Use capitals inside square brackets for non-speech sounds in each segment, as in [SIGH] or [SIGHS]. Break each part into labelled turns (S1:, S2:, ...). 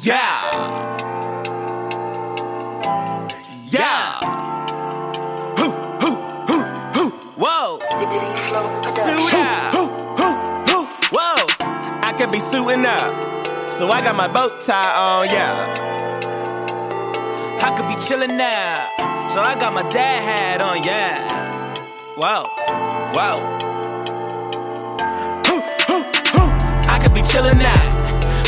S1: Yeah. Yeah. Hoo, hoo, hoo, hoo. Whoa.
S2: Degree Flow
S1: Suit
S2: Production.
S1: up. Hoo, hoo, hoo, hoo. Whoa. I could be suiting up. So I got my bow tie on, yeah. I could be chilling now. So I got my dad hat on, yeah. Whoa. Whoa. Hoo, hoo, hoo. I could be chillin' out.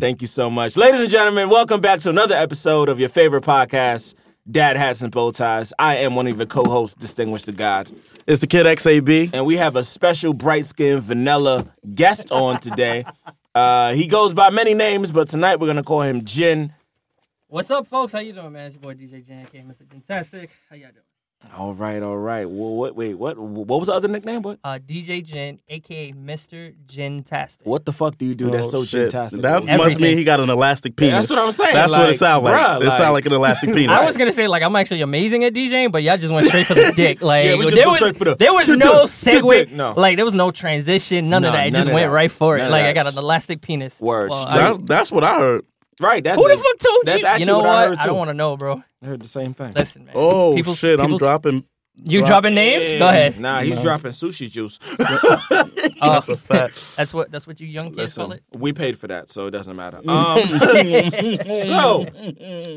S3: Thank you so much. Ladies and gentlemen, welcome back to another episode of your favorite podcast, Dad Hats and Bow Ties. I am one of your co hosts, Distinguished to God.
S4: It's the kid XAB.
S3: And we have a special bright skinned vanilla guest on today. Uh, he goes by many names, but tonight we're going to call him Jin.
S5: What's up, folks? How you doing, man? It's your boy DJ Jan K, Mr. Fantastic. How y'all doing?
S3: All right, all right. Well, what, wait, what What was the other nickname? What?
S5: Uh, DJ Jen, aka Mr. Gentastic.
S3: What the fuck do you do that's so
S4: Oh, shit.
S3: fantastic?
S4: That must
S5: Everything.
S4: mean he got an elastic penis.
S3: that's what I'm saying.
S4: That's what
S3: Like,
S4: it sounds like.
S3: bruh,
S4: it
S3: like-
S4: sounds like an elastic penis.
S5: I was gonna say like I'm actually amazing at DJing, but y'all just went straight for the
S3: [LAUGHS]
S5: dick. Like
S3: Yeah, we just
S5: there
S3: go
S5: was
S3: straight for the-
S5: there
S3: [LAUGHS]
S5: was
S3: to
S5: no
S3: dick, to
S5: segue,
S3: dick, no.
S5: like there was no transition, none
S3: No,
S5: of that. It
S3: none
S5: just
S3: of
S5: went
S3: that.
S5: right for
S3: None
S5: it.
S3: of
S5: Like
S3: that.
S5: I got an elastic penis.
S3: Words.
S5: Well, I-
S4: That- that's what I heard.
S3: Right, that's
S5: who the
S3: it.
S5: fuck told
S3: That's
S5: you?
S3: actually
S5: you know
S3: what
S5: what?
S3: I heard,
S5: I
S3: too.
S5: don't want to know, bro.
S3: I heard the same thing.
S5: Listen, man.
S4: Oh
S5: People's-
S4: shit! I'm
S5: people's-
S4: dropping.
S5: You dropping names? Go ahead.
S3: [LAUGHS] Nah, he's dropping sushi juice.
S5: Uh,
S4: That's a
S5: [LAUGHS]
S4: fact.
S5: that's what that's what you young kids call
S3: Listen,
S5: it.
S3: we paid for that, so it doesn't
S5: [LAUGHS]
S3: matter. Um, [LAUGHS] so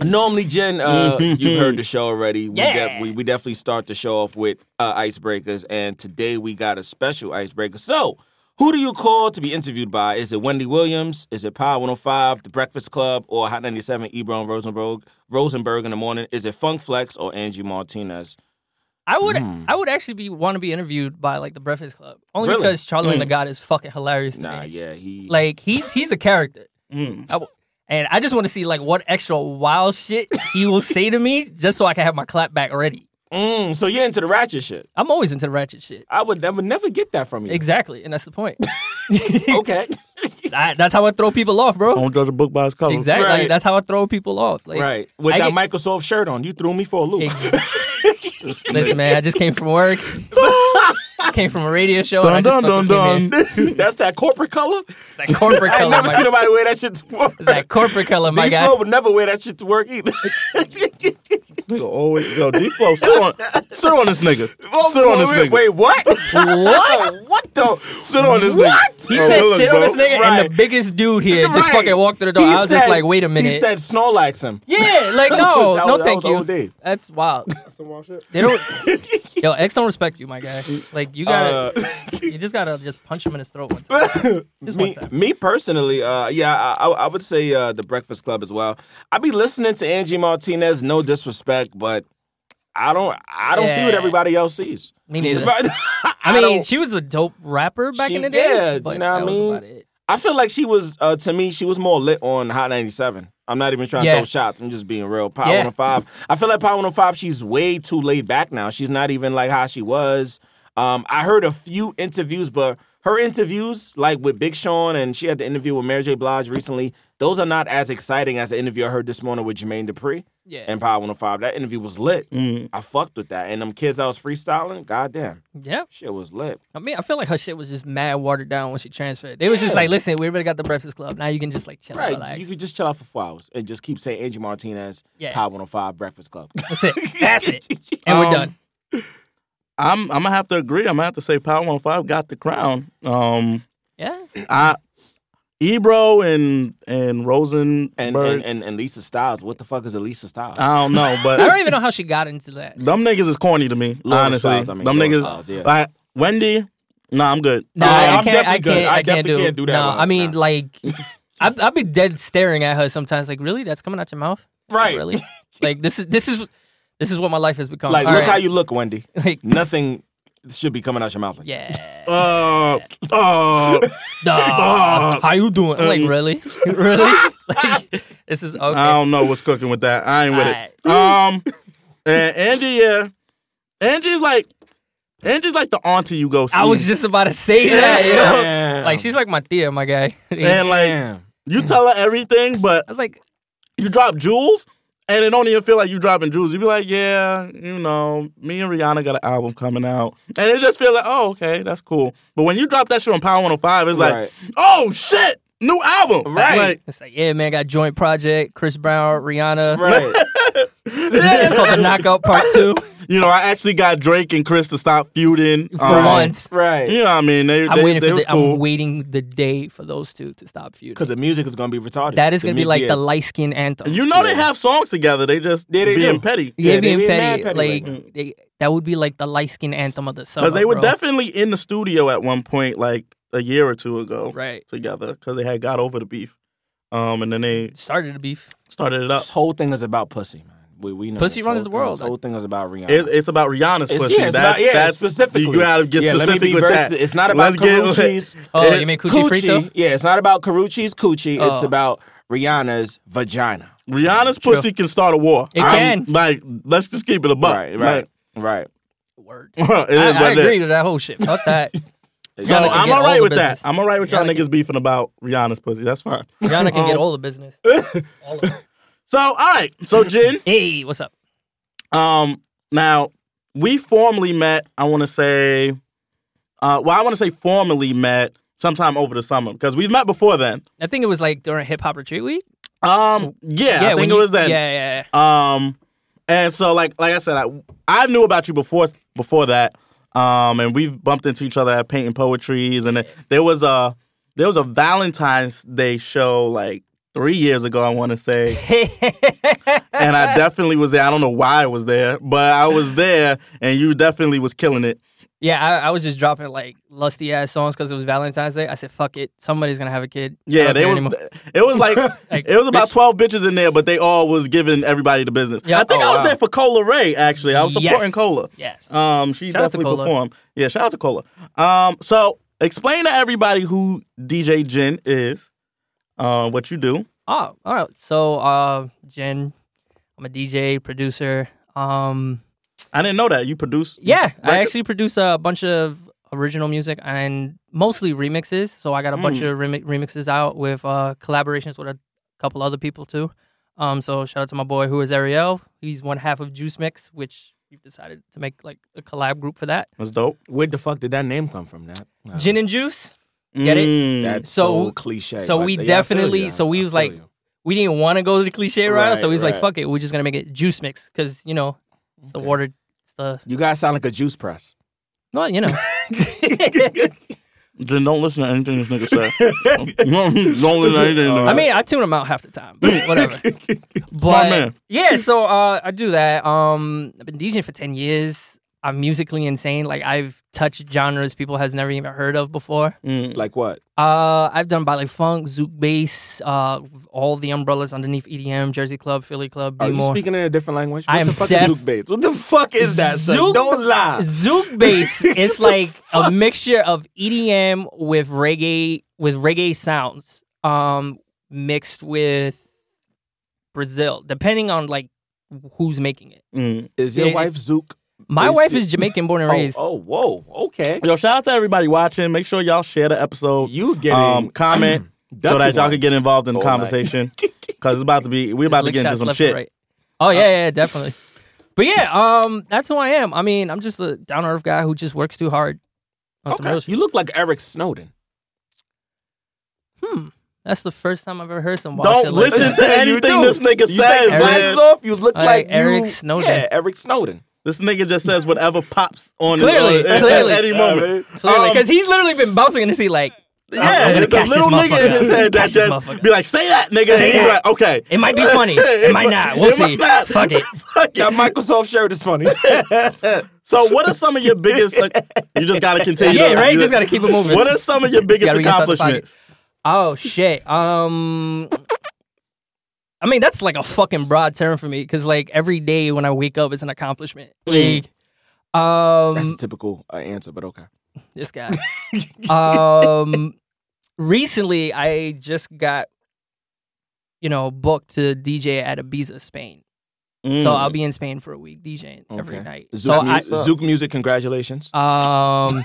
S3: normally, Jen, uh, you've heard the show already. We,
S5: Yeah.
S3: we we definitely start the show off with uh, icebreakers, and today we got a special icebreaker. So, who do you call to be interviewed by? Is it Wendy Williams? Is it Power 105, The Breakfast Club, or Hot 97, Ebron Rosenberg? Rosenberg in the morning. Is it Funk Flex or Angie Martinez?
S5: I would I would actually be want to be interviewed by like the Breakfast Club only
S3: Hmm. Really?
S5: because Charlamagne the God is fucking hilarious to
S3: Nah,
S5: me.
S3: yeah, he
S5: Like he's he's a character,
S4: Mm.
S5: I w- and I just want to see like what extra wild shit he
S3: [LAUGHS]
S5: will say to me just so I can have my clap back ready.
S3: Mm, so you're into the ratchet shit.
S5: I'm always into ratchet shit.
S3: I would, I would never get that from you.
S5: [LAUGHS] Exactly, and that's
S3: [LAUGHS]
S5: the point.
S3: Okay.
S5: I, that's how I throw people off, bro.
S4: Don't judge a book by its cover.
S5: Exactly,
S3: Oh, Right.
S5: that's how I throw people off. Like,
S3: right. With
S5: I
S3: that
S5: get-
S3: Microsoft shirt on, you threw me for a loop.
S5: [LAUGHS] ex- Listen, man, I just came
S3: [LAUGHS]
S5: from work. came from a radio show.
S4: Dun
S5: and I
S4: dun
S5: just
S4: dun
S5: fucking came
S4: dun.
S5: here.
S3: [LAUGHS] That's that corporate
S5: [LAUGHS]
S3: color.
S5: That corporate
S3: [LAUGHS] I ain't
S5: color,
S3: never seen
S5: my,
S3: nobody wear that shit to work.
S5: that corporate color, my guy.
S3: D-Flow would never wear that shit to work either. [LAUGHS]
S4: Nigga always yo Depot. Sit on, sit on
S3: [LAUGHS]
S4: this nigga. sit on this
S3: wait,
S4: nigga.
S3: wait, what? [LAUGHS]
S5: What?
S3: what the?
S4: Sit on this
S3: What?
S4: nigga.
S5: He
S4: Oh,
S5: said,
S4: Willis,
S5: sit on
S4: bro.
S5: this nigga,
S3: Right.
S5: and the biggest dude here just
S3: Right.
S5: fucking walked through the door.
S3: He
S5: I was
S3: said-
S5: just like, wait a minute.
S3: He said Snorlax him.
S5: yeah,
S3: [LAUGHS]
S5: like, no,
S3: That was-
S5: no,
S3: that
S5: thank
S3: was old
S5: you.
S3: Dave.
S5: [LAUGHS] That's wild. They don't,
S3: [LAUGHS]
S5: yo, X don't respect you, my guy. Like, you
S3: Uh,
S5: gotta, [LAUGHS] you just gotta just punch him in his throat
S3: [LAUGHS]
S5: one time. Just
S3: me,
S5: one time.
S3: me personally, uh, yeah, I, I, I would say uh, the Breakfast Club as well. I be listening to Angie Martinez. No disrespect, but I don't, I don't see what
S5: Yeah.
S3: everybody else sees.
S5: Me
S3: [LAUGHS]
S5: neither.
S3: But-
S5: I mean,
S3: don't-
S5: she was a dope rapper back
S3: She-
S5: in the day.
S3: yeah,
S5: but
S3: you know what I
S5: that
S3: mean?
S5: was about it.
S3: I feel like she was uh, to me. She was more lit on Hot 97. I'm not even trying
S5: Yeah.
S3: to throw shots. I'm just being real. Power
S5: Yeah.
S3: 105. I feel like Power 105. She's way too laid back now. She's not even like how she was. Um, I heard a few interviews, but her interviews, like with Big Sean, and she had the interview with Mary J. Blige recently. Those are not as exciting as the interview I heard this morning with Jermaine Dupri
S5: Yeah. Mm.
S3: and Power 105. That interview was lit. I fucked with that. And them kids I was freestyling, goddamn,
S5: yeah.
S3: shit was lit.
S5: I mean, I feel like her shit was just mad watered down when she transferred. They was just
S3: Yeah.
S5: like, listen, we already got the Breakfast Club. Now you can just like chill out.
S3: Right,
S5: relax.
S3: you [LAUGHS] could just chill out for four hours and just keep saying Angie Martinez,
S5: Yeah.
S3: Power 105, Breakfast
S6: [LAUGHS]
S3: Club.
S5: That's it. That's it. And
S4: Um,
S5: we're done.
S4: I'm I'm gonna have to agree. I'm gonna have to say Power 105 got the crown. Um,
S5: Yeah.
S4: I Ebro and and Rosenberg.
S3: and, and, and and Lisa Styles, what the fuck is a Lisa Styles?
S4: I don't know,
S3: [LAUGHS]
S4: but
S5: I don't even know how she got into that.
S4: Them niggas is corny to me,
S3: Lower
S4: honestly.
S3: styles, I mean,
S4: them
S3: lower
S4: niggas,
S3: styles, yeah.
S4: like Wendy. Nah, I'm good.
S5: No,
S3: Nah,
S5: I
S3: I'm
S5: can't. I
S3: definitely good.
S5: can't.
S3: I
S5: I can't
S3: definitely
S5: do.
S3: can't do that
S5: No,
S3: one.
S5: I mean,
S3: Nah. [LAUGHS]
S5: like, I I be dead staring at her sometimes. Like, really, that's coming out your mouth?
S3: Right. [LAUGHS]
S5: Really? Like, this is this is this is what my life has become.
S3: like,
S5: All
S3: look
S5: right.
S3: how you look, Wendy.
S5: [LAUGHS] Like,
S3: Nothing
S6: should be coming out your mouth. Like,
S3: [LAUGHS]
S5: Yeah.
S4: Uh, uh,
S5: Nah, how you doing? I'm
S3: Uh, [LAUGHS]
S5: like, really? [LAUGHS] really? Like, this is okay.
S4: I don't know what's cooking with that. I ain't with it. Um, and Angie, yeah, Angie's like, Angie's like the auntie you go see.
S5: I was just about to say that, you know?
S6: Damn.
S5: Like, she's like my tia, my guy. [LAUGHS]
S4: and like
S6: Damn.
S4: you tell her everything, but
S5: I was like,
S4: you drop jewels, and it don't even feel like you dropping jewels. You be like, yeah, you know, me and Rihanna got an album coming out, and it just feel like, oh, okay, that's cool. But when you drop that shit on Power 105, it's like,
S6: Right.
S4: oh shit, new album,
S6: Right.
S4: Like,
S5: it's like, yeah, man, got joint project, Chris Brown, Rihanna.
S6: right.
S5: [LAUGHS] [LAUGHS] It's called the Knockout Part
S3: [LAUGHS]
S5: Two.
S4: you know, I actually got Drake and Chris to stop feuding
S5: For
S4: Um,
S5: once,
S6: [LAUGHS] Right.
S4: You know what I mean? They,
S5: I'm
S4: they,
S5: waiting
S4: they
S5: for
S4: was
S5: the, I'm
S4: cool.
S5: waiting the day for those two to stop feuding.
S6: Because the music is gonna be retarded.
S5: That is
S6: The
S5: gonna be
S6: mu-
S5: like
S6: yeah.
S5: the light skin anthem.
S4: you know they have songs together. They just
S6: Yeah, they
S4: being
S6: do.
S4: petty.
S5: yeah,
S6: Yeah, they
S5: being
S6: be mad
S5: petty,
S6: petty
S5: like
S6: right
S5: they, that would be like the light skin anthem of the summer.
S4: Because they were
S5: bro.
S4: definitely in the studio at one point, like a year or two ago,
S5: right.
S4: together, because they had got over the beef. Um, and then they
S5: Started the beef.
S4: started it up.
S6: This whole thing is about pussy, man. We, we know
S5: Pussy
S6: this
S5: runs
S6: whole
S5: the
S6: thing-
S5: world.
S6: This whole thing is about Rihanna.
S4: It, it's about Rihanna's
S6: It's-
S4: pussy.
S6: yeah, it's
S4: that's,
S6: about, yeah,
S4: that's
S6: specifically.
S4: You gotta get
S6: yeah, let
S4: specific
S6: me be
S4: with
S6: very
S4: that.
S6: spe- It's not about
S4: Let's get-
S6: Carucci's
S5: Oh,
S4: It-
S5: you mean Coochie Frito?
S6: Yeah, it's not about Carucci's coochie. It's
S5: Oh.
S6: about Rihanna's vagina.
S4: Rihanna's
S5: True.
S4: pussy can start a war.
S5: It
S4: I'm-
S5: can.
S4: Like, let's just keep it a buck.
S6: right, right, right.
S5: Word.
S4: Like, [LAUGHS] it is
S5: I, I
S4: what it is.
S5: agree to that whole shit. Fuck
S4: [LAUGHS]
S5: that.
S4: So
S5: Rihanna can
S4: I'm
S5: get
S4: all
S5: all
S4: right
S5: the
S4: with
S5: business.
S4: that. I'm all right with y'all
S5: Rihanna
S4: niggas
S5: can-
S4: beefing about Rihanna's pussy. That's fine.
S5: Rihanna can get
S4: Um,
S5: all the
S4: [LAUGHS]
S5: business. All of it.
S4: So all right.
S5: [LAUGHS]
S4: So Jin,
S5: Hey, what's up?
S4: Um, now we formally met. I want to say, uh, well, I want to say formally met sometime over the summer because we've met before then.
S5: I think it was like during Hip Hop Retreat Week.
S4: Um, yeah, I
S5: when
S4: think
S5: you-
S4: it was then.
S5: Yeah, yeah, yeah.
S4: Um, and so like like I said, I I knew about you before before that. Um, and we've bumped into each other at painting poetries, and there was a there was a Valentine's Day show like three years ago. I want to say. [LAUGHS] and I definitely was there. I don't know why I was there, but I was there, and you definitely was killing it.
S5: [LAUGHS] Yeah, I, I was just dropping like lusty ass songs because it was Valentine's Day. I said, "Fuck it, somebody's gonna have a kid." I
S4: Yeah,
S5: don't
S4: they
S5: care
S4: was.
S5: anymore.
S4: It was like,
S5: [LAUGHS] Like,
S4: it was about
S5: bitch.
S4: twelve bitches in there, but they all was giving everybody the business.
S5: Yeah.
S4: I think
S5: Oh,
S4: I was
S5: wow.
S4: there for Cola Ray. Actually, I was supporting
S5: Yes.
S4: Cola.
S5: Yes.
S4: Um, she
S5: Shout out to
S4: definitely
S5: Cola.
S4: performed. Yeah, shout out to Cola. Um, so explain to everybody who DJ Jen is, uh, what you do.
S5: Oh, all right. So, uh, Jen, I'm a DJ producer. Um,
S4: I didn't know that you produce.
S5: yeah, I
S4: records?
S5: actually produce a bunch of original music and mostly remixes. So I got
S4: Hmm.
S5: a bunch of remi- remixes out with uh, collaborations with a couple other people too. Um, so shout out to my boy who is Ariel. He's one half of Juice Mix, which we've decided to make like a collab group for that.
S4: that's dope.
S6: Where the fuck did that name come from? That Wow.
S5: Gin and Juice. Get it?
S4: Mm.
S6: That's so,
S5: So-
S6: cliche.
S5: so
S6: but,
S5: we
S6: yeah, I feel
S5: definitely-
S6: you.
S5: so we
S6: I
S5: was
S6: feel
S5: like-
S6: you.
S5: we didn't want to go the cliche route, so
S6: Right,
S5: we was
S6: right.
S5: like, "Fuck it, we're just gonna make it juice mix because you know it's the
S6: Okay.
S5: water, it's the
S6: you guys sound like a juice press.
S5: no, you know."
S4: Jen, don't listen to anything this
S5: [LAUGHS]
S4: nigga said. [LAUGHS] don't listen to anything. This nigga
S5: I mean, I tune them out half the time,
S6: [LAUGHS]
S5: but whatever.
S4: Smart man.
S5: but yeah, so uh, I do that. Um, I've been DJing for ten years. I'm musically insane. Like I've touched genres people has never even heard of before.
S4: Mm.
S6: Like what?
S5: Uh, I've done like funk, zouk bass, uh, all the umbrellas underneath EDM, Jersey Club, Philly Club,
S6: Are Oh,
S5: be
S6: you
S5: more.
S6: speaking in a different language? What
S5: I am
S6: the fuck
S5: deaf.
S6: is Zouk Bates? What the fuck is that? Son?
S5: Zouk-
S6: Don't lie.
S4: [LAUGHS]
S5: Zouk bass is like a mixture of EDM with reggae with reggae sounds, um, mixed with Brazil, depending on like who's making it.
S4: Mm.
S6: Is your
S5: Yeah.
S6: wife Zook?
S5: My
S6: Is
S5: wife
S6: it-
S5: is Jamaican, born
S4: [LAUGHS]
S5: and
S6: Oh,
S5: raised.
S6: oh, whoa. Okay.
S4: Yo, shout out to everybody watching. Make sure y'all share the episode,
S6: You getting
S4: um, comment, so
S6: Dutty
S4: that y'all
S6: ones
S4: can get involved in the
S6: all night.
S4: conversation. Because it's about to be, we're about to
S5: Lick
S4: get into
S5: shots
S4: some
S5: left and
S4: shit.
S5: right. Oh yeah, yeah, definitely. But yeah, um, that's who I am. I mean, I'm just a down to earth guy who just works too hard on some real
S6: Okay.
S5: shit.
S6: You look like Eric Snowden.
S5: Hmm. That's the first time I've ever heard some wild
S4: Don't
S5: shit like
S4: listen
S5: that.
S6: [LAUGHS]
S4: to
S6: You
S4: anything
S6: do.
S4: this nigga
S6: You take
S4: says, man.
S6: glasses off. You look
S5: Like
S6: like,
S5: Eric
S6: you-
S5: Snowden.
S6: Yeah, Eric Snowden.
S4: This nigga
S5: [LAUGHS]
S4: just says whatever pops on
S5: Clearly,
S4: [LAUGHS] his, at-
S5: clearly.
S4: at any
S5: Yeah,
S4: moment.
S5: Clearly,
S4: Um,
S5: because he's literally been bouncing in the seat like
S4: yeah,
S5: I'm gonna
S4: it's a
S5: catch this
S4: little nigga in
S5: motherfucker.
S4: his head that
S5: Catch this
S4: just
S5: motherfucker.
S4: be like, say that, nigga.
S5: Say
S4: and he be
S5: that.
S4: like, okay.
S5: It
S4: [LAUGHS]
S5: might be funny. It might not. We'll
S4: It might
S5: see.
S4: not.
S5: Fuck it.
S4: [LAUGHS] Fuck it.
S6: That Microsoft shirt is [LAUGHS] funny. Um,
S4: So, what are some of your biggest? like, you just gotta continue.
S5: Yeah,
S4: to-
S5: right? Just gotta keep it moving.
S4: What are
S5: [LAUGHS]
S4: some of your biggest
S5: Gotta reach outside the pocket.
S4: accomplishments?
S5: Oh shit. Um, I mean that's like a fucking broad term for me because like every day when I wake up is an accomplishment. Like,
S6: That's
S5: Um,
S6: a typical uh, answer, but okay.
S5: this guy. um, recently, I just got, you know, booked to DJ at Ibiza, Spain. So
S4: Mm.
S5: um, I'll be in Spain for a week DJing every
S6: Okay.
S5: night.
S6: Zook,
S5: So I,
S4: What's up?
S6: Zook Music, congratulations.
S5: um,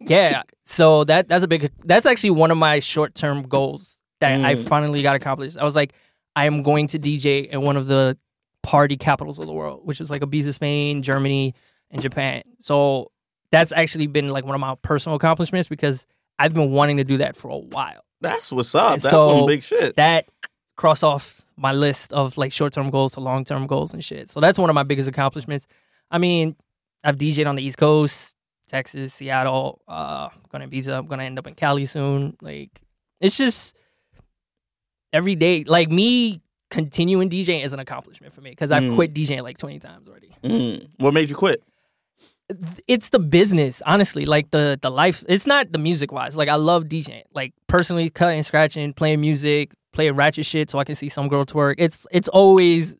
S5: yeah. So that that's a big. That's actually one of my short term goals that I
S4: Mm.
S5: finally got accomplished. I was like, I am going to DJ at one of the party capitals of the world, which is like Ibiza, Spain, Germany, and Japan. So that's actually been like one of my personal accomplishments because I've been wanting to do that for a while.
S4: That's what's up. That's
S5: So-
S4: some big shit.
S5: That cross off my list of like short term goals to long term goals and shit. So that's one of my biggest accomplishments. I mean, I've DJed on the East Coast, Texas, Seattle, uh gonna Ibiza, I'm gonna end up in Cali soon. Like it's just every day like me continuing DJing is an accomplishment for me because I've
S4: Mm.
S5: quit DJing like twenty times already.
S4: Mm. What made you quit?
S5: It's the business, honestly. Like the the life it's not the music wise. Like I love DJing. Like personally cutting, scratching, playing music, playing ratchet shit so I can see some girl twerk. It's it's always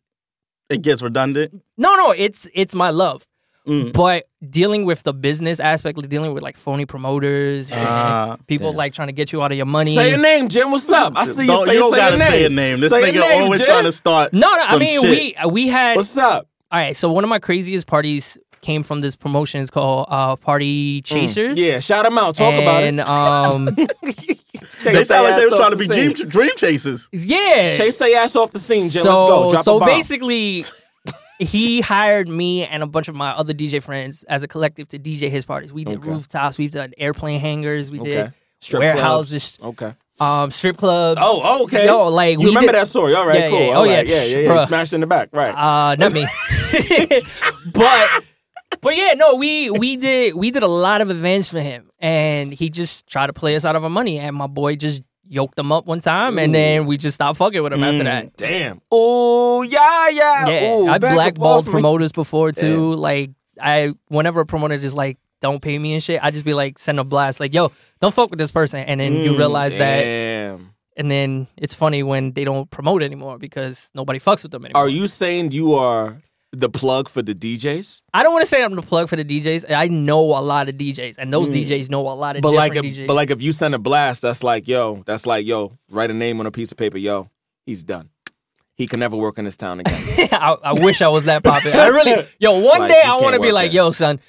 S4: It gets redundant.
S5: no no, it's it's my love.
S4: Mm.
S5: But dealing with the business aspect, like dealing with like phony promoters and
S4: Uh,
S5: [LAUGHS] people
S6: Ah, yeah.
S5: like trying to get you out of your money.
S6: Say your name, Jim. What's up? I see your
S4: don't,
S6: face.
S4: you don't
S6: say
S4: gotta
S6: your name.
S4: say a name. This
S6: Say your
S4: nigga
S6: name,
S4: always
S6: Jim.
S4: trying to start.
S5: no, no. I
S4: some
S5: mean,
S4: shit.
S5: we we had
S6: What's up?
S5: all right. So one of my craziest parties came from this promotion. It's called uh, Party Chasers.
S6: Mm. Yeah, shout them out. Talk about it. [LAUGHS]
S5: and, Um,
S6: Chase their
S4: They sound like
S6: ass
S4: they were
S6: off
S4: trying to
S6: the
S4: be
S6: scene.
S4: dream, dream
S5: [LAUGHS]
S4: chasers.
S5: yeah.
S6: Chase their ass off the scene, Jim.
S5: so
S6: Let's go. Drop
S5: so
S6: a bomb.
S5: basically, he hired me and a bunch of my other DJ friends as a collective to DJ his parties. We did
S6: Okay.
S5: rooftops. We've done airplane hangars. We
S6: okay.
S5: did
S6: Strip
S5: warehouses.
S6: Clubs. Okay.
S5: um, strip clubs.
S6: Oh, okay.
S5: Yo, like
S6: you
S5: we
S6: remember
S5: did,
S6: that story? All right,
S5: Yeah,
S6: cool.
S5: yeah,
S6: All
S5: oh, yeah,
S6: right, yeah, yeah, yeah.
S5: bruh.
S6: Smashed in the back, right?
S5: Uh, not me. [LAUGHS] but but yeah, no, we we did we did a lot of events for him, and he just tried to play us out of our money, and my boy just yoked him up one time, and then we just stopped fucking with him
S6: Mm.
S5: after that.
S6: Damn. Oh yeah, yeah.
S5: Yeah,
S6: Ooh,
S5: I
S6: back
S5: blackballed
S6: up off me.
S5: promoters before too. Like I, whenever a promoter just like don't pay me and shit, I just be like send a blast like yo, don't fuck with this person, and then you
S4: Mm,
S5: realize that,
S6: Damn.
S5: and then it's funny when they don't promote anymore because nobody fucks with them anymore.
S6: Are you saying you are the plug for the DJs?
S5: I don't want to say I'm the plug for the DJs. I know a lot of DJs, and those DJs know a lot of
S6: Mm. But like,
S5: different
S6: if,
S5: DJs.
S6: but like, if you send a blast, that's like, yo, that's like, yo, write a name on a piece of paper, yo, he's done. He can never work in this town
S5: [LAUGHS]
S6: again.
S5: [LAUGHS] I, I wish I was that popular.
S6: [LAUGHS]
S5: I really, yo, one
S6: Like,
S5: day
S6: you
S5: I
S6: can't
S5: want to be
S6: work
S5: like,
S6: that.
S5: yo, son,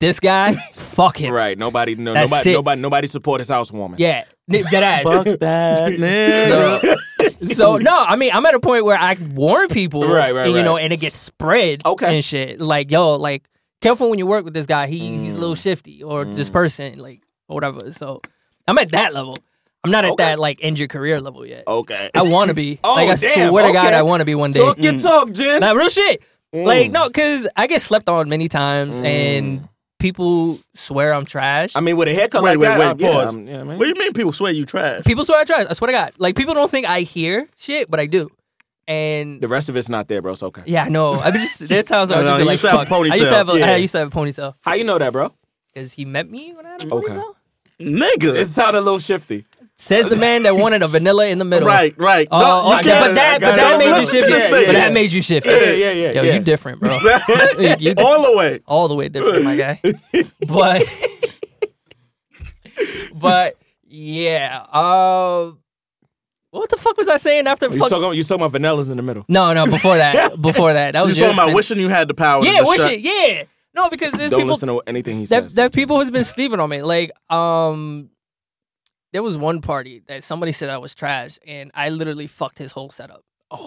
S5: this
S6: [LAUGHS]
S5: guy, fuck him.
S6: right? Nobody, no,
S5: That's
S6: nobody,
S5: it.
S6: nobody, nobody support his housewarming.
S5: Yeah, n- dead
S4: [LAUGHS]
S5: ass.
S4: Fuck that nigga.
S5: So,
S6: [LAUGHS]
S5: so, no, I mean, I'm at a point where I warn people,
S6: Right, right,
S5: and, you know,
S6: right.
S5: and it gets spread,
S6: Okay.
S5: and shit. Like, yo, like, careful when you work with this guy. He he's a little
S6: Mm.
S5: shifty, or this person, like, or whatever. So, I'm at that level. I'm not at
S6: Okay.
S5: that like end your career level yet.
S6: Okay.
S5: I want to be.
S6: [LAUGHS] Oh,
S5: like I
S6: damn,
S5: swear to God,
S6: okay.
S5: I want to be one day. Mm.
S6: Talk your Mm. talk, Jen.
S5: Nah, real shit. Like no, because I get slept on many times,
S6: Mm.
S5: and people swear I'm trash.
S6: I mean, with a haircut
S4: Wait,
S6: like
S4: wait,
S6: that,
S4: wait,
S6: I'm- yeah,
S4: pause.
S6: I'm- yeah, man.
S4: What do you mean people swear you trash?
S5: people swear I'm trash. I swear to God. Like people don't think I hear shit, but I do. And
S6: The rest of it's not there, bro. It's okay.
S5: yeah, no, I
S4: [LAUGHS]
S5: just there's times where
S4: No,
S5: I
S4: no,
S5: just
S4: you used to
S5: be
S4: have
S5: like,
S4: a
S5: fuck. I used to have a,
S6: ponytail.
S5: I
S6: Yeah.
S5: used to have a ponytail
S6: How you know that, bro?
S5: because he met me when I had a
S6: Okay.
S5: ponytail.
S4: Nigga.
S6: It sounded a little shifty.
S5: Says the man that wanted a vanilla in the middle.
S4: right, right.
S5: Oh,
S4: No, you
S5: okay,
S4: got
S5: but
S4: it, I
S5: that,
S4: got
S5: but
S4: it.
S5: that
S4: Don't
S5: made you
S4: listen to
S5: shifty.
S4: this
S5: But
S4: nigga.
S5: that made you shifty.
S6: Yeah, yeah, yeah,
S5: Yo,
S6: yeah.
S5: you different, bro.
S4: [LAUGHS]
S5: You
S4: all the way.
S5: all the way different, my
S4: [LAUGHS]
S5: guy. But but yeah. Um what the fuck was I saying after
S6: You
S5: fuck-
S6: talking? You talking about vanillas in the middle?
S5: No, no, before
S4: [LAUGHS]
S5: that. Before that. That
S4: You
S5: was
S4: talking
S5: your-
S4: about wishing you had the power
S5: Yeah,
S4: to
S5: wish
S4: shut-
S5: it, yeah. No, because there's
S6: Don't
S5: people
S6: listen to anything he
S5: that
S6: says.
S5: that people
S4: [LAUGHS]
S5: has been sleeping on me. Like, um there was one party that somebody said I was trash and I literally fucked his whole setup.
S4: [GASPS]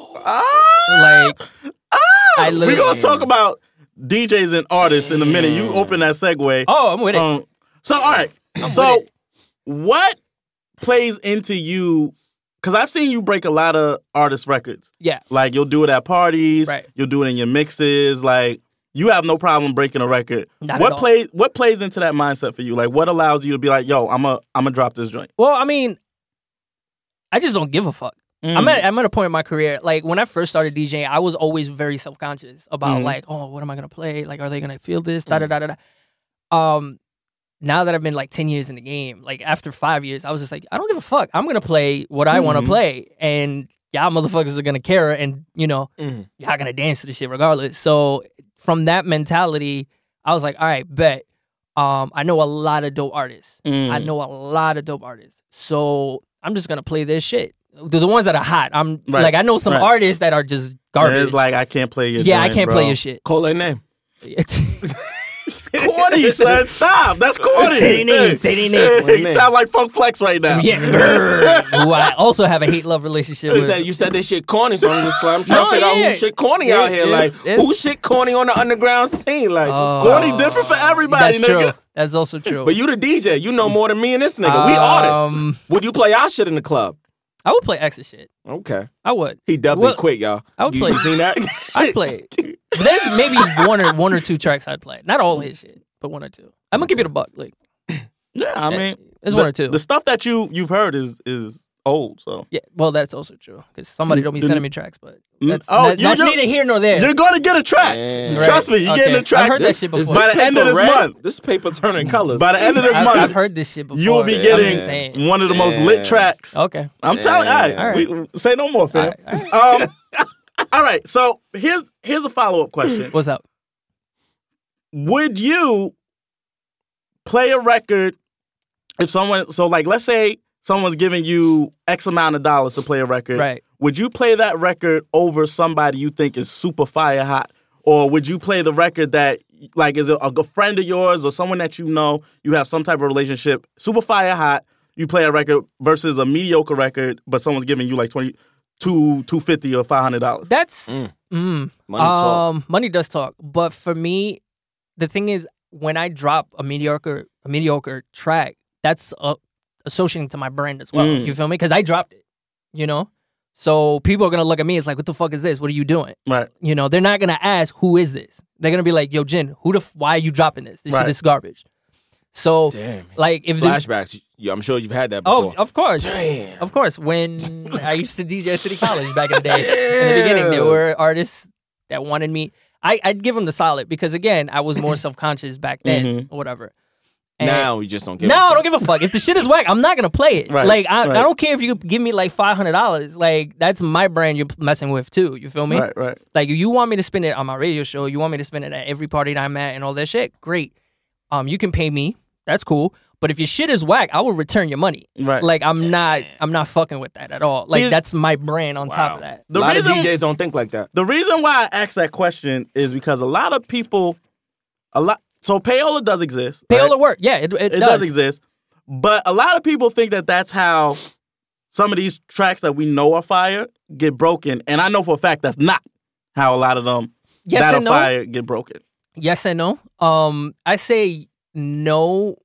S4: Ah,
S5: Like I
S4: we
S5: literally
S4: [LAUGHS] gonna talk about DJs and artists in a minute. You open that segue.
S5: Oh, I'm with it.
S4: Um, so all right.
S5: I'm
S4: so
S5: with it.
S4: what plays into you? Because I've seen you break a lot of artist records.
S5: Yeah.
S4: Like you'll do it at parties.
S5: Right.
S4: You'll do it in your mixes. Like you have no problem breaking a record.
S5: Not at
S4: what
S5: all.
S4: plays What plays into that mindset for you? Like what allows you to be like, yo, I'm a I'm a drop this joint.
S5: Well, I mean, I just don't give a fuck. Mm. I'm at I'm at a point in my career. Like when I first started DJing, I was always very self conscious about
S4: Mhm.
S5: like, oh, what am I gonna play? Like, are they gonna feel this? Da da da da da. Um, now that I've been like ten years in the game, like after five years, I was just like, I don't give a fuck. I'm gonna play what I want to
S4: Mhm.
S5: play, and y'all motherfuckers are gonna care, and you know,
S6: Mhm.
S5: y'all gonna dance to the shit regardless. So from that mentality, I was like, all right, bet. Um, I know a lot of dope artists.
S4: Mm.
S5: I know a lot of dope artists. So I'm just gonna play this shit. The, the ones that are hot. I'm
S4: Right,
S5: like, I know some
S4: right.
S5: artists that are just
S4: And
S5: garbage.
S4: it's like I can't play your.
S5: yeah, I
S4: joint,
S5: can't
S4: bro.
S5: play your shit. [LAUGHS]
S6: Call that name.
S4: [LAUGHS] Corny, son.
S5: [LAUGHS]
S4: Stop. That's corny.
S5: Say their name, say their
S6: name.
S4: [LAUGHS] You sound like Funk Flex right now.
S5: [LAUGHS] yeah, grr, who I also have a hate love relationship
S6: You
S5: with.
S6: said you said this shit corny, so I'm just like I'm trying
S5: No,
S6: to figure
S5: yeah.
S6: out who shit corny
S5: It-
S6: out here. Like
S5: it's- it's-
S6: who shit corny on the underground scene? Like
S5: Oh.
S4: Corny different for everybody,
S5: That's
S4: nigga.
S5: true. That's also true.
S6: But you the DJ, you know more than me and this nigga. we
S5: Um,
S6: artists. Would you play our shit in the club?
S5: I would play X's shit.
S6: Okay.
S5: I would.
S6: He dubbed
S5: Well,
S6: it quick, y'all.
S5: I would
S6: you,
S5: play-
S6: You seen that?
S5: [LAUGHS]
S6: [LAUGHS]
S5: I'd
S4: [LAUGHS]
S5: play it. But there's maybe one or one or two tracks I'd play. Not all his shit, but one or two. I'm gonna give it a buck. Like
S4: Yeah, I mean,
S5: Eh, it's
S4: the,
S5: one or two.
S4: The stuff that you you've heard is is old. So
S5: yeah, well, that's also true because somebody don't be
S4: Mm,
S5: sending me tracks, but
S4: Mm,
S5: that's,
S4: oh,
S5: that-
S4: you-
S5: that's
S4: you-
S5: neither here nor there. Mm,
S4: you're gonna get a track.
S6: Man.
S5: Right.
S4: Trust me, you're
S5: Okay.
S4: getting a track.
S5: I've heard that
S4: This-
S5: shit before.
S4: By the end of
S6: paper
S4: this
S6: red?
S4: month,
S6: This paper turning colors.
S4: by the end of this
S5: I've,
S4: month,
S5: I've heard this shit before.
S4: you will be
S5: I'm just
S4: getting
S5: saying.
S4: one of the most lit
S6: Damn.
S4: tracks.
S5: Okay.
S4: I'm telling. All right,
S6: Damn.
S4: We, say no more, fam.
S5: All Oh, right, all right. [LAUGHS]
S4: Um, all right. So here's here's a follow up question.
S5: What's up?
S4: would you play a record if someone so like let's say someone's giving you x amount of dollars to play a record
S5: Right.
S4: would you play that record over somebody you think is super fire hot or would you play the record that like is a, a good friend of yours or someone that you know you have some type of relationship super fire hot you play a record versus a mediocre record but someone's giving you like 20 two- 250 or 500 dollars
S5: That's
S6: Mm.
S5: mm.
S6: Money talk.
S5: Um, money does talk, but for me, the thing is, when I drop a mediocre a mediocre track, that's uh, associating to my brand as well.
S4: Mm.
S5: You feel me? Because I dropped it, you know. So people are gonna look at me. It's like, what the fuck is this? What are you doing?
S4: right
S5: You know, they're not gonna ask who is this. They're gonna be like, yo, Jin, who the? F- why are you dropping this? This
S4: Right.
S5: shit is garbage. So,
S6: Damn.
S5: like, if the-
S6: Flashbacks. Yeah, I'm sure you've had that
S5: Oh,
S6: before.
S5: of course.
S6: Damn.
S5: Of course, when I used to DJ at City College back in the day, in the beginning, there were artists that wanted me. I, I'd give them the solid because, again, I was more self conscious back then or whatever. And
S6: now we just Mm-hmm. don't give.
S5: no,
S6: a
S5: I
S6: fuck.
S5: don't give a fuck. If the shit is whack, I'm not gonna play it.
S4: Right,
S5: Like, I,
S4: right.
S5: I don't care if you give me like five hundred dollars. Like, that's my brand you're messing with too. You feel me?
S4: right right
S5: Like, you want me to spend it on my radio show, you want me to spend it at every party that I'm at and all that shit. Great. Um, you can pay me. That's cool. But if your shit is whack, I will return your money.
S4: right
S5: Like I'm not I'm not fucking with that at all. Like
S4: See-
S5: that's my brand on top of
S6: Wow.
S5: that.
S6: a
S4: The
S6: lot
S4: reason-
S6: of DJs don't think like that.
S4: The reason why I asked that question is because a lot of people, a lot. So payola does exist. right?
S5: Payola work. Yeah, it, it,
S4: it does.
S5: does.
S4: exist, but a lot of people think that that's how some of these tracks that we know are fire get broken, and I know for a fact that's not how a lot of them
S5: Yes
S4: that are
S5: and no.
S4: fire get broken.
S5: Yes and no. Um I say no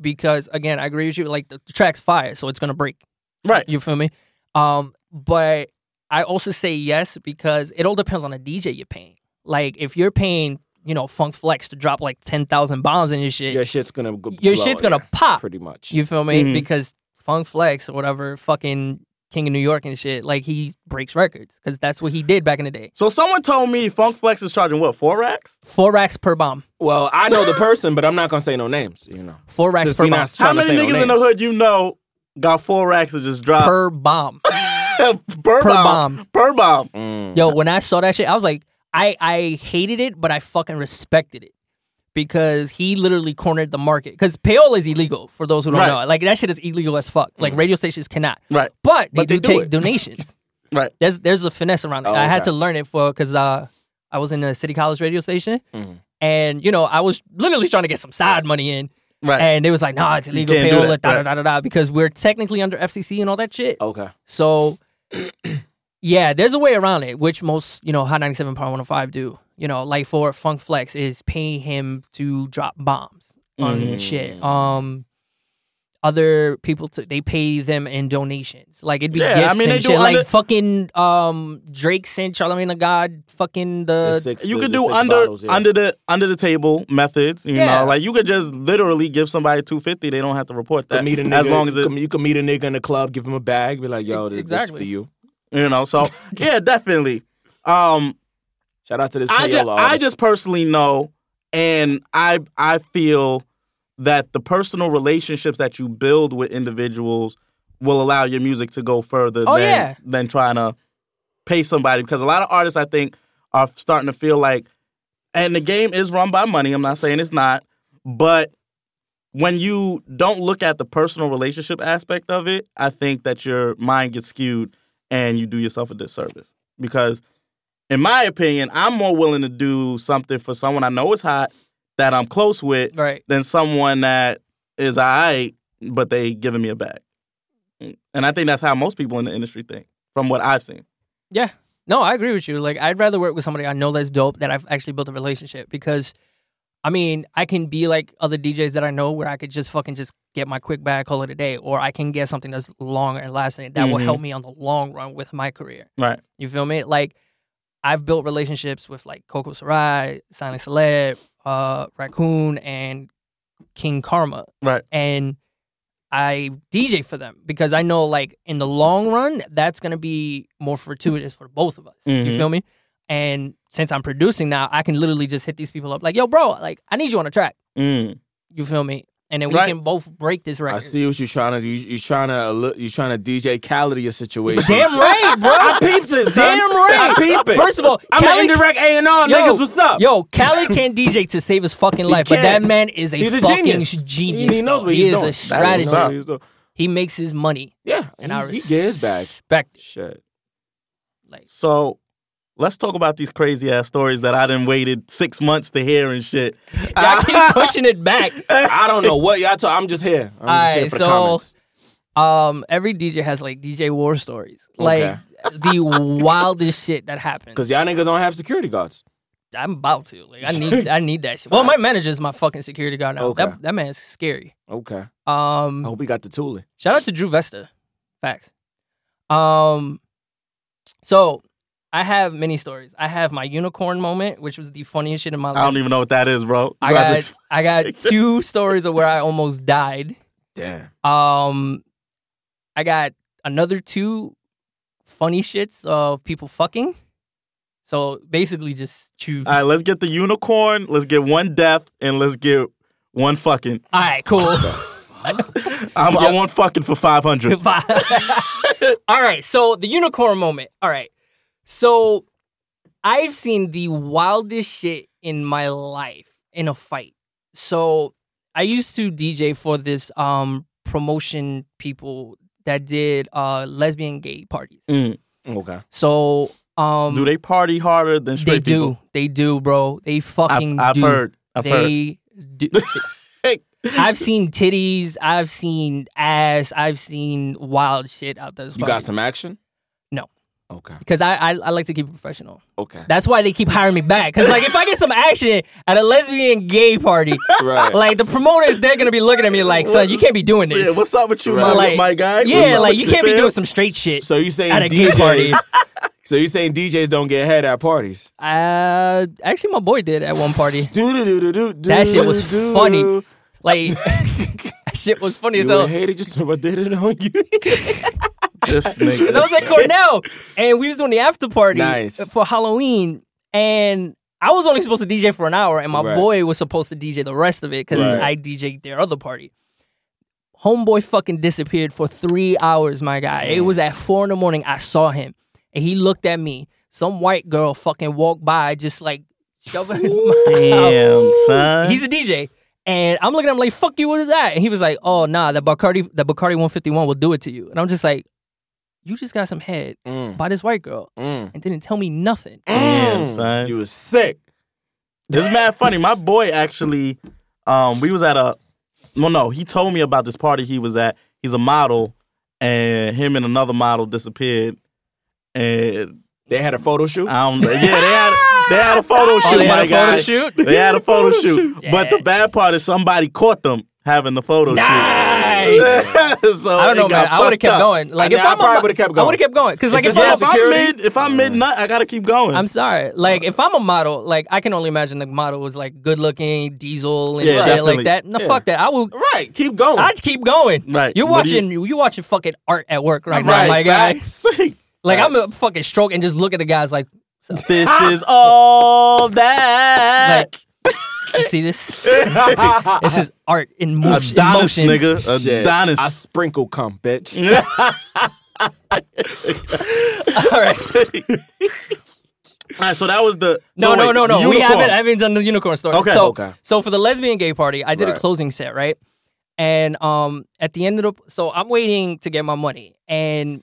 S5: because again, I agree with you like the, the track's fire, so it's going to break.
S4: Right.
S5: You feel me? Um but I also say yes because it all depends on the DJ you're paying. Like if you're paying, you know, Funk Flex to drop like 10,000 bombs in your shit,
S6: Your shit's gonna. Go
S5: your
S6: blow,
S5: shit's going to
S6: yeah,
S5: pop.
S6: Pretty much.
S5: You feel me?
S4: Mhm.
S5: Because Funk Flex or whatever, fucking King of New York and shit, like he breaks records because that's what he did back in the day.
S4: So someone told me Funk Flex is charging what four racks?
S5: Four racks per bomb.
S6: well, I know the person, but I'm not gonna say no names. You know.
S5: Four racks
S6: Since
S5: per
S6: we
S5: bomb.
S6: not
S4: How
S6: tryna
S4: many
S6: say no
S4: niggas in the
S6: names.
S4: hood you know got four racks to just drop
S5: per bomb.
S4: [LAUGHS] per,
S5: per
S4: bomb.
S5: bomb.
S4: per bomb?
S6: Mm.
S5: Yo, when I saw that shit, I was like, I I hated it, but I fucking respected it because he literally cornered the market. Because payola is illegal for those who don't
S4: Right. Mm.
S5: know. Like that shit is illegal as fuck. Like radio stations cannot.
S4: Right.
S5: But they
S6: But they
S5: do
S6: do
S5: take
S4: [LAUGHS]
S6: it.
S5: donations.
S4: Right.
S5: There's there's a finesse around it.
S6: Oh,
S5: I had
S6: okay.
S5: to learn it for because uh, I was in the city college radio station,
S4: Mm-hmm.
S6: Mhm.
S5: and you know I was literally trying to get some side money in,
S4: Right.
S5: and they was like, "Nah, it's illegal,
S4: can't do
S5: payola,
S4: that,
S5: da da
S4: right.
S5: da da da," because we're technically under FCC and all that shit.
S6: Okay.
S5: So, yeah, there's a way around it, which most you know Hot 97 Power 105 do. You know, like for Funk Flex is paying him to drop bombs on
S4: Mm.
S5: shit. Um. Other people, to, they pay them in donations. Like it'd be
S4: Yeah, I
S5: gifts
S4: mean, they
S5: and
S4: do
S5: shit.
S4: under-
S5: like fucking um, Drake sent Charlamagne the God fucking the
S6: six,
S4: you
S6: the-
S4: could
S6: the
S4: do
S6: six
S4: under
S6: bottles, yeah.
S4: under the under the table methods. You
S5: Yeah.
S4: know, like you could just literally give somebody two fifty. They don't have to report
S6: Could
S4: that.
S6: meet a nigga,
S4: as long as it,
S6: you could meet a nigga in the club, give him a bag, be like, "Yo, this, this is
S5: Exactly.
S6: for you."
S4: you
S5: [LAUGHS]
S4: know. So yeah, definitely. Um,
S6: Shout out to this.
S4: I
S6: Payola
S4: just, I
S6: artist.
S4: just personally know, and I I feel that the personal relationships that you build with individuals will allow your music to go further
S5: Oh,
S4: than
S5: yeah.
S4: than trying to pay somebody because a lot of artists I think are starting to feel like and the game is run by money. I'm not saying it's not, but when you don't look at the personal relationship aspect of it, I think that your mind gets skewed and you do yourself a disservice. Because, in my opinion, I'm more willing to do something for someone I know is hot that I'm close with
S5: Right.
S4: than someone that is all right, but they giving me a bag. And I think that's how most people in the industry think, from what I've seen.
S5: Yeah. No, I agree with you. Like, I'd rather work with somebody I know that's dope that I've actually built a relationship because, I mean, I can be like other DJs that I know where I could just fucking just get my quick bag, call it a day, or I can get something that's longer and lasting that will
S4: Mhm.
S5: help me on the long run with my career.
S4: Right.
S5: You feel me? Like, I've built relationships with like Coco Sarai, Sonic Celeb, uh, Raccoon, and King Karma.
S4: Right.
S5: And I DJ for them because I know, like, in the long run, that's going to be more fortuitous for both of us. You
S4: Mhm.
S6: Mm-hmm.
S5: feel me? And since I'm producing now, I can literally just hit these people up, like, yo, bro, like, I need you on a track.
S4: Mm.
S5: You feel me? And then we
S4: Right.
S5: can both break this record.
S3: I see what you're trying to do. You, are trying to you're trying to DJ Khaled your situation.
S5: Damn right,
S6: [LAUGHS]
S5: bro.
S6: I peeped it, son.
S5: Damn right.
S6: I peeped it.
S5: First of all,
S6: I'm
S5: Khaled-
S6: an indirect A and R
S5: Yo,
S6: niggas. What's up?
S5: Yo, Khaled can't DJ to save his fucking life, but that
S6: can't.
S5: man is a,
S6: He's a
S5: fucking
S6: genius.
S5: genius.
S6: He- he knows
S5: though.
S6: what
S5: he
S6: he's
S5: is
S6: doing.
S5: a
S6: That's what
S4: he's
S5: strategist.
S4: doing.
S5: He makes his money.
S6: yeah, and
S5: And I
S6: he, he get his back.
S5: Respect.
S6: Shit. [LAUGHS]
S5: Like,
S4: So let's talk about these crazy ass stories that I done waited six months to hear and shit.
S5: I keep pushing it back.
S6: I don't know what y'all talk. I'm just here. I'm just here
S5: Alright,
S6: for the
S5: so-
S6: comments.
S5: Um, every DJ has like DJ war stories, like
S6: Okay.
S5: the wildest shit that happens.
S6: Cause y'all niggas don't have security guards.
S5: I'm about to. Like, I need, I
S6: [LAUGHS]
S5: need that shit. Well, my manager is my fucking security guard now.
S6: Okay.
S5: That that man's scary.
S6: Okay. I
S5: Um,
S6: hope we got the tooling.
S5: Shout out to Drew Vesta. Facts. Um so I have many stories. I have my unicorn moment, which was the funniest shit in my
S4: I don't
S5: life.
S4: even know what that is, bro.
S5: I got I got two stories of where I almost died.
S6: Damn.
S5: Um I got another two funny shits of people fucking. So basically just choose.
S4: All right, let's get the unicorn. Let's get one death, and let's get one fucking.
S5: All right
S4: [LAUGHS]
S5: cool. [LAUGHS]
S4: I'm, I want fucking for five hundred.
S5: Goodbye. [LAUGHS] All right, so the unicorn moment. All right. So I've seen the wildest shit in my life in a fight. So I used to DJ for this um promotion people that did uh lesbian gay parties. Mm.
S6: Okay.
S5: So um
S4: Do they party harder than
S5: they
S4: straight
S5: do.
S4: people?
S5: They do, bro. They fucking
S4: I've, I've
S5: do.
S4: heard. I've heard.
S5: they
S4: [LAUGHS]
S5: do. I've seen titties, I've seen ass, I've seen wild shit out there.
S6: You got some action?
S5: No.
S6: Okay.
S5: because I, I I like to keep it professional.
S6: Okay.
S5: That's why they keep hiring me back. Because like if I get some action at a lesbian gay
S4: [LAUGHS]
S5: party,
S6: Right.
S5: like the promoters they're gonna be looking at me like, son, you can't be doing this.
S4: Yeah, what's up with you,
S6: Right.
S4: my,
S5: Like,
S4: my guy? What's
S5: Yeah,
S4: up
S5: like
S4: with
S5: you can't be
S4: fam?
S5: doing some straight shit
S6: so you
S5: at a
S6: saying
S5: gay party.
S6: DJs? So you saying DJs don't get head at parties?
S5: Uh, actually, my boy did at one party.
S6: Do do do do do.
S5: That shit was
S6: do,
S5: funny.
S6: do.
S5: Like [LAUGHS] that shit was funny as
S6: You
S5: hell.
S6: hated just I did it on you.
S5: [LAUGHS]
S4: This
S5: Cause I was
S4: nigga.
S5: at Cornell and we was doing the after party
S6: Nice.
S5: for Halloween and. I was only supposed to DJ for an hour, and my
S6: Right.
S5: boy was supposed to DJ the rest of it because
S6: Right.
S5: I DJ'd their other party. Homeboy fucking disappeared for three hours, my guy. It was at four in the morning. I saw him, and he looked at me. Some white girl fucking walked by, just like shoving. his [LAUGHS] mouth out.
S4: Damn, son.
S5: He's a DJ. And I'm looking at him like, fuck you, what is that? And he was like, oh, nah, that Bacardi, that Bacardi 151 will do it to you. And I'm just like, you just got some head
S6: Mm,
S5: by this white girl [LAUGHS]
S6: mm,
S5: and didn't tell me nothing.
S4: Damn,
S6: mm.
S4: son.
S6: You was sick.
S4: It's mad funny. My boy actually, um, we was at a well, no, he told me about this party he was at. He's a model, and him and another model disappeared. And
S6: They had a photo shoot.
S4: I don't know. Yeah, they had [LAUGHS] they had a photo shoot.
S5: they had
S4: my
S5: a photo
S4: guy.
S5: shoot?
S4: They had a photo shoot.
S5: shoot.
S4: But the
S5: Yeah.
S4: bad part is somebody caught them having the photo [LAUGHS]
S5: Nice.
S4: shoot. so
S5: I don't
S4: it
S5: know, man. I would
S4: got
S5: have
S4: fucked
S5: kept
S4: up.
S5: going. Like,
S6: I-
S5: if
S6: nah, I
S5: I'm a
S6: probably
S5: mo-
S6: would've kept
S5: I would
S6: going.
S5: have kept going. Because, like, if,
S6: it's
S5: I'm
S4: Yeah,
S5: a
S4: if I'm
S6: Security.
S4: mid, if I'm mid nut, I gotta keep going.
S5: I'm sorry. Like if I'm a model, like I can only imagine the model was like good looking, diesel and
S4: Yeah,
S5: shit like
S4: definitely.
S5: that. No,
S6: Yeah.
S5: fuck that. I will.
S6: Right. Keep going.
S5: I'd keep going.
S4: Right.
S5: You're
S4: What do you-
S5: watching. You, are watching fucking art at work right, now,
S6: right.
S5: my guy. [LAUGHS]
S6: facts.
S5: Like I'm a fucking stroke and just look at the guys like,
S4: [LAUGHS]
S5: [LAUGHS]
S4: this is all that. [LAUGHS]
S5: like you see this? this is art in motion. in
S4: Adonis,
S5: motion.
S4: nigga.
S6: Shit.
S4: Adonis.
S6: I sprinkle cum, bitch.
S4: [LAUGHS]
S5: All right.
S4: All right, so that was the
S5: No,
S4: so
S5: no,
S4: wait,
S5: no, no, We
S4: unicorn.
S5: haven't, I haven't done the unicorn story.
S4: Okay.
S5: so,
S6: Okay.
S5: So for the lesbian gay party, I did
S6: Right.
S5: a closing set, right? And um, at the end of the, so I'm waiting to get my money, and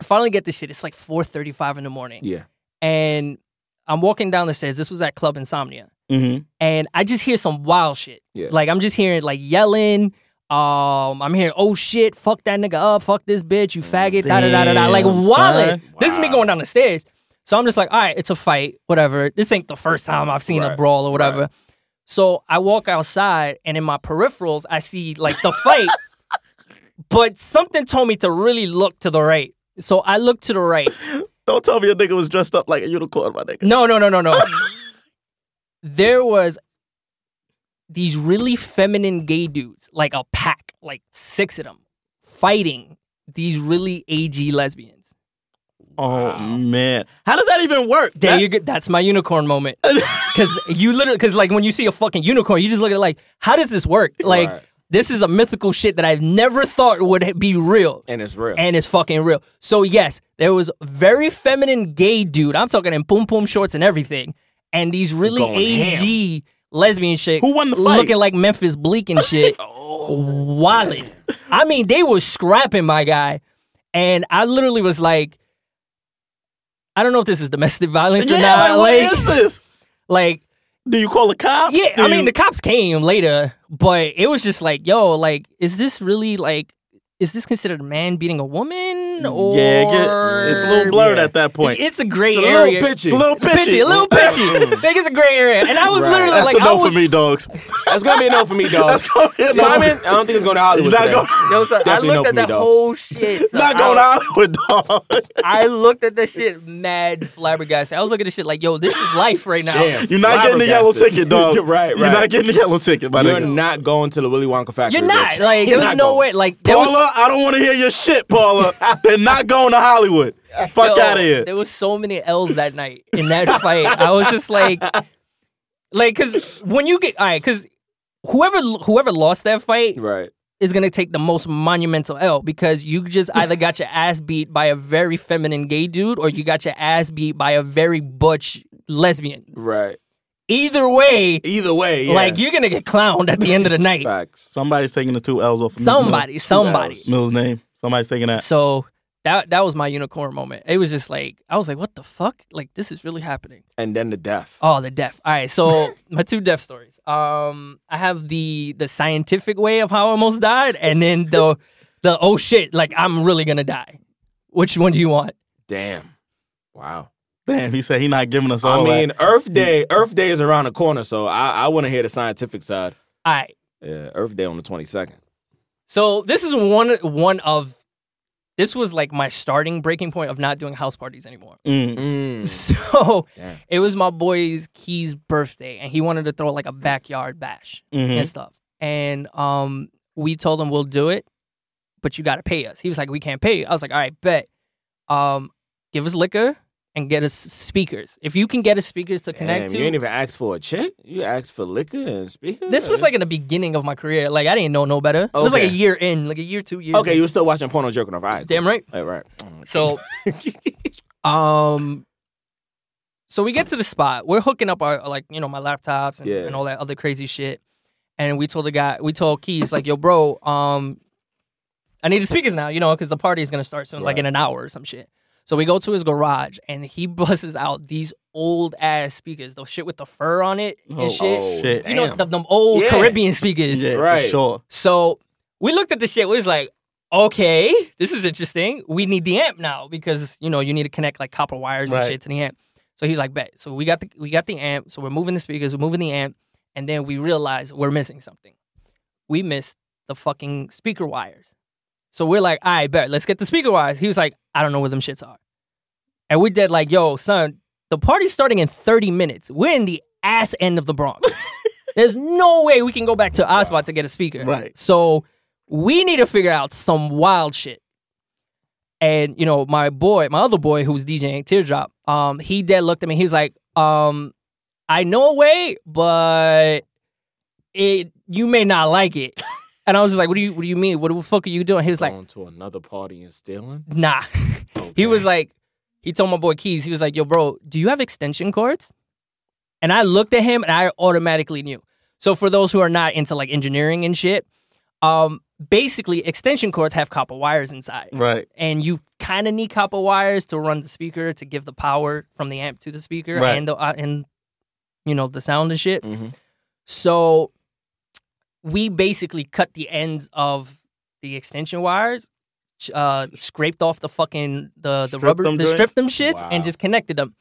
S5: I finally get this shit. It's like 4:35 in the morning,
S6: Yeah.
S5: and I'm walking down the stairs. This was at Club Insomnia,
S4: Mhm.
S5: and I just hear some wild shit.
S6: Yeah.
S5: Like I'm just hearing like yelling. Um, I'm hearing oh shit, fuck that nigga up, fuck this bitch, you faggot, da da da da da. Like
S4: Damn,
S5: wallet.
S4: son.
S5: This is me
S6: Wow.
S5: going down the stairs. So I'm just like, all right, it's a fight, whatever. This ain't the first time I've seen
S6: Right,
S5: a brawl or whatever. So I walk outside, and in my peripherals, I see like the
S6: [LAUGHS]
S5: fight. but something told me to really look to the right. So I look to the right,
S4: Don't tell me a nigga was dressed up like a unicorn, my nigga.
S5: no, no, no, no, no. there was these really feminine gay dudes, like a pack, like six of them, fighting these really ag lesbians.
S4: Oh man, how does that even work?
S5: There
S4: That-
S5: you go. That's my unicorn moment. Because you literally, because like when you see a fucking unicorn, you just look at it like, how does this work? Like
S6: Right.
S5: this is a mythical shit that I've never thought would be real.
S3: and it's real.
S5: and it's fucking real. So yes, there was very feminine gay dude. I'm talking in poom poom shorts and everything, and these really
S3: Going
S5: ag lesbian shit.
S4: Who won the fight? Oh,
S5: Looking like Memphis Bleak and
S4: [LAUGHS]
S5: shit. Wallet. I mean, they were scrapping my guy, and I literally was like, I don't know if this is domestic violence or
S4: [LAUGHS] yeah,
S5: not.
S4: like, what
S5: Like,
S4: is this?
S5: like
S4: Do you call the cops?
S5: yeah,
S4: Do
S5: I mean
S4: you-
S5: the cops came later, but it was just like, yo, like, is this really like, is this considered a man beating a woman? Or
S4: yeah, get, it's a little blurred
S3: Yeah.
S4: at that point.
S5: It's a gray
S3: It's a little
S5: area.
S3: pitchy.
S4: it's a little
S5: Pitchy,
S4: pitchy. Mm.
S5: a little
S4: [LAUGHS]
S5: pitchy. like it's a gray area, and I was
S3: Right.
S5: literally
S4: That's
S5: like,
S4: a no
S5: I was,
S4: for
S5: [LAUGHS]
S4: me, dogs. [LAUGHS]
S3: That's gonna be a no for me, dog.
S4: That's gonna be a no.
S3: Simon, I don't think it's going to Hollywood.
S4: You're not
S3: today.
S4: going-
S5: Yo, so I
S3: Definitely no
S5: looked
S3: for
S5: at
S3: me,
S5: the
S3: dogs.
S5: whole shit. so
S4: Not
S5: I-
S4: going out with dog.
S5: I looked at the shit mad flabbergasted. I was looking at the shit like, yo, this is life right now.
S3: Damn,
S4: You're not getting the yellow
S3: flabbergasted.
S5: [LAUGHS]
S4: ticket,
S3: [LAUGHS]
S4: dog.
S3: You're right, right.
S4: You're not getting the yellow ticket, my
S3: You're
S4: nigga.
S3: not going to the Willy Wonka factory.
S5: You're not.
S3: bitch.
S5: Like,
S3: You're
S5: there was
S3: not
S5: no
S3: going.
S5: way. Like, there
S4: Paula,
S5: was
S4: I don't want to hear your shit,
S5: [LAUGHS]
S4: Paula. They're not going to Hollywood. Fuck
S5: Yo,
S4: out of here.
S5: There was so many L's that night in that [LAUGHS] fight. I was just like, like, cause when you get all right, cause whoever whoever lost that fight
S6: Right.
S5: is gonna take the most monumental L because you
S4: [LAUGHS]
S5: just either got your ass beat by a very feminine gay dude or you got your ass beat by a very butch lesbian.
S6: Right.
S5: Either way,
S3: Either way, yeah.
S5: like you're gonna get clowned at the end of the night.
S6: Facts.
S4: Somebody's taking the two L's off
S5: [LAUGHS]
S4: of
S5: Somebody, somebody.
S4: Mill's, Mill's name. Somebody's taking that.
S5: So that that was my unicorn moment. It was just like I was like, what the fuck? Like this is really happening.
S3: and then the death.
S5: Oh, the deaf. All right, so my two deaf stories. Um, I have the the scientific way of how I almost died, and then the the oh shit, like I'm really gonna die. Which one do you want?
S3: Damn. Wow.
S4: Damn, he said he not giving us all
S3: I mean,
S4: that.
S3: Earth Day. Earth Day is around the corner, so I, I want to hear the scientific side.
S5: All right,
S3: Yeah, Earth Day on the twenty second.
S5: so this is one one of this was like my starting breaking point of not doing house parties anymore.
S4: Mm.
S3: Mm.
S5: [LAUGHS] So
S3: Damn.
S5: it was my boy's Key's birthday, and he wanted to throw like a backyard bash.
S4: mhm.
S3: Hmm.
S5: and stuff. And um, we told him we'll do it, but you got to pay us. He was like, we can't pay. you." I was like, all right, bet. Um, give us liquor and get us speakers. If you can get us speakers to connect
S3: Damn,
S5: to.
S3: you ain't even asked for a check. You asked for liquor and speakers.
S5: this was like in the beginning of my career. Like I didn't know no better. It was like a
S3: Okay.
S5: year in, like a year, two years.
S3: okay.
S5: in.
S3: You were still watching porno jerking off. All right,
S5: damn right.
S3: cool. All right. [LAUGHS]
S5: So, um, so we get to the spot. We're hooking up our like you know my laptops and,
S3: Yeah.
S5: and all that other crazy shit. And we told the guy, we told Keys like, yo, bro, um, I need the speakers now, you know, because the party is gonna start soon, like
S3: Right.
S5: in an hour or some shit. So we go to his garage and he [LAUGHS] busses out these old ass speakers, the shit with the fur on it and
S4: Oh,
S5: shit.
S3: oh,
S4: shit.
S5: you know,
S3: damn.
S5: the, them old
S3: Yeah.
S5: Caribbean speakers.
S4: Yeah, right.
S3: Right.
S4: for sure.
S5: So we looked at the shit. We was like, okay, this is interesting. We need the amp now because you know you need to connect like copper wires
S4: Right.
S5: and shit to the amp. So he's like, bet. So we got the we got the amp. So we're moving the speakers. We're moving the amp, and then we realize we're missing something. We missed the fucking speaker wires. So we're like, all right, bet. Let's get the speaker wires. He was like, I don't know where them shits are. And we did like, yo, son, the party's starting in 30 minutes. We're in the ass end of the Bronx. There's no way we can go back to our spot to get a speaker.
S4: Right.
S5: So we need to figure out some wild shit. And, you know, my boy, my other boy who's DJing Teardrop, um, he dead looked at me. He's like, um, I know a way, but it you may not like it. And I was just like, what do you what do you mean? What the fuck are you doing? He was like,
S3: going to another party and stealing.
S5: nah.
S3: Okay.
S5: He was like, he told my boy Keys, he was like, "Yo, bro, do you have extension cords?" And I looked at him, and I automatically knew. So for those who are not into like engineering and shit, um, basically extension cords have copper wires inside,
S4: Right.
S5: and you kind of need copper wires to run the speaker to give the power from the amp to the speaker
S4: Right.
S5: and the uh, and you know the sound and shit.
S6: Mhm.
S5: So we basically cut the ends of the extension wires, ch- uh, scraped off the fucking the the
S4: Stripped
S5: rubber,
S4: them
S5: the
S4: joints?
S5: stripped them shits, and
S6: Wow.
S5: just connected them.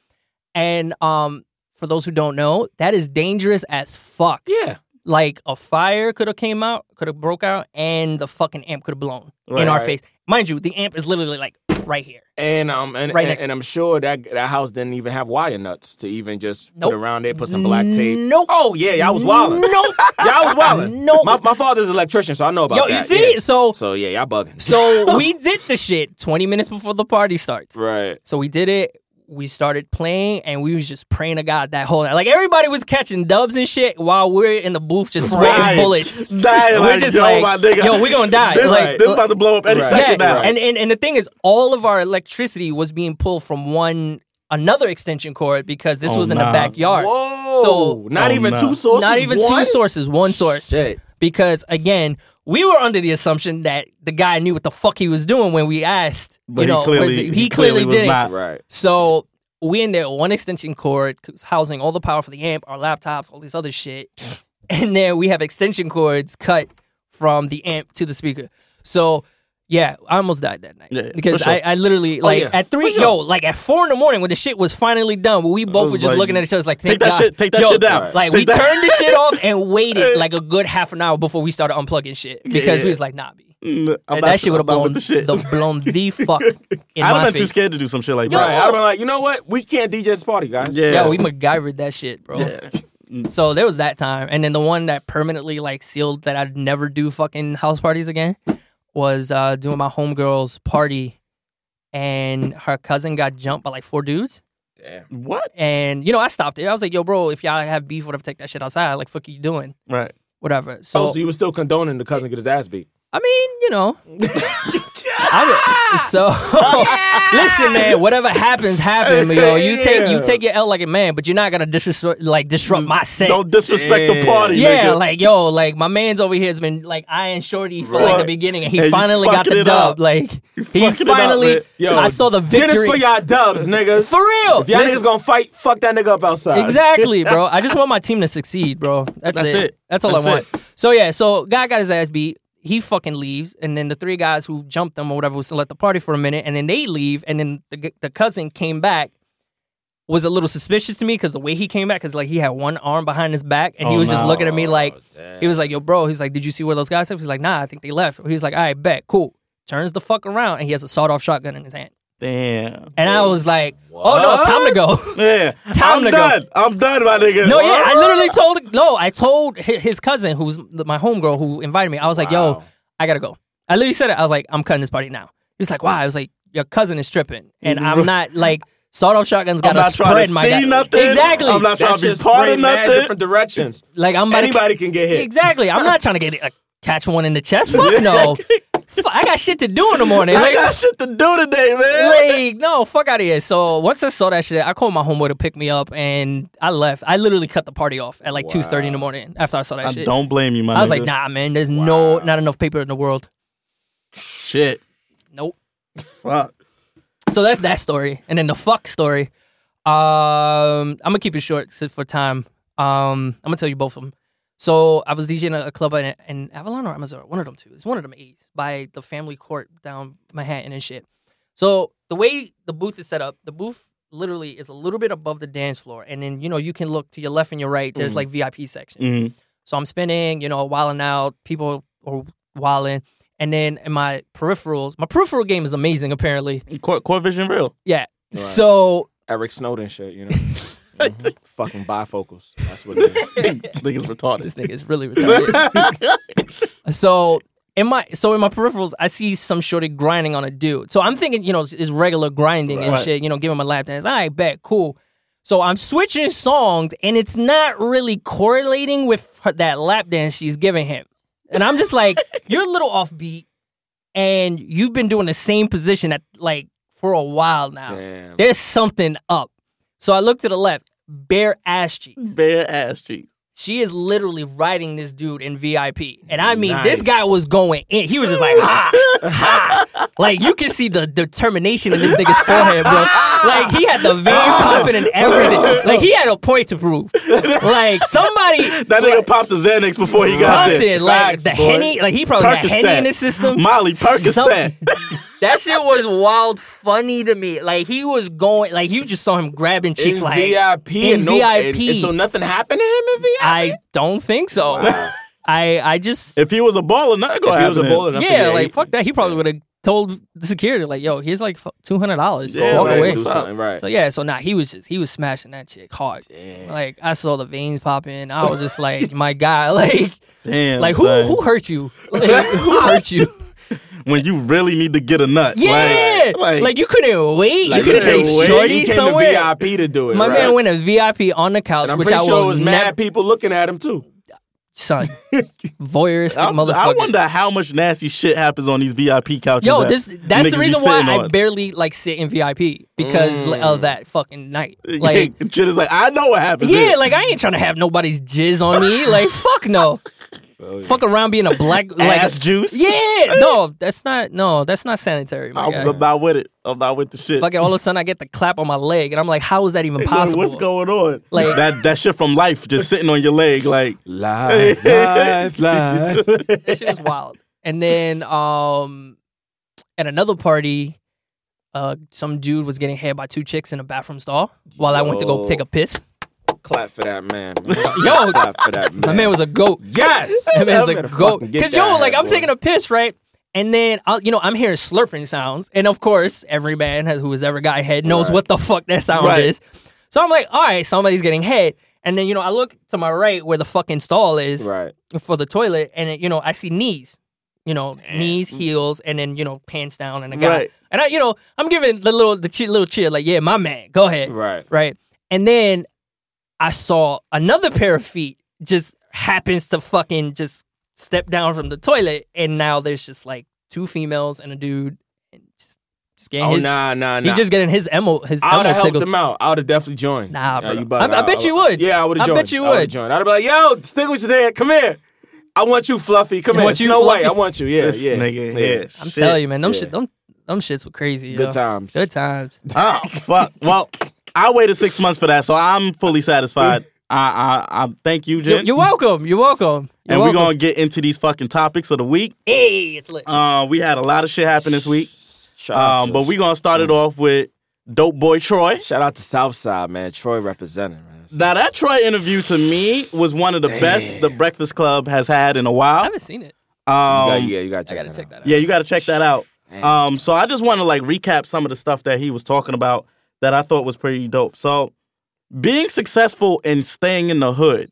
S5: And um, for those who don't know, that is dangerous as fuck.
S6: Yeah.
S5: Like a fire could have came out, could have broke out, and the fucking amp could have blown
S4: Right.
S5: in our
S3: Right.
S5: face. Mind you, the amp is literally like right here.
S3: And um and,
S5: Right
S3: and,
S5: next-
S3: and I'm sure that that house didn't even have wire nuts to even just
S5: Nope.
S3: put around there, put some black tape.
S5: Nope.
S3: Oh yeah, y'all was wilding.
S5: Nope.
S3: Y'all was wilding.
S5: [LAUGHS] Nope.
S3: My, my father's an electrician, so I know about
S5: Yo,
S3: that.
S5: you see?
S3: Yeah.
S5: So
S3: So yeah, y'all bugging.
S5: so we did the shit 20 minutes before the party starts.
S6: Right.
S5: So we did it. We started playing, and we was just praying to God that whole night. Like everybody was catching dubs and shit, while we're in the booth just spraying
S4: Right.
S5: bullets.
S4: Dying
S5: We're
S4: like,
S5: just
S4: yo,
S5: like,
S4: my nigga.
S5: yo, we gonna die.
S4: This,
S5: Like-
S4: this about to blow up any
S3: Right.
S4: second now.
S5: and, and and the thing is, all of our electricity was being pulled from one another extension cord because this
S4: Oh,
S5: was in
S4: nah.
S5: the backyard.
S3: Whoa.
S5: So-
S3: not
S4: Oh,
S3: even
S4: no.
S3: two sources.
S5: Not even
S3: one?
S5: two sources, one source.
S3: Shit.
S5: Because again, we were under the assumption that the guy knew what the fuck he was doing when we asked.
S4: But
S5: you know,
S4: he
S5: where's
S4: clearly,
S5: the-
S4: he clearly was
S5: didn't.
S4: not.
S3: Right.
S5: So we in there, one extension cord c- housing all the power for the amp, our laptops, all this other shit, [LAUGHS] and then we have extension cords cut from the amp to the speaker. So yeah, I almost died that night
S4: Yeah, yeah,
S5: because
S4: for sure. Oh,
S5: I, I literally like
S3: yeah,
S5: at
S3: for
S5: three
S3: sure.
S5: yo like at four in the morning when the shit was finally done, we both
S4: was
S5: were just
S4: like,
S5: looking at each other like thank
S4: Take that
S5: God.
S4: shit. Take that
S5: Yo,
S4: shit down.
S5: Like
S4: Take
S5: we
S4: that-
S5: turned the shit off and
S4: [LAUGHS]
S5: waited like a good half an hour before we started unplugging shit because
S4: Yeah.
S5: we was like nah. B.
S4: Mm, I'm
S5: And
S4: not-
S5: that shit would have
S4: I'm not
S5: blown
S4: with
S5: the,
S4: the shit.
S5: blown
S4: [LAUGHS]
S5: the fuck in
S4: I'd
S5: my
S4: have been too
S5: face.
S4: scared to do some shit like
S5: Yo.
S3: Right.
S4: that.
S3: I'd have been like, you know what? We can't DJ this party, guys.
S4: Yeah.
S5: Yeah, we MacGyvered that shit, bro. [LAUGHS] So there was that time, and then the one that permanently like sealed that I'd never do fucking house parties again was uh, doing my homegirl's party, and her cousin got jumped by like four dudes,
S4: What?
S5: and you know I stopped it. I was like, "Yo, bro, if y'all have beef, whatever, take that shit outside. Like, fuck, you doing
S4: Right.
S5: whatever." So,
S3: Oh, so you were still condoning the cousin get his ass beat.
S5: I mean,
S3: [LAUGHS]
S5: you know, I mean, so [LAUGHS] listen, man. Whatever happens, happen. But, yo, you take you
S3: Yeah.
S5: take your L like a man, but you're not gonna disrupt like disrupt my set.
S4: Don't disrespect the
S3: Yeah.
S4: party,
S5: Yeah,
S4: nigga.
S5: like yo, like my man's over here has been like eyeing Shorty from like the
S4: Right.
S5: beginning, and he
S4: And you
S5: finally got
S4: fucking
S5: the
S4: it
S5: dub.
S4: up.
S5: Like he
S4: fucking it up,
S5: finally,
S4: man.
S3: Yo,
S5: I saw the
S3: Get us
S5: victory
S3: for y'all dubs, niggas.
S5: [LAUGHS] For real.
S3: If y'all
S5: This-
S3: niggas gonna fight, fuck that nigga up outside.
S4: [LAUGHS]
S5: Exactly, bro. I just want my team to succeed, bro. That's,
S4: That's
S5: it.
S4: it.
S5: That's all
S4: That's
S5: I want. So yeah, so guy got his ass beat. He fucking leaves, and then the three guys who jumped them or whatever was still at the party for a minute, and then they leave, and then the, g- the cousin came back. Was a little suspicious to me because the way he came back, because like he had one arm behind his back, and he
S4: Oh,
S5: was just
S4: no.
S5: looking at me like he was like, "Yo, bro," he's like, "Did you see where those guys?" He's like, "Nah, I think they left." He was like, "All right, bet, cool." Turns the fuck around, and he has a sawed off shotgun in his hand,
S4: Damn.
S5: and I was like, "Oh no, time to go." [LAUGHS]
S4: Yeah.
S5: Time
S4: I'm
S5: to go.
S4: done. I'm done, my
S5: [LAUGHS]
S4: nigga.
S5: No, yeah, I literally told no, I told hi- his cousin who's my homegirl who invited me. I was like, "Yo,
S6: Wow.
S5: I gotta go." I literally said it. I was like, "I'm cutting this party now." He was like, "Why?" I was like, "Your cousin is tripping, and
S4: [LAUGHS]
S5: I'm not like sawed off shotguns
S4: I'm
S5: gotta
S4: not
S5: spread
S4: trying to
S5: my
S4: see
S5: guy-
S4: nothing.
S5: exactly."
S4: I'm not trying
S3: That
S4: to be
S3: shit's
S4: part of
S3: spread mad
S4: nothing.
S3: different directions.
S5: like I'm about to
S3: Anybody can get hit.
S5: exactly. I'm not trying to get uh, catch one in the chest.
S4: [LAUGHS]
S5: Fuck no. Fuck, I got shit to do in the morning.
S4: I
S5: Like,
S4: got shit to do today, man.
S5: like no, fuck out of here. So once I saw that shit, I called my homeboy to pick me up, and I left. I literally cut the party off at like two thirty in the morning after I saw that
S4: I
S5: shit.
S4: don't blame you, my
S5: I was
S4: nigga.
S5: like, nah, man. There's no not enough paper in the world.
S4: Shit.
S5: Nope.
S4: Fuck.
S5: So that's that story, and then the fuck story. Um, I'm gonna keep it short s- for time. Um, I'm gonna tell you both of them. So I was DJing at a club in, in Avalon or Amazon, one of them two. It's one of them eight by the family court down Manhattan and shit. So the way the booth is set up, the booth literally is a little bit above the dance floor, and then you know you can look to your left and your right. There's like VIP sections.
S4: Mhm.
S5: So I'm spinning, you know, wilding out. People are wilding. And then in my peripherals, my peripheral game is amazing, apparently.
S4: Core, core
S5: [LAUGHS]
S4: vision real.
S5: Yeah. So
S3: Eric Snowden shit, [LAUGHS] you know. Mhm. Fucking bifocals. That's what it
S5: [LAUGHS]
S3: is.
S4: Niggas retarded.
S5: this nigga is really retarded. so in my so in my peripherals, I see some shorty grinding on a dude. So I'm thinking, you know, is regular grinding and
S4: Right.
S5: shit. You know, give him a lap dance. All right, bet, cool. So I'm switching songs, and it's not really correlating with her, that lap dance she's giving him. And I'm just like, you're a little offbeat, and you've been doing the same position at like for a while now.
S3: Damn.
S5: There's something up. So I look to the left, bare ass cheeks.
S4: Bare ass cheeks.
S5: She is literally riding this dude in VIP. And I mean, this
S3: Nice.
S5: guy was going in. He was just like, ha, ha. Like, you can see the determination in this nigga's forehead, bro. Like, he had the
S4: [LAUGHS]
S5: vein popping and everything. Like, he had a point to prove. Like, somebody.
S4: [LAUGHS] That nigga popped the Xanax before he got
S5: something.
S4: there.
S5: Like,
S4: Facts,
S5: the
S4: boy.
S5: Henny. Like, he probably had Henny in his system.
S4: Molly
S5: Some-
S4: [LAUGHS] Percocet.
S5: [LAUGHS] That shit was wild funny to me. Like he was going, like you just saw him grabbing cheeks.
S6: in
S5: like
S6: VIP.
S5: in
S6: and no, and-
S5: VIP.
S6: and so nothing happened to him in VIP.
S5: I don't think so. [LAUGHS] I I just
S4: if he was a baller, nothing gonna
S6: if he was a
S4: happen. to him.
S6: baller, nothing-
S5: yeah, like
S6: he-
S5: fuck that. He probably would have told the security like, yo, here's like two hundred dollars.
S4: Yeah,
S5: Walk
S4: like,
S5: away.
S4: what's
S3: do
S4: up?
S3: something, right.
S5: So yeah, so nah, he was just he was smashing that chick hard. Like I saw the veins popping. I was just like, my guy, [LAUGHS] like
S4: Damn,
S5: like who
S4: son.
S5: who hurt you? Like, who hurt you?
S4: when you really need to get a nut.
S5: Yeah,
S4: Like,
S5: like, you couldn't wait.
S6: Like, he
S5: you could have
S6: couldn't
S5: say
S6: wait.
S5: shorty
S3: he came
S5: somewhere.
S3: to VIP to do it.
S5: My
S3: right?
S5: man went a VIP on the couch,
S6: I'm
S5: which
S6: pretty
S5: I
S6: sure it
S5: will
S6: was
S5: never.
S6: mad people looking at him too.
S5: Son, voyeuristic
S4: I,
S5: motherfucker.
S4: I wonder how much nasty shit happens on these VIP couches.
S5: Yo,
S4: that
S5: this that's
S4: niggas
S5: the
S4: be
S5: reason why
S4: sitting
S5: I
S4: [LAUGHS] on. Mm.
S5: barely like sit in VIP because like, of that fucking night. Like,
S4: [LAUGHS] shit is like I know what happens.
S5: yeah,
S4: here.
S5: like I ain't trying to have nobody's jizz on me. Like,
S4: [LAUGHS]
S5: fuck no. Fuck around being a black like
S4: ass juice.
S5: Yeah,
S4: [LAUGHS]
S5: no, that's not no, that's not sanitary, my
S4: I'm
S5: guy.
S4: not with it. I'm not with the shit.
S5: Fucking all of a sudden I get the clap on my leg and I'm like, how is that even
S4: [LAUGHS] Like,
S5: possible?
S4: What's going on?
S5: Like-
S4: that that shit from life just sitting on your leg. Like
S3: Live, live, [LAUGHS] live.
S5: that shit was wild. And then um at another party, uh some dude was getting hit by two chicks in a bathroom stall while I went to go
S3: Yo.
S5: take a piss.
S3: Clap for that man.
S5: Yo.
S3: clap for that man.
S5: [LAUGHS] My man was a goat.
S3: [LAUGHS] yes.
S5: [LAUGHS] That man's
S3: I'm
S5: a
S3: gonna
S5: goat.
S3: fucking get
S5: Cause yo,
S3: that
S5: like
S3: hat,
S5: I'm
S3: boy.
S5: taking a piss, right? And then I'll, you know, I'm hearing slurping sounds, and of course, every man has, who has ever got head knows what the fuck that sound
S4: Right.
S5: is. So I'm like, all right, somebody's getting head. And then you know, I look to my right where the fucking stall is
S3: Right.
S5: for the toilet, and it, you know, I see knees, you know, knees, heels, and then you know, pants down, and a guy.
S4: Right.
S5: And I, you know, I'm giving the little the che- little cheer, like, yeah, my man, go ahead,
S3: Right.
S5: right? And then I saw another pair of feet just happens to fucking just step down from the toilet, and now there's just like two females and a dude, and just, just getting
S3: Oh
S5: his,
S3: nah, nah,
S5: he
S3: nah.
S5: just getting his emo, his
S3: I would
S5: emo
S3: have helped
S5: tickled.
S3: him out. I would have definitely joined.
S5: Nah,
S3: Yeah,
S5: bro.
S3: you bugging.
S5: I- I bet you would.
S3: Yeah, I would
S5: I
S3: have joined.
S5: bet you
S3: I
S5: would.
S3: would've joined. I'd have been like, "Yo, Sticklewitch's here. Come here. I want you, Fluffy. Come
S5: I
S3: here.
S5: want you,
S3: Snow White. I
S5: Fluffy."
S3: want you. Yeah,
S4: this
S3: yeah.
S4: nigga
S3: yeah.
S4: here.
S5: I'm telling you, man, them
S3: Yeah.
S5: shit, them, them shits were crazy.
S3: Good
S5: yo.
S3: times. [LAUGHS]
S5: Good times.
S4: Oh fuck. Well, I waited six months for that, so I'm
S5: [LAUGHS]
S4: fully satisfied. I I, I thank you,
S5: You're,
S4: Jen.
S5: you're welcome. You're welcome. You're
S4: and we're
S5: welcome.
S4: gonna get into these fucking topics of the week.
S5: Hey, it's lit.
S4: Uh, we had a lot of shit happen this week.
S3: Shout out
S4: Um,
S3: to- Mm.
S4: but we gonna start it off with Dope Boy Troy.
S3: shout out to Southside, man. Troy representing, man.
S4: Now that Troy interview to me was one of the best the Breakfast Club has had in a
S5: I
S4: while.
S5: haven't seen it.
S3: You
S4: Um,
S3: gotta- yeah, you got to check
S5: I gotta
S3: that
S5: check
S3: out.
S5: that out.
S4: yeah, you gotta check that out.
S3: Man,
S4: Um, so I just want to like recap some of the stuff that he was talking about that I thought was pretty dope. So being successful and staying in the hood.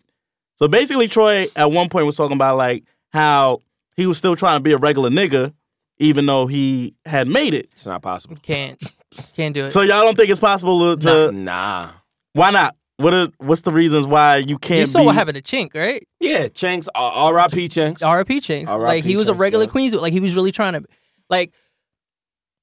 S4: So basically, Troy at one point was talking about like how he was still trying to be a regular nigga, even though he had made it.
S3: it's not possible.
S5: Can't can't do it.
S4: So y'all don't think it's possible to? to-
S3: Nah.
S4: Why not? What are what's the reasons why you can't?
S5: you saw
S4: be,
S5: what happened to Chink, right?
S3: Yeah, Chinks. R- R.I.P. Chinks.
S5: R.I.P. Chinks.
S3: R.I.P.
S5: Like he was a
S3: Chinks,
S5: regular
S3: yeah.
S5: Queens. Like he was really trying to, like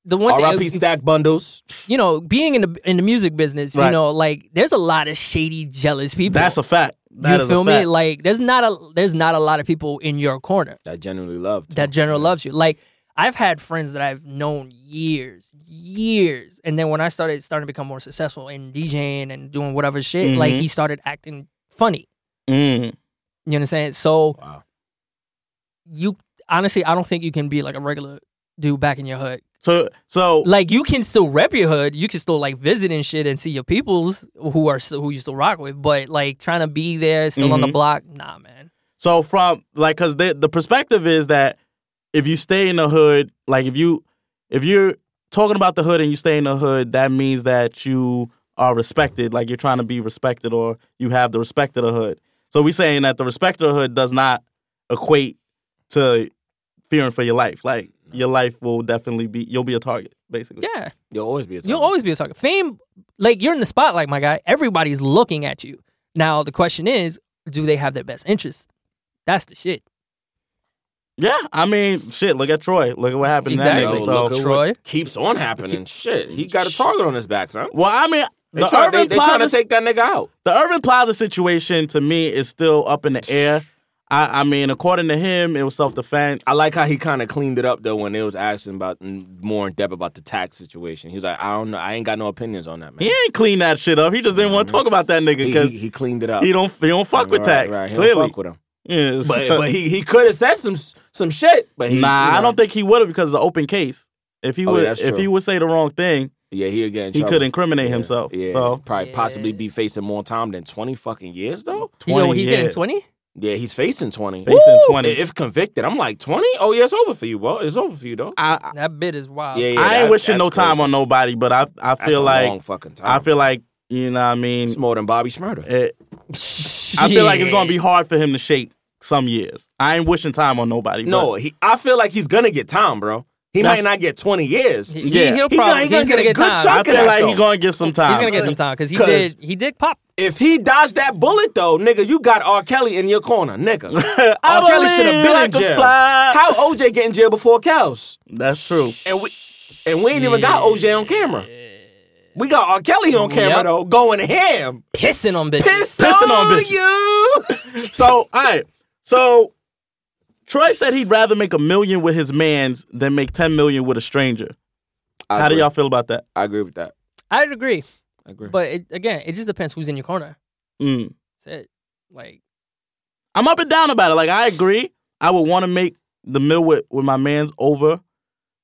S5: the one
S3: R.I.P.
S5: thing.
S3: Stack Bundles.
S5: You know, being in the in the music business, you
S4: Right.
S5: know, like there's a lot of shady, jealous people.
S4: That's a fact. That
S5: you
S4: is
S5: feel
S4: a
S5: me?
S4: fact.
S5: Like there's not a there's not a lot of people in your corner.
S3: That genuinely loved.
S5: that general loves you. Like I've had friends that I've known years, years, and then when I started starting to become more successful in DJing and doing whatever shit, like
S4: Mhm.
S5: he started acting funny. You
S4: Mm.
S5: know what I'm saying? So
S3: Wow.
S5: you honestly, I don't think you can be like a regular dude back in your hood.
S4: So so
S5: Like you can still rep your hood, you can still like visit and shit and see your peoples who are still, who you still rock with, but like trying to be there still on the
S4: Mhm.
S5: block, nah, man.
S4: So from like, cause the the perspective is that if you stay in the hood, like if you if you're talking about the hood and you stay in the hood, that means that you are respected. Like you're trying to be respected, or you have the respect of the hood. So we saying that the respect of the hood does not equate to fearing for your life. Like your life will definitely be you'll be a target, basically.
S5: Yeah.
S3: You'll always be a.
S5: You'll always be a target. Fame, like you're in the spotlight, my guy. Everybody's looking at you. Now the question is, do they have their best interest? That's the shit.
S4: Yeah, I mean, shit. Look at Troy. Look at what happened. to that
S5: Exactly.
S3: Yo,
S4: nigga. So,
S3: look at
S5: Troy.
S3: what keeps on happening. Shit, he got a target on his back, son.
S4: well, I mean,
S3: They,
S4: the
S3: try,
S4: Urban
S3: they, they trying to
S4: Plaza,
S3: take that nigga out.
S4: the Urban Plaza situation to me is still up in the air. I, I mean, according to him, it was self defense.
S3: I like how he kind of cleaned it up though when they was asking about mm, more in depth about the tax situation. He was like, I don't know, I ain't got no opinions on that, man.
S4: He ain't clean that shit up. He just didn't want to talk about that nigga
S3: He,
S4: because
S3: he,
S4: he,
S3: he cleaned it up.
S4: don't he don't fuck with
S3: Right,
S4: tax.
S3: Right, He don't
S4: clearly,
S3: fuck with him.
S4: Yeah,
S3: But
S4: so-
S3: but he, he could have said some some shit. But he,
S4: nah,
S3: you know,
S4: I don't think he would have because it's an open case. If he
S3: Oh, yeah,
S4: would,
S3: that's
S4: if
S3: true.
S4: he would say the wrong thing,
S3: Yeah, he again.
S4: he could incriminate himself.
S3: Yeah,
S4: So
S3: probably
S5: Yeah.
S3: possibly be facing more time than twenty fucking years though.
S5: You know,
S4: 20
S5: he's getting
S4: years.
S5: 20?
S3: Yeah, he's facing twenty.
S4: facing twenty.
S3: If convicted, I'm like twenty. Oh yeah, it's over for you, bro. It's over for you though.
S4: I
S5: That bit is wild. [LAUGHS]
S3: Yeah, yeah.
S4: I ain't
S3: that-
S4: wishing
S3: that's
S4: no time
S3: crazy.
S4: on nobody, but I I
S3: That's
S4: feel
S3: a
S4: like
S3: long fucking time.
S4: I feel like you know what I mean.
S3: it's more than Bobby Smurda.
S4: It, I feel like it's gonna be hard for him to shake some years. I ain't wishing time on nobody.
S3: No,
S4: but
S3: he, I feel like he's gonna get time, bro. He
S4: That's-
S3: might not get 20 years.
S5: He,
S4: Yeah.
S5: he'll
S3: He gonna-
S5: probably,
S3: he gonna
S5: he's
S3: get
S5: gonna
S3: a
S5: get
S3: good
S5: time.
S4: I
S3: chunk
S4: feel
S3: that,
S4: like he
S3: though.
S4: gonna get some time.
S5: He's gonna get some time because he
S3: 'Cause-
S5: did. He did pop.
S3: If he dodged that bullet, though, nigga, you got R. Kelly in your corner,
S4: [LAUGHS]
S3: nigga.
S4: [LAUGHS] I
S3: R. Oh, Kelly
S4: believe
S3: should have been
S4: like
S3: in
S4: a
S3: jail.
S4: fly.
S3: How OJ get in jail before Kels?
S4: That's true.
S3: And we and we ain't even got OJ on camera. We got R. Kelly on camera
S5: Yep.
S3: though, going ham,
S5: Pissing on bitches.
S3: piss
S4: Pissing on
S3: on,
S4: bitches.
S3: you.
S4: So, all right. So, Troy said he'd rather make a million with his mans than make 10 million with a stranger.
S3: I
S4: How do
S3: agree.
S4: y'all feel about that?
S3: I agree with that.
S5: I'd agree,
S3: I agree.
S5: but it, again, it just depends who's in your corner.
S4: Mm.
S5: That's it. Like,
S4: I'm up and down about it. Like, I agree. I would want to make the mill with, with my mans over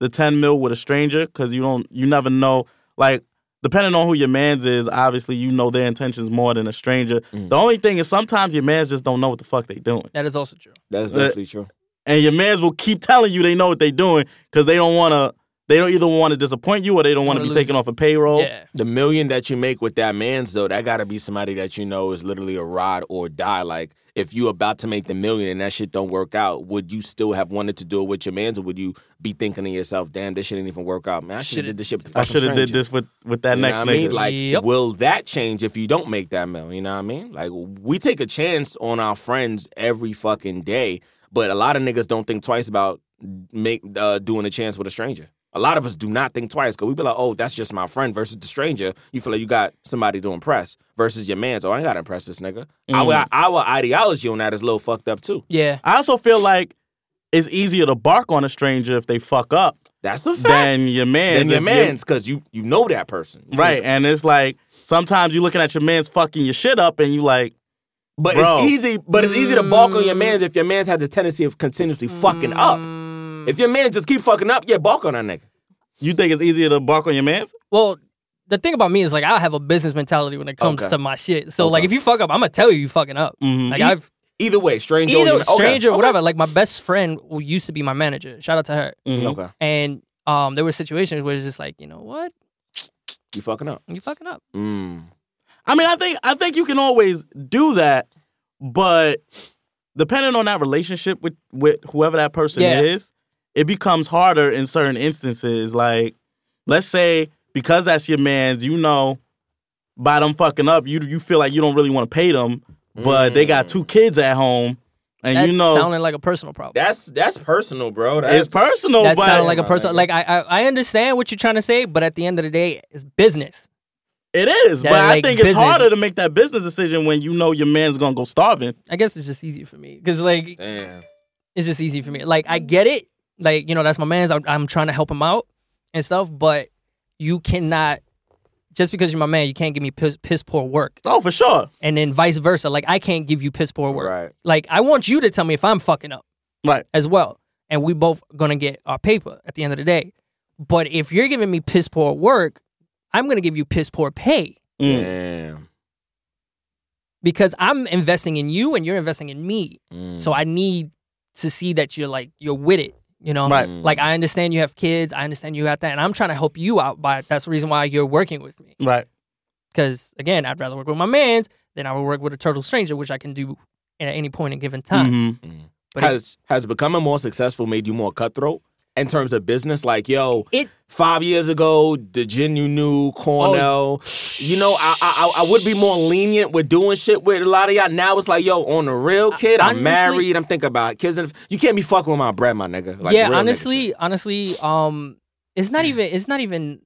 S4: the 10 mil with a stranger because you don't, you never know. Like, depending on who your mans is, obviously you know their intentions more than a stranger. The only thing is sometimes your mans just don't know what the fuck they doing.
S5: that is also true.
S3: That's
S4: Uh,
S3: definitely true.
S4: and your mans will keep telling you they know what they're doing because they don't want to. They don't either want to disappoint you or they don't want to
S5: Wanna
S4: be
S5: lose
S4: taken off a payroll.
S5: Yeah.
S3: The million that you make with that man's though, that gotta be somebody that you know is literally a ride or die. Like if you about to make the million and that shit don't work out, would you still have wanted to do it with your man's or would you be thinking to yourself, damn, this shit didn't even work out, man. I should have
S5: Shoulda-
S3: did this shit with the
S4: I
S3: fucking
S4: should have did
S3: stranger."
S4: this with with that
S3: You know
S4: next
S3: what I mean?
S4: nigga.
S3: Like,
S5: Yep.
S3: will that change if you don't make that meal? You know what I mean? Like, we take a chance on our friends every fucking day, but a lot of niggas don't think twice about make uh, doing a chance with a stranger. A lot of us do not think twice because we be like, oh, that's just my friend versus the stranger. You feel like you got somebody to impress versus your man's. Oh, I ain't got to impress this nigga.
S4: Mm.
S3: Our, our ideology on that is a little fucked up too.
S5: Yeah.
S4: I also feel like it's easier to bark on a stranger if they fuck up
S3: That's a fact.
S4: than your mans.
S3: Than your
S4: if you-
S3: man's because you, you know that person.
S4: right? And it's like sometimes you looking at your man's fucking your shit up, and you like,
S3: But
S4: Bro.
S3: it's easy. But it's easy to balk on your man's if your man's has a tendency of continuously fucking
S5: Mm.
S3: up. If your man just keep fucking up, yeah, balk on that nigga.
S4: you think it's easier to bark on your man's?
S5: Well, the thing about me is like I have a business mentality when it comes
S3: Okay.
S5: to my shit. So
S3: Okay.
S5: like if you fuck up, I'm gonna tell you you fucking up.
S4: Mhm.
S5: Like I've
S3: Either way, stranger, or your
S5: either
S3: man- okay,
S5: stranger or
S3: okay,
S5: whatever. Like my best friend who used to be my manager. Shout out to her.
S4: Mhm.
S3: Okay,
S5: And um, there were situations where it's just like you know what
S3: you fucking up.
S5: you fucking up.
S3: Mm.
S4: I mean, I think I think you can always do that, but depending on that relationship with with whoever that person
S5: Yeah.
S4: is, it becomes harder in certain instances. Like, let's say because that's your man's, you know, by them fucking up, you you feel like you don't really want to pay them, but they got two kids at home, and
S5: That's
S4: you know
S5: sounding like a personal problem.
S3: That's that's personal, bro. That's,
S4: it's personal.
S5: that
S4: but
S5: sounded like a
S3: Oh, my
S5: person.
S3: nigga.
S5: Like I, I, I understand what you're trying to say, but at the end of the day, it's business.
S4: it is,
S5: that,
S4: but I
S5: like,
S4: think it's
S5: business-
S4: harder to make that business decision when you know your man's gonna go starving.
S5: I guess it's just easy for me because like
S3: Damn.
S5: it's just easy for me. Like I get it. Like you know that's my man's. I'm, I'm trying to help him out and stuff. But you cannot just because you're my man, you can't give me piss, piss poor work,
S4: Oh, for sure.
S5: and then vice versa. Like I can't give you piss poor work.
S3: Right.
S5: Like I want you to tell me if I'm fucking up
S4: Right.
S5: as well, and we both gonna get our paper at the end of the day. But if you're giving me piss poor work, I'm gonna give you piss poor pay.
S4: Mm.
S3: Damn.
S5: because I'm investing in you and you're investing in me.
S3: Mm.
S5: So I need to see that you're like you're with it. You know,
S4: Right.
S5: like I understand you have kids. I understand you got that, and I'm trying to help you out. By that's the reason why you're working with me.
S4: Right.
S5: Because again, I'd rather work with my man's than I would work with a total stranger, which I can do at any point in given time.
S4: Mhm.
S5: But it-
S3: has has becoming more successful made you more cutthroat?
S6: in terms of business? Like, yo,
S7: It-
S6: five years ago, the gin you knew,
S5: Oh,
S6: Cornell. You know, I, I I- I would be more lenient with doing shit with a lot of y'all. Now it's like, yo, on the real kid, I'm
S5: honestly-
S6: married. I'm thinking about kids. And you can't be fucking with my bread, my nigga. Mm-hmm. Like,
S5: yeah,
S6: real nigga
S5: honestly,
S6: shit. Mm.
S5: honestly, um, it's not even. It's not even.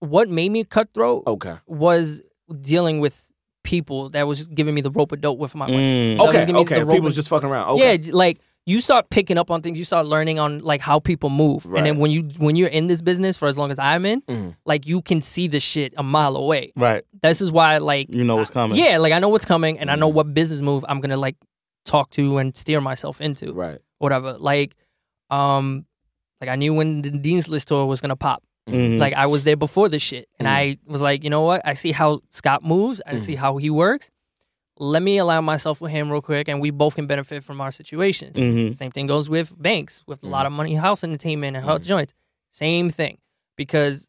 S5: What made me cutthroat
S6: Okay.
S5: was dealing with people that was giving me the rope a dope with my money.
S4: Mm.
S5: That was
S6: Okay.
S5: giving me the
S6: Okay.
S5: rope
S6: People's
S5: a-
S6: just fucking around. Okay.
S5: Yeah, j- like you start picking up on things, you start learning on like how people move, and
S6: Right.
S5: then when you when you're in this business for as long as I'm in,
S6: Mhm.
S5: like you can see the shit a mile away.
S4: Right.
S5: This is why, like,
S4: You know what's coming.
S5: yeah, like I know what's coming, and I
S6: Mm-hmm.
S5: know what business move I'm gonna like talk to and steer myself into,
S6: Right.
S5: whatever. Like, um, like I knew when the Dean's List tour was gonna pop.
S4: Mhm.
S5: Like I was there before this shit, and I was like, you know what? I see how Scott moves. I see how he works. Let me align myself with him real quick, and we both can benefit from our situation.
S4: Mhm.
S5: Same thing goes with banks with a lot of money, house entertainment, and health joints. Same thing because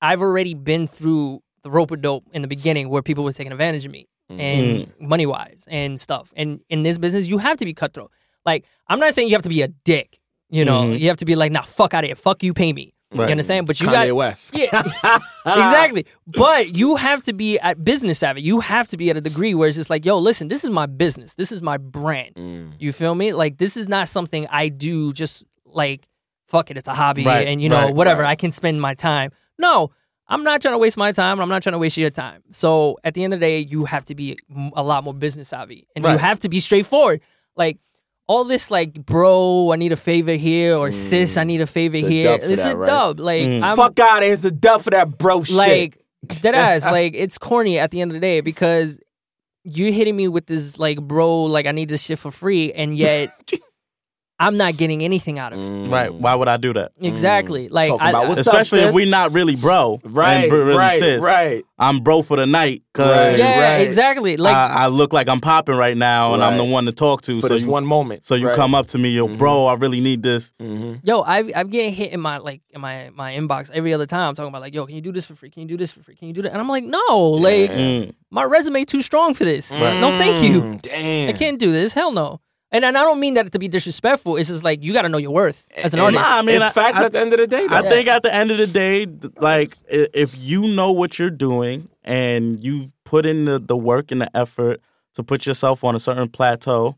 S5: I've already been through the rope a dope in the beginning where people were taking advantage of me and money wise and stuff. And in this business, you have to be cutthroat. Like I'm not saying you have to be a dick. You know, you have to be like, nah, fuck out of here. Fuck you, pay me.
S4: Right.
S5: You understand? But you
S3: Kanye
S5: got
S3: West.
S5: [LAUGHS] yeah. exactly. But you have to be at business savvy. You have to be at a degree where it's just like, yo, listen, this is my business. This is my brand.
S3: Mm.
S5: You feel me? Like this is not something I do just like fuck it, it's a hobby
S4: Right,
S5: and you know,
S4: right,
S5: whatever.
S4: right.
S5: I can spend my time. No, I'm not trying to waste my time and I'm not trying to waste your time. So at the end of the day, you have to be m- a lot more business savvy and you
S4: Right.
S5: have to be straightforward. Like all this like bro, I need a favor here or sis, I need a favor
S3: Mm. It's a
S5: here.
S3: dub for
S5: This is
S3: that, right?
S5: dub. Like
S3: Mm.
S5: I'm
S6: Fuck out of here's a dub for that bro shit.
S5: like
S3: [LAUGHS]
S5: dead ass like it's corny at the end of the day because you're hitting me with this like bro like i need this shit for free and yet
S3: [LAUGHS]
S5: i'm not getting anything out of it
S6: Mm.
S4: Right. Why would I do that?
S5: exactly like
S3: Mm. Talking
S5: I,
S3: about what's up,
S4: Especially if
S3: sis?
S4: we not really bro.
S3: Right,
S4: And bro- really
S3: right,
S4: sis.
S3: right.
S4: I'm bro for the night because
S3: Right.
S5: yeah
S3: Right. Uh,
S5: exactly like
S4: I, I look like I'm popping right now and I'm the
S3: Right.
S4: one to talk to.
S3: For
S4: so
S3: this
S4: you,
S3: one moment.
S4: so you
S3: right? Mm-hmm.
S4: come up to me, yo, bro, I really need this.
S6: Mm-hmm.
S5: yo I, i'm getting hit in my like in my my inbox every other time talking about like yo can you do this for free can you do this for free can you do that and i'm like no like
S4: Mm.
S5: my resume too strong for this no thank
S3: Mm.
S5: you
S6: Mm, Damn.
S5: i can't do this hell no and, and i don't mean that to be disrespectful it's just like you got to know your worth as an
S6: And-
S5: artist
S4: Nah, I mean,
S6: it's
S4: I-
S6: facts
S4: I-
S6: at the end of the day. Though.
S4: I think at the end of the day, th- like i- if you know what you're doing and you put in the, the work and the effort to put yourself on a certain plateau,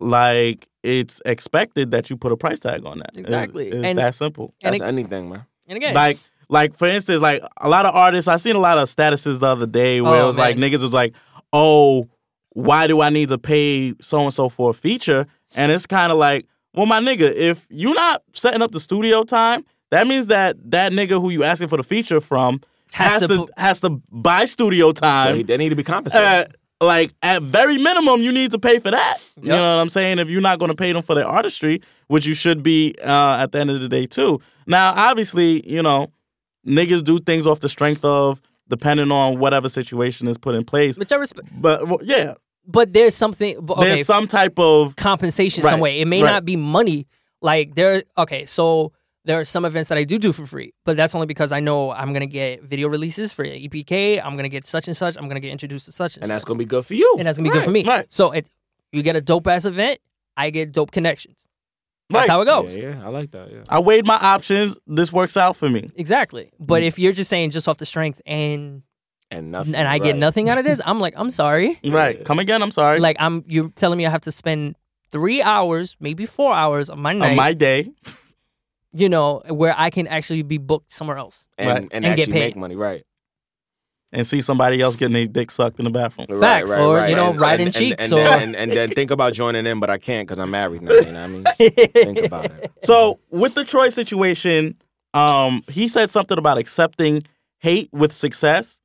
S4: like it's expected that you put a price tag on that. It's-
S5: Exactly.
S4: It's,
S5: And-
S4: that simple.
S5: and
S6: that's
S5: it-
S6: anything, man.
S5: and again
S4: Like like for instance, like a lot of artists, I seen a lot of statuses the other day where
S5: Oh,
S4: it was like
S5: man.
S4: niggas was like, "Oh, why do I need to pay so and so for a feature?" And it's kind of like, "Well, my nigga, if you not setting up the studio time, that means that that nigga who you asking for the feature from
S5: Has
S4: has,
S5: to
S4: to,
S5: bu-
S4: has to buy studio
S6: So
S4: time.
S6: he- they need to be compensated.
S4: uh, like at very minimum, you need to pay for that. You
S5: Yep.
S4: know what I'm saying? If you're not going to pay them for their artistry, which you should be uh, at the end of the day too. Now, obviously, you know, niggas do things off the strength of depending on whatever situation is put in place.
S5: Which I respect,
S4: But well, yeah,
S5: but there's something. but Okay,
S4: there's some type of
S5: compensation
S4: Right,
S5: some way. It may
S4: right.
S5: not be money. Like there, okay, so there are some events that I do do for free, but that's only because I know I'm gonna get video releases for EPK. I'm gonna get such and such. I'm gonna get introduced to such and,
S6: and
S5: such,
S6: that's gonna be good for you.
S5: and that's gonna be good for me.
S4: right.
S5: So it, you get a dope ass event, I get dope connections. That's
S4: Right.
S5: how it goes.
S6: Yeah, yeah, I like that. Yeah.
S4: I weighed my options. This works out for me.
S5: Exactly. But
S4: Mm.
S5: if you're just saying just off the strength and
S6: And nothing.
S5: and I get
S6: right.
S5: nothing out of
S4: [LAUGHS]
S5: this, I'm like, I'm sorry.
S4: Right. Come again. I'm sorry.
S5: Like I'm you're telling me I have to spend three hours, maybe four hours of my night.
S4: on my day.
S5: you know, where I can actually be booked
S3: [LAUGHS]
S5: somewhere else.
S6: And,
S4: Right.
S6: and,
S5: And get
S6: actually
S5: paid.
S6: make money, right
S4: And see somebody else getting their dick sucked in the bathroom.
S5: Facts,
S6: right,
S5: or, you know,
S6: And-
S5: riding
S6: and-
S5: cheeks,
S6: and, then-
S5: or-
S6: and, and then think about joining in, but I can't because I'm married now. You know what I mean? think about
S5: [LAUGHS]
S6: it.
S4: So with the Troy situation, um, he said something about accepting hate with success.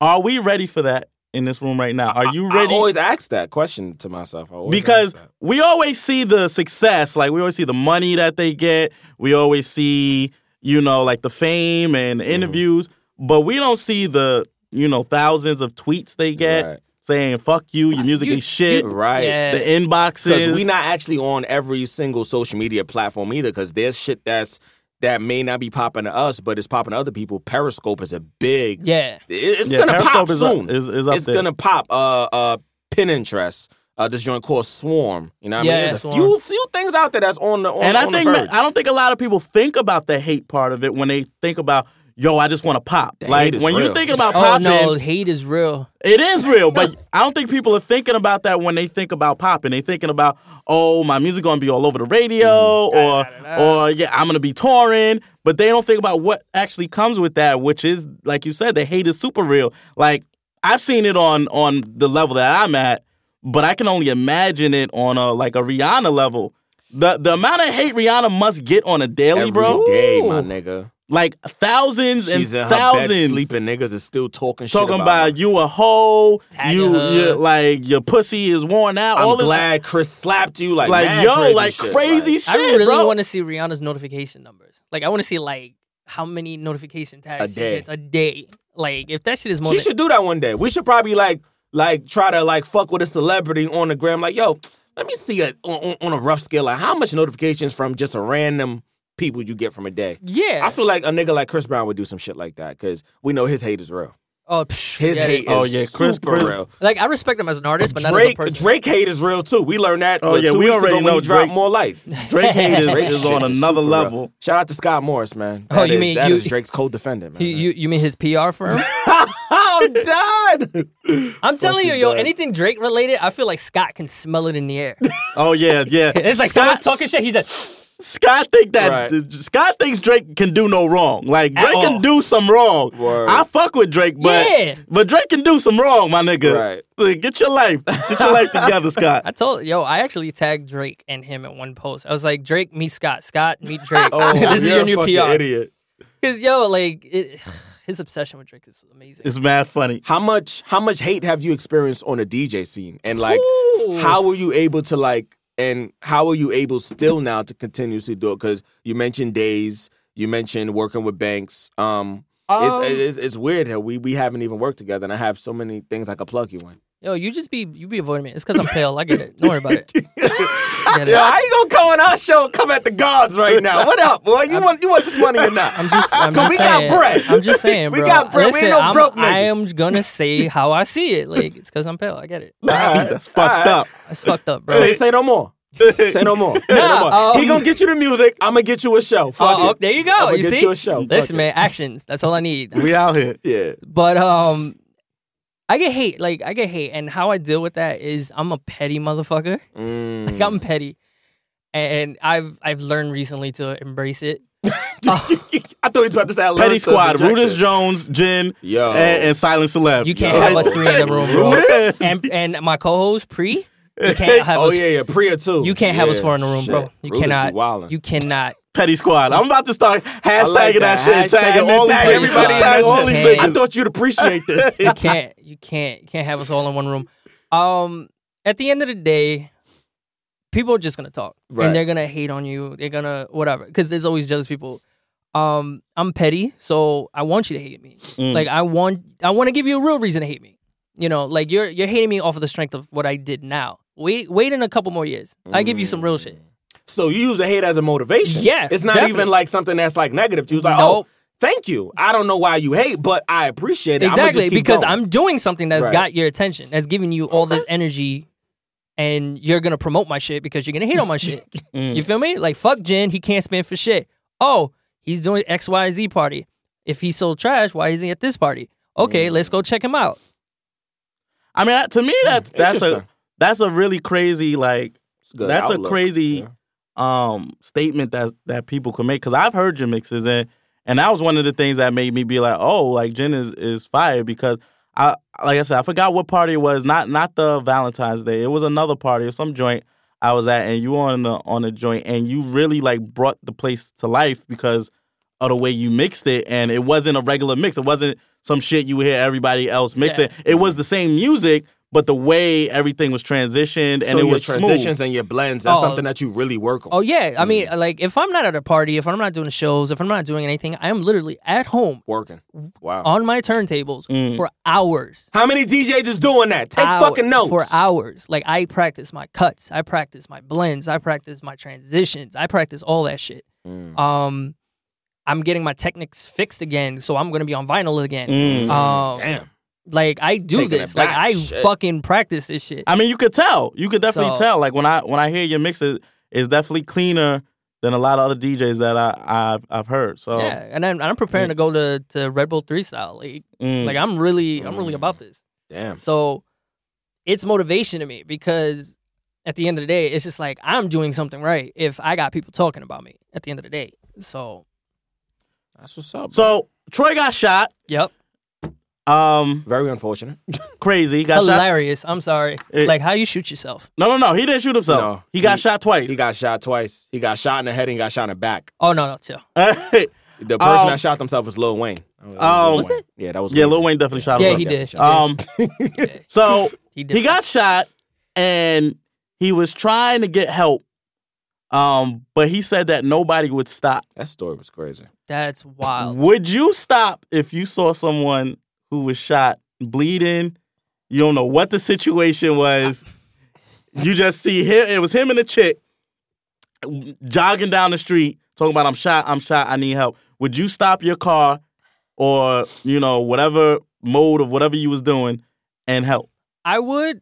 S4: Are we ready for that in this room right now? Are you ready?
S6: I always ask that question to myself. I always
S4: because
S6: ask that.
S4: we always see the success, like we always see the money that they get. We always see, you know, like the fame and
S6: Mm-hmm.
S4: interviews, but we don't see the, you know, thousands of tweets they get
S6: Right.
S4: saying "fuck you," your music is shit.
S6: right.
S5: Yeah.
S4: The
S6: because
S4: inboxes.
S6: we not actually on every single social media platform either. Because there's shit that's that may not be popping to us, but it's popping to other people. Periscope is a big.
S5: yeah.
S6: It- It's
S4: Yeah,
S6: gonna
S4: Periscope
S6: pop
S4: is up-
S6: soon.
S4: is- is up
S6: it's
S4: there.
S6: gonna pop. Uh, uh, Pinterest. Uh, this joint called Swarm. You know what I
S5: Yeah,
S6: mean? There's a
S5: Swarm.
S6: few few
S3: things out there that's on the on,
S4: and I
S3: on the
S4: think ma-
S3: verge.
S4: I don't think a lot of people think about the hate part of it when they think about yo, I just want to pop. like
S3: hate is
S4: when
S3: real.
S4: you're thinking about
S5: Oh
S4: popping,
S5: no, hate is real.
S4: it is real. But I don't think people are thinking about that when they think about popping. They thinking about oh, my music gonna be all over the radio, or or yeah, I'm gonna be touring. But they don't think about what actually comes with that, which is like you said, the hate is super real. Like I've seen it on on the level that I'm at, but I can only imagine it on a like a Rihanna level. The the amount of hate Rihanna must get on a daily,
S8: Every
S4: bro,
S8: day, my
S5: Ooh.
S8: nigga.
S4: like thousands
S8: She's
S4: and
S8: in her bed
S4: thousands
S8: sleeping. Niggas is still talking,
S4: talking
S8: shit
S4: about
S8: her.
S4: you a hoe,
S5: Tagging
S4: you
S5: her.
S4: you like your pussy is worn out.
S8: I'm
S4: all this-
S8: glad Chris slapped you. Like,
S4: like
S8: mad
S4: yo,
S8: crazy
S4: like
S8: shit,
S4: crazy
S8: like,
S4: shit,
S5: I really
S4: bro.
S5: want to see Rihanna's notification numbers. Like I want to see like how many notification tags
S8: A
S5: she
S8: day.
S5: gets a day. Like if that shit is more
S3: She
S5: than-
S3: should do that one day. We should probably like like try to like fuck with a celebrity on the gram. Like, yo, let me see it on, on on a rough scale. Like, how much notifications from just a random people you get from a day?
S5: yeah.
S3: I feel like a nigga like Chris Brown would do some shit like that because we know his hate is real.
S5: oh, psh,
S3: His
S5: yeah,
S3: hate
S5: they-
S4: oh,
S3: is
S4: yeah, Chris-
S3: super
S4: Chris-
S3: real.
S5: Like I respect him as an artist, but not
S3: Drake
S5: as a person.
S3: Drake hate is real too. We learned that.
S4: Oh,
S3: uh,
S4: yeah,
S3: two
S4: we
S3: weeks
S4: already
S3: ago when
S4: know
S3: he dropped
S4: Drake-
S3: More
S5: [LAUGHS]
S3: Life.
S4: [LAUGHS] Drake hate is,
S5: Drake
S4: is
S3: shit
S4: on
S3: is
S4: another
S3: super real.
S4: level.
S3: Shout out to Scott Morris, man.
S5: Oh, you
S3: is-
S5: mean
S3: that
S5: you-
S3: is Drake's co-defendant, man.
S5: You, you you mean his
S3: [LAUGHS]
S5: PR firm?
S3: I'm
S5: [LAUGHS]
S3: done.
S5: I'm telling you,
S3: Fucking
S5: yo,
S3: done.
S5: anything Drake related, I feel like Scott can smell it in
S3: [LAUGHS]
S5: the air.
S4: Oh yeah, yeah.
S5: [LAUGHS] It's like someone's
S4: Scott,
S5: talking shit. He's like,
S4: Scott think that
S3: Right.
S4: Scott thinks Drake can do no wrong. Like
S5: At
S4: Drake
S5: all.
S4: can do some wrong.
S3: Word.
S4: I fuck with Drake, but
S5: Yeah.
S4: but Drake can do some wrong, my nigga.
S3: Right.
S4: Like, Get your life, get your life together, Scott.
S5: [LAUGHS] I told yo, I actually tagged Drake and him in one post. I was like, Drake meet Scott, Scott
S3: [LAUGHS]
S5: meet Drake. [LAUGHS] this is
S3: Oh, you're
S5: your
S3: a
S5: new
S3: fucking
S5: PR.
S3: Idiot.
S5: Because yo, like it, [SIGHS] his obsession with Drake is amazing.
S4: It's mad funny.
S3: How much how much hate have you experienced on a DJ scene? And like how were you able to like and how are you able still now to continuously do it? Because you mentioned days, you mentioned working with banks. Um,
S5: Um,
S3: it's, it's it's weird that we we haven't even worked together, and I have so many things I could plug you in.
S5: yo, you just be you be avoiding me. It's because I'm pale. I get it. Don't worry about
S3: [LAUGHS]
S5: it. Get it.
S3: Yo, how you gonna come on our show? and Come at the gods right [LAUGHS] now. What up, boy? You want you want this money or [LAUGHS] not?
S5: I'm just, I'm
S3: 'Cause
S5: just
S3: we
S5: saying,
S3: got bread.
S5: I'm just saying,
S3: We
S5: bro.
S3: got bread. We ain't
S5: Listen,
S3: no
S5: I'm-
S3: broke
S5: I
S3: niggas.
S5: am gonna say how I see it. Like it's because I'm pale. I get it.
S4: [LAUGHS] That's fucked up.
S5: It's fucked up, bro.
S3: Say, say no more. Say no [LAUGHS] more. Say no more.
S5: Nah, um,
S3: he gonna get you the music. I'm gonna get you a show. Fuck
S5: Oh,
S3: it.
S5: oh, there you
S3: I'm
S5: go.
S3: gonna
S5: You
S3: get
S5: see,
S3: you a show. Fuck
S5: listen,
S3: it.
S5: man, actions. That's all I need.
S4: We out here.
S3: Yeah.
S5: But um, I get hate. Like I get hate, and how I deal with that is I'm a petty motherfucker. [LAUGHS]
S3: Mm.
S5: Like
S8: Mm.
S5: I'm petty, and I've I've learned recently to
S8: [LAUGHS]
S5: embrace it.
S3: [LAUGHS]
S5: [LAUGHS] Oh,
S3: I thought he was about to say I
S4: Petty
S3: learned to
S4: Squad,
S3: reject
S4: Rudis
S3: it.
S4: Jones, Jin,
S8: Yo.
S4: and, and Silent Celeb.
S5: You can't have us three in the room, bro.
S4: Rudis?
S5: And and my co-host Pre, you can't have
S8: [LAUGHS] Oh
S5: us.
S8: yeah, yeah, Priya too.
S5: You can't have us
S8: Yeah,
S5: four in the room,
S8: shit.
S5: bro. You
S8: Rudas be
S5: cannot.
S8: wildin'.
S5: You cannot.
S4: [LAUGHS] Petty Squad. I'm about to start hashtagging
S3: like
S4: that,
S3: that.
S4: shit, and tagging
S3: Hashtag
S4: all these
S3: and
S5: tag
S4: niggas.
S5: everybody in
S4: Tag
S5: that
S4: all these
S5: shit.
S4: niggas.
S8: I thought you'd appreciate this.
S4: [LAUGHS]
S3: [LAUGHS]
S5: you can't you can't you can't have us all in one room um at the end of the day people are just gonna talk
S3: Right.
S5: and they're gonna hate on you they're gonna whatever because there's always jealous people um i'm petty so i want you to hate me
S4: Mm.
S5: like i want i want to give you a real reason to hate me you know like you're you're hating me off of the strength of what i did now wait wait in a couple more years i give you some real shit
S3: So you use the hate as a motivation.
S5: Yeah,
S3: It's not
S5: definitely.
S3: even like something that's like negative. You was like,
S5: Nope.
S3: oh, thank you. I don't know why you hate, but I appreciate it. I'ma
S5: exactly
S3: just keep
S5: because
S3: going.
S5: i'm doing something that's
S3: Right.
S5: got your attention that's giving you all this energy and you're gonna promote my shit because you're gonna hate on my
S3: [LAUGHS]
S5: shit
S4: Mm.
S5: you feel me like fuck jen he can't spin for shit oh he's doing xyz party if he's so trash why isn't he at this party okay
S3: Mm.
S5: let's go check him out
S4: I mean, that- to me, that's that's a
S3: Interesting.
S4: that's a really crazy like
S8: Hmm, It's good
S4: that's a
S8: outlook.
S4: crazy um statement that that people can make because I've heard your mixes and and that was one of the things that made me be like, oh, like Jen is is fired because I like I said I forgot what party it was not not the Valentine's Day it was another party or some joint I was at and you were on the on a joint and you really like brought the place to life because of the way you mixed it and it wasn't a regular mix it wasn't some shit you would hear everybody else mix
S5: Yeah.
S4: it it was the same music but the way everything was transitioned
S3: So
S4: and it
S3: your
S4: was
S3: transitions
S4: smooth.
S3: and your blends. That's
S5: Oh.
S3: something that you really work on.
S5: oh yeah i
S3: Mm.
S5: mean like if i'm not at a party if i'm not doing shows if i'm not doing anything i am literally at home
S3: Working. Wow.
S5: on my turntables
S4: Mm.
S5: for hours
S3: How many DJs is doing that? Take
S5: hours-
S3: fucking notes.
S5: for hours. Like I practice my cuts, I practice my blends, I practice my transitions, I practice all that shit.
S3: Mm.
S5: Um, I'm getting my techniques fixed again, so I'm gonna be on vinyl again.
S4: Mm.
S5: Um,
S3: Damn.
S5: like I do
S3: Taking it
S5: this, like
S3: back.
S5: I
S3: Shit.
S5: fucking practice this shit.
S4: I mean, you could tell. You could definitely
S5: So-
S4: tell. Like when I when I hear your mixes, is definitely cleaner than a lot of other DJs that I, I've I've heard. So
S5: Yeah, and I'm, I'm preparing to go to, to Red Bull Three Style. Like,
S4: mm,
S5: like I'm really, I'm really about this.
S3: Damn.
S5: So it's motivation to me because at the end of the day, it's just like I'm doing something right if I got people talking about me at the end of the day. So,
S6: That's what's up. So
S4: so Troy got shot.
S5: yep,
S4: Um,
S3: Very unfortunate.
S4: crazy. He got shot.
S5: hilarious. I'm sorry.
S4: It-
S5: like how you shoot yourself?
S4: No, no, no. He didn't shoot himself.
S3: No.
S4: he got
S3: He-
S4: shot twice.
S3: He got shot twice. He got shot in the head and got shot in the back.
S5: Oh no, no, chill.
S3: The person
S4: Um,
S3: that shot themselves was Lil Wayne.
S4: Oh.
S5: Was it?
S3: Yeah, that was
S4: [LAUGHS] yeah,
S3: Weezy.
S4: Lil Wayne definitely shot
S5: Yeah,
S4: himself.
S5: he
S3: okay.
S5: did. He did.
S4: Um,
S5: Yeah,
S4: so
S5: he did.
S4: he got shot and he was trying to get help. Um, but he said that nobody would stop.
S3: That story was crazy. [LAUGHS]
S5: That's wild.
S4: Would you stop if you saw someone who was shot bleeding? You don't know what the situation was. You just see him. It was him and a chick jogging down the street, talking about "I'm shot, I'm shot, I need help." Would you stop your car or you know whatever mode of whatever you was doing and help?
S5: I would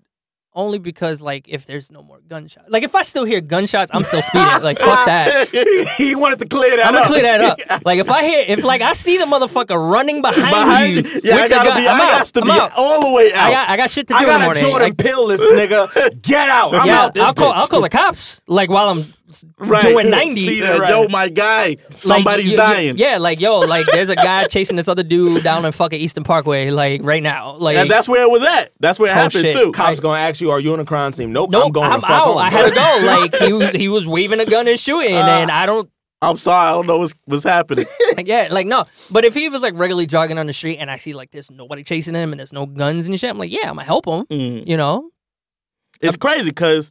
S5: only because like if there's no more gunshots. Like if I still hear gunshots, I'm still speeding.
S4: [LAUGHS]
S5: Like fuck that.
S3: he wanted to clear that
S5: I'm gonna clear that
S4: [LAUGHS]
S5: up. Like if I hear, if like I see the motherfucker running behind,
S4: behind
S5: you,
S4: you. Yeah,
S5: with
S4: I
S5: the
S4: gotta
S5: gun,
S4: be.
S5: I'm
S4: I
S5: out.
S4: got to
S5: I'm
S4: be
S5: out.
S4: all the way out.
S5: I got I got shit to do
S3: I
S5: in the
S3: got a
S5: morning.
S3: Jordan
S5: Like,
S3: pill this nigga. Get out. I'm
S5: yeah,
S3: out this
S5: I'll call
S3: bitch.
S5: I'll call the cops like while I'm s- doing ninety.
S4: See that? Yo, my guy,
S5: Like,
S4: somebody's
S5: you- you-
S4: dying.
S5: Yeah, like yo, like there's a guy chasing this other dude down in fucking Eastern Parkway, like right now. Like
S4: And that's where it was at. That's where it
S5: Oh,
S4: happened
S5: shit.
S4: too.
S3: Cops gonna ask you, are you on a crime scene? Nope,
S5: nope,
S3: I'm going to fuck
S5: out.
S3: home. Uh.
S5: I had to go. Like he was he was waving a gun and shooting, and I don't
S4: I'm sorry, I don't know what's,
S5: [LAUGHS]
S4: what's happening.
S5: Like, yeah, like no. But if he was like regularly jogging on the street and I see like there's nobody chasing him and there's no guns and shit, I'm like, yeah, I'm gonna help him.
S4: Mm.
S5: You know?
S4: It's crazy because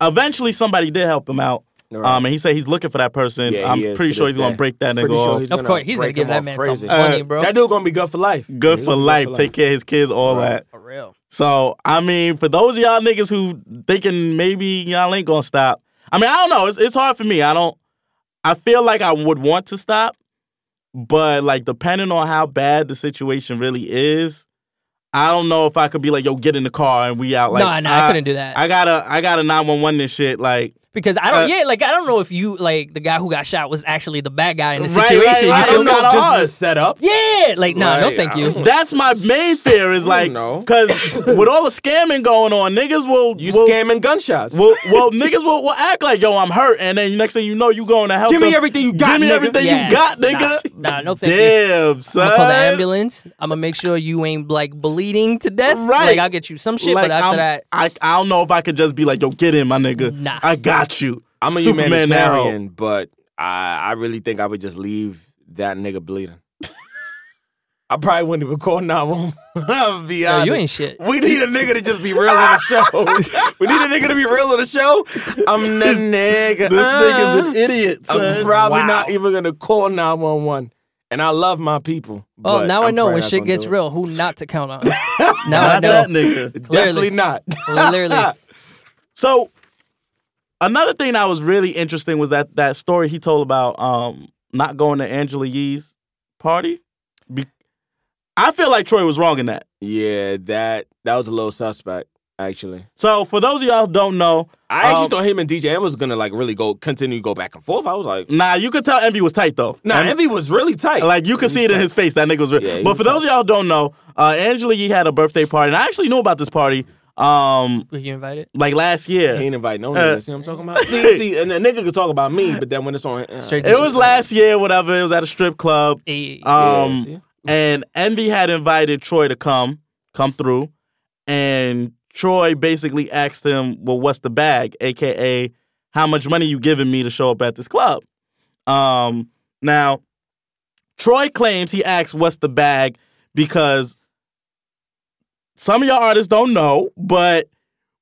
S4: eventually somebody did help him out.
S3: Right.
S4: Um, and he said he's looking for that person.
S3: Yeah,
S4: I'm
S3: he is
S4: pretty
S3: to
S4: sure
S3: this
S4: he's gonna
S3: day.
S4: break that nigga
S3: Pretty
S4: off.
S3: sure he's
S5: Of
S3: gonna
S5: course, he's gonna
S3: break
S5: give
S3: him
S5: that
S3: off
S5: man
S3: crazy.
S5: some money,
S4: Uh,
S5: bro.
S3: That dude gonna be good for life.
S4: Good
S3: He's
S4: for
S3: gonna be
S4: life. Take care of his kids, all
S3: Right.
S4: that.
S5: For real.
S4: So I mean, for those of y'all niggas who thinking maybe y'all ain't gonna stop. I mean, I don't know. It's it's hard for me. I don't. I feel like I would want to stop, but like depending on how bad the situation really is, I don't know if I could be like, yo, get in the car and we out. Like,
S5: no, no, I, couldn't do
S3: uh,
S5: that.
S4: I gotta, I gotta nine one one this shit. Like,
S5: because I don't
S4: uh,
S5: yeah, like I don't know if you like the guy who got shot was actually the bad guy in the
S4: Right,
S5: situation.
S4: right,
S5: you
S3: I
S4: right.
S5: feel
S3: don't
S5: me?
S3: know
S4: kinda
S3: if
S4: odd.
S3: this is a setup.
S5: Yeah, like nah, no
S3: Like,
S5: thank
S3: I
S5: you.
S3: don't-
S4: that's my main fear is like,
S3: know.
S4: cause with all the scamming going on, niggas will
S3: You
S4: will,
S3: scamming gunshots.
S4: Well, well, niggas will, will act like, yo, I'm hurt, and then next thing you know, you going to help.
S3: Give me
S4: them.
S3: everything you got,
S4: Give me
S3: nigga.
S4: everything
S5: Yeah,
S4: you got,
S5: nah,
S4: nigga.
S5: nah, no thank you.
S4: Damn, son.
S5: I'm gonna call the ambulance. I'm gonna make sure you ain't like bleeding to death.
S4: Right.
S5: Like I'll get you some shit,
S4: Like,
S5: but after
S4: I'm-
S5: that,
S4: I, I don't know if I could just be like, yo, get in, my nigga.
S5: Nah.
S4: I got you.
S3: I'm a
S4: Superman now.
S3: humanitarian, but I, I really think I would just leave that nigga bleeding. I probably wouldn't even call 911. I'll be
S5: yo,
S3: honest.
S5: you ain't shit.
S3: [LAUGHS] We need a nigga to just be real on the show. we need a nigga to be real on the show. I'm the nigga.
S4: [LAUGHS] This
S3: uh,
S4: nigga's an idiot, son.
S3: I'm probably
S5: Wow.
S3: not even gonna call 911. And I love my people.
S5: Oh,
S3: but
S5: now i
S3: I'm
S5: know
S3: probably
S5: when
S3: not
S5: shit
S3: gonna do
S5: gets
S3: it.
S5: real, who not to count
S3: [LAUGHS]
S5: on. now I
S4: Not
S5: know.
S4: that nigga.
S5: Clearly.
S3: Definitely not.
S5: [LAUGHS] Literally.
S3: [LAUGHS]
S4: So another thing that was really interesting was that that story he told about um not going to Angela Yee's party. Be- I feel like Troy was wrong in that.
S3: yeah, that that was a little suspect, actually.
S4: So for those of y'all who don't know,
S3: I actually
S4: Um,
S3: thought him and DJ M was gonna like really go continue to go back and forth. I was like,
S4: Nah, you could tell Envy was tight though.
S3: nah,
S4: Envy-
S3: Envy was really tight.
S4: [LAUGHS] like you could see it in his face. That nigga was real.
S3: Yeah, he
S4: but
S3: was
S4: for those of y'all who don't know, uh, Angela Yee had a birthday party, and I actually knew about this party um
S5: Were you invited?
S4: like last
S3: he
S4: year.
S3: ain't invite no
S4: Uh,
S3: nigga. see what I'm talking
S4: [LAUGHS]
S3: about? see, see, and a nigga could talk about me, but then when it's on, uh,
S5: Straight
S4: It was last year, whatever. It was at a strip club.
S5: Hey,
S3: yeah,
S4: Um,
S3: see?
S4: and Envy had invited Troy to come, come through, and Troy basically asked him, "Well, what's the bag?" AKA, how much money you giving me to show up at this club? Um, now, Troy claims he asked, "What's the bag?" because some of y'all artists don't know, but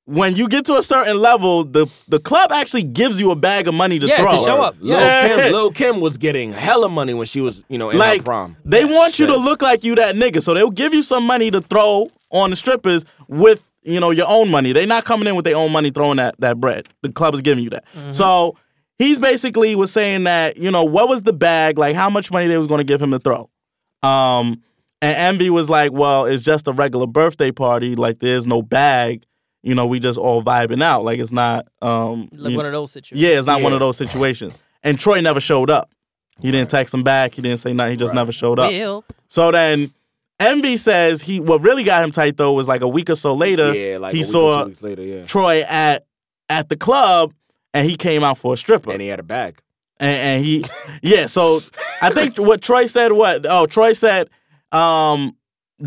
S4: when you get to a certain level, the the club actually gives you a bag of money to
S5: Yeah, to
S4: throw.
S5: show up.
S3: Lil
S4: Yeah. [LAUGHS]
S3: Kim, Lil Kim was getting hella money when she was, you know, in
S4: like
S3: her prom.
S4: They want you to
S3: Shit.
S4: look like you that nigga, so they'll give you some money to throw on the strippers with you know your own money. They're not coming in with their own money throwing that that bread. The club is giving you that. So he's basically was saying that you know what was the bag like, how much money they was going to give him to throw. Um, and Envy was like, well, it's just a regular birthday party. Like there's no bag. you know, we just all vibing out. Like it's not um
S5: Like
S4: you-
S5: one of those situations.
S4: Yeah, it's not one
S3: Yeah.
S4: of those situations. And Troy never showed up. He didn't text him back. He didn't say nothing. He just never showed up.
S5: Will.
S4: So then Envy says he what really got him tight though was like a week or so later,
S3: yeah, like
S4: he
S3: a week or
S4: saw-
S3: two weeks later, yeah.
S4: Troy at at the club and he came out for a stripper.
S3: And he had a bag.
S4: and, and he yeah so i think what troy said what oh troy said um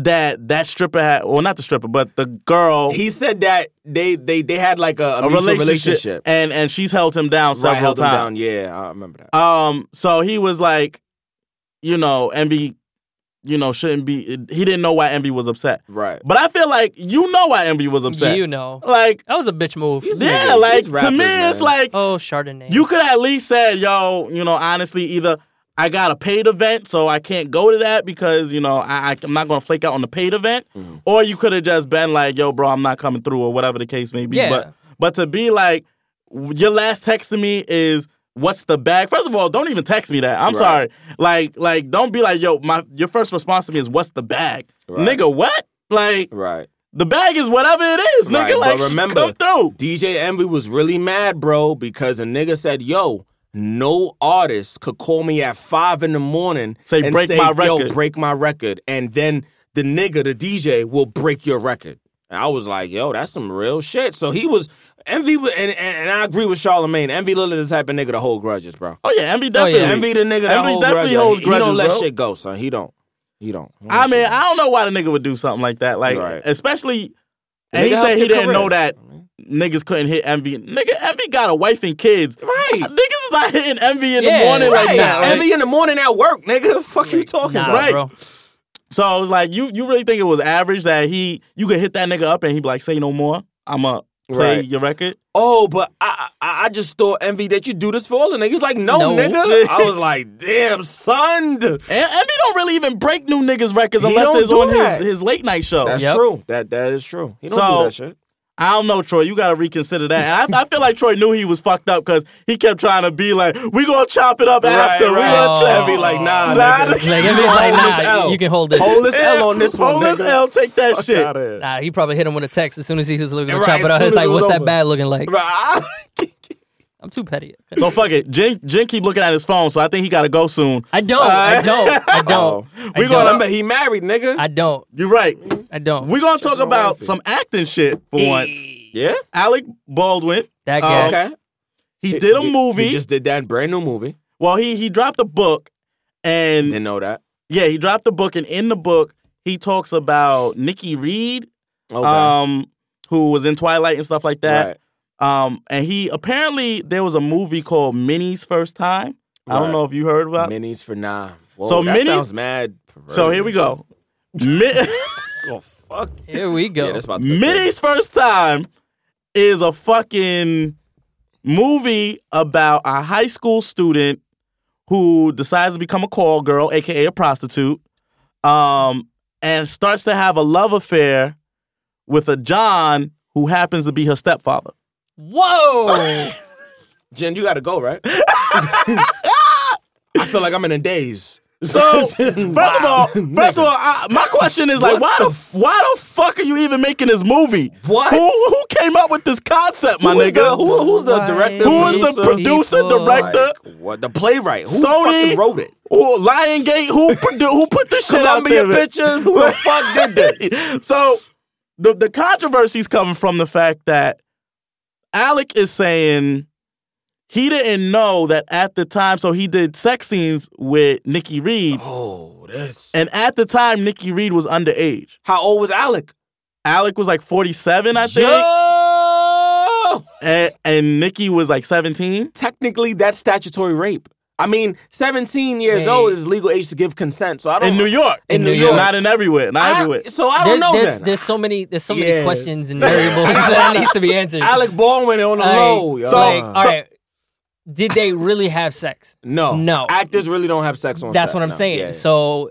S4: that that stripper had well not the stripper but the girl
S3: He said that they they they had like a, a,
S4: Oh. a
S3: mutual
S4: relationship,
S3: relationship.
S4: and and she's held him down
S3: Right,
S4: several
S3: held him down.
S4: times
S3: Yeah, I remember that.
S4: um so he was like you know envy you know shouldn't be he didn't know why envy was upset
S3: Right.
S4: but i feel like you know why envy was upset
S5: You know.
S4: like
S5: That was a bitch move.
S3: These
S4: yeah
S3: niggas,
S4: like
S3: these
S4: to
S3: rappers,
S4: me
S3: man.
S4: it's like
S5: Oh, Chardonnay.
S4: You could at least said, yo, you know, honestly, either I got a paid event, so I can't go to that because, you know, I, I, I'm not going to flake out on the paid event.
S3: Mm-hmm.
S4: Or you could have just been like, yo, bro, I'm not coming through or whatever the case may be.
S5: Yeah.
S4: But, but to be like, your last text to me is, what's the bag? First of all, don't even text me that. I'm
S3: Right.
S4: sorry. Like, like, don't be like, yo, my your first response to me is, what's the bag?
S3: Right.
S4: Nigga, what? Like,
S3: Right.
S4: the bag is whatever it is,
S3: Right,
S4: nigga.
S3: but
S4: Like,
S3: remember-
S4: come through.
S3: DJ Envy was really mad, bro, because a nigga said, "Yo, no artist could call me at five in the morning
S4: Say,
S3: and
S4: "Break
S3: say,
S4: my
S3: Yo,
S4: record."
S3: break my record, and then the nigga, the DJ, will break your record." And I was like, "Yo, that's some real shit." So he was Envy, wa- and and, and I agree with Charlemagne. Envy Lillard is the type of nigga to hold grudges, bro.
S4: Oh, yeah, MB definitely.
S3: Envy the nigga that
S4: Envy
S3: hold
S4: definitely
S3: grudges.
S4: holds
S3: He- he, don't
S4: grudges,
S3: let
S4: bro.
S3: shit go, son. He don't. He don't. He don't
S4: I
S3: let
S4: mean,
S3: shit go.
S4: I don't know why the nigga would do something like that. Like,
S3: Right.
S4: especially,
S3: The
S4: and he
S3: nigga
S4: said
S3: helped
S4: he
S3: your
S4: didn't know
S3: career.
S4: that niggas couldn't hit Envy. Nigga, Envy got a wife and kids.
S3: Right.
S4: [LAUGHS] Niggas is not hitting Envy in
S5: Yeah,
S4: the morning
S5: right.
S4: like that. Like,
S3: Envy in the morning at work, nigga. [LAUGHS] Fuck you talking
S5: nah,
S3: about? [LAUGHS]
S4: right.
S5: bro.
S4: so I was like, you you really think it was average that he you could hit that nigga up and he'd be like, say no more. I'ma play
S3: Right.
S4: your record.
S3: oh, but I, I I just thought envy that you do this for all the niggas. He was like, no, [LAUGHS]
S5: No.
S3: nigga. I was like, damn, son. That's
S4: And Envy don't really even break new niggas records
S3: He
S4: unless
S3: don't
S4: it's
S3: do
S4: on
S3: that.
S4: his, his late night show.
S5: Yep.
S3: true. That that is true. He don't
S4: So-
S3: do that shit.
S4: I don't know, Troy. You gotta reconsider that. And I, I feel like Troy knew he was fucked up because he kept trying to be like, "We gonna chop it up after." We
S5: right.
S4: gonna chop.
S3: Envy like, nah,
S4: Nah,
S3: nigga.
S5: Oh.
S4: nigga.
S5: Like,
S3: You
S5: if
S3: hold
S5: it's like,
S3: this
S5: nah,
S3: L.
S5: you can hold this.
S3: Hold this L on this one.
S4: Hold this
S3: nigga.
S4: L, take that
S3: Fuck
S4: shit.
S3: outta here.
S5: Nah, he probably hit him with a text as soon as he was looking to
S3: Right,
S5: chop it
S3: as
S5: up.
S3: soon
S5: It's
S3: as
S5: like,
S3: it
S5: what's
S3: was
S5: that
S3: over.
S5: bad looking like?
S3: Right. [LAUGHS]
S5: I'm too petty.
S4: So fuck it. Jen, Jen keep looking at his phone, so I think he gotta go soon.
S5: I don't. I don't. I
S3: [LAUGHS] Oh.
S5: don't. I
S4: We
S5: don't.
S4: gonna-
S3: Remember, he married, nigga.
S5: I don't.
S4: You're right.
S5: I don't.
S4: We're gonna talk
S3: my
S4: about
S3: outfit.
S4: some acting shit for once.
S3: yeah.
S4: Alec Baldwin,
S3: Oh,
S5: That
S4: Um,
S5: guy.
S3: Okay.
S4: he did a
S3: He-
S4: movie.
S3: He just did that brand new movie.
S4: well, he he dropped a book, and
S3: Didn't know that.
S4: yeah, he dropped the book, and in the book he talks about Nikki Reed,
S3: Okay.
S4: um, who was in Twilight and stuff like that.
S3: Right.
S4: Um, and he apparently there was a movie called Minnie's First Time. I don't
S3: Right.
S4: know if you heard about.
S3: Minis for nah. Whoa,
S4: So
S3: that
S4: minis-
S3: sounds mad. Perverted.
S4: so here we go. Min-
S3: Oh fuck.
S5: Here we go.
S3: Yeah, that's about to get crazy.
S4: [LAUGHS] Minnie's First Time is a fucking movie about a high school student who decides to become a call girl, aka a prostitute, um, and starts to have a love affair with a John who happens to be her stepfather.
S5: Whoa.
S3: Jen, you gotta go, [LAUGHS] right? I feel like I'm in a daze. [LAUGHS]
S4: So first of all, first of all, I, my question is like,
S3: What
S4: why
S3: the
S4: the f- why the fuck are you even making this movie?
S3: What?
S4: Who, who came up with this concept, my
S3: Who is
S4: nigga?
S3: the- who- [LAUGHS] who's the
S5: Why
S3: director?
S4: Who is the producer,
S5: people-
S3: Like,
S4: director?
S3: what the playwright? Who
S4: Sony?
S3: fucking wrote it?
S4: Who Liongate? Who produ- who
S3: [LAUGHS]
S4: put this shit out
S3: Columbia
S4: there?
S3: Pictures. Who [LAUGHS] the fuck did this? [LAUGHS]
S4: so the the controversy's coming from the fact that Alec is saying he didn't know that at the time, so he did sex scenes with Nikki Reed,
S3: Oh, this.
S4: and at the time Nikki Reed was underage.
S3: How old was Alec?
S4: Alec was like forty seven, I think,
S3: Yo!
S4: and, and Nikki was like seventeen.
S3: Technically, that's statutory rape. I mean, 17 years
S5: Wait.
S3: old is legal age to give consent. So I don't
S4: In New York,
S3: Oh. In New York.
S4: not in everywhere, not
S3: I-
S4: everywhere.
S3: so I
S5: There's,
S3: don't know
S5: there's,
S3: then.
S5: there's so many there's so
S3: Yeah.
S5: many questions and variables [LAUGHS] that needs to be answered.
S3: Alec Baldwin on the
S5: Like,
S3: low. Yo.
S5: so, like, all right. Did they really
S3: [LAUGHS]
S5: have sex?
S3: No,
S5: No.
S3: Actors really don't have sex on.
S5: That's
S3: set,
S5: what I'm
S3: no.
S5: saying.
S3: Yeah, yeah.
S5: So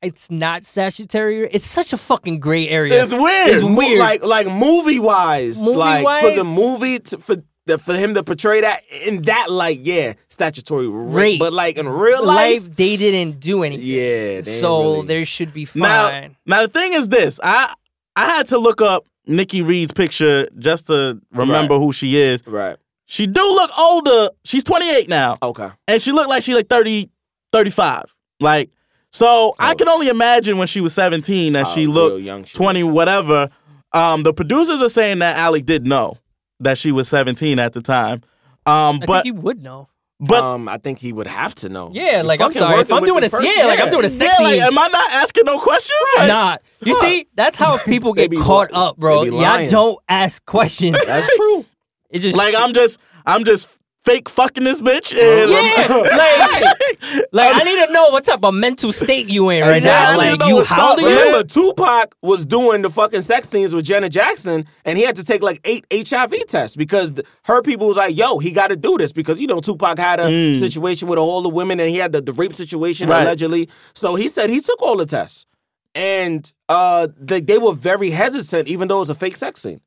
S5: it's not statutory. It's such a fucking gray area.
S4: It's weird.
S5: It's
S3: Mo-
S5: weird.
S3: like like movie wise, like
S5: Movie-wise?
S3: for the movie to, for the, for him to portray that in that light, yeah, statutory rape.
S5: Rape.
S3: But like in real life,
S5: life, they didn't do anything.
S3: yeah. They ain't
S5: so
S3: really-
S5: there should be
S4: Now,
S5: fine.
S4: now the thing is this: I I had to look up Nikki Reed's picture just to remember who she is.
S3: Right.
S4: She do look older. She's 28 now.
S3: Okay.
S4: and she looked like she like 30 35 like so i can only imagine when she was 17 that she
S3: Oh,
S4: looked
S3: real young shit.
S4: 20 whatever um the producers are saying that alec did know that she was 17 at the time um
S5: I
S4: but
S5: think he would know.
S4: but
S3: um, I think he would have to know.
S5: Yeah,
S3: You
S5: like I'm
S3: fucking
S5: sorry if
S3: working
S5: I'm
S3: with
S5: doing
S3: this
S5: this.
S3: person,
S5: Yeah, like I'm doing a
S4: yeah,
S5: sexy.
S4: like, am i not asking no questions Like,
S5: Nah, you see, that's how people
S3: [LAUGHS] They
S5: get
S3: be li-
S5: caught up, bro.
S3: they be
S5: Y'all
S3: lying.
S5: don't ask questions.
S3: That's true.
S5: It just
S4: like i'm just i'm just fake fucking this bitch
S3: Oh, [LAUGHS]
S4: and
S5: yeah,
S4: [LAUGHS] I'm-
S5: like, like I need to know what type of mental state you in right
S4: Yeah,
S5: now.
S4: I need to
S5: Like
S4: know
S5: you,
S4: what's
S5: how
S4: up,
S5: old are you?
S3: Remember, Tupac was doing the fucking sex scenes with Janet Jackson, and he had to take like eight HIV tests because th- her people was like, "Yo, he got to do this," because you know Tupac had a
S5: Mm.
S3: situation with all the women, and he had the, the rape situation
S4: Right.
S3: allegedly. So he said he took all the tests, and uh, they, they were very hesitant, even though it was a fake sex scene.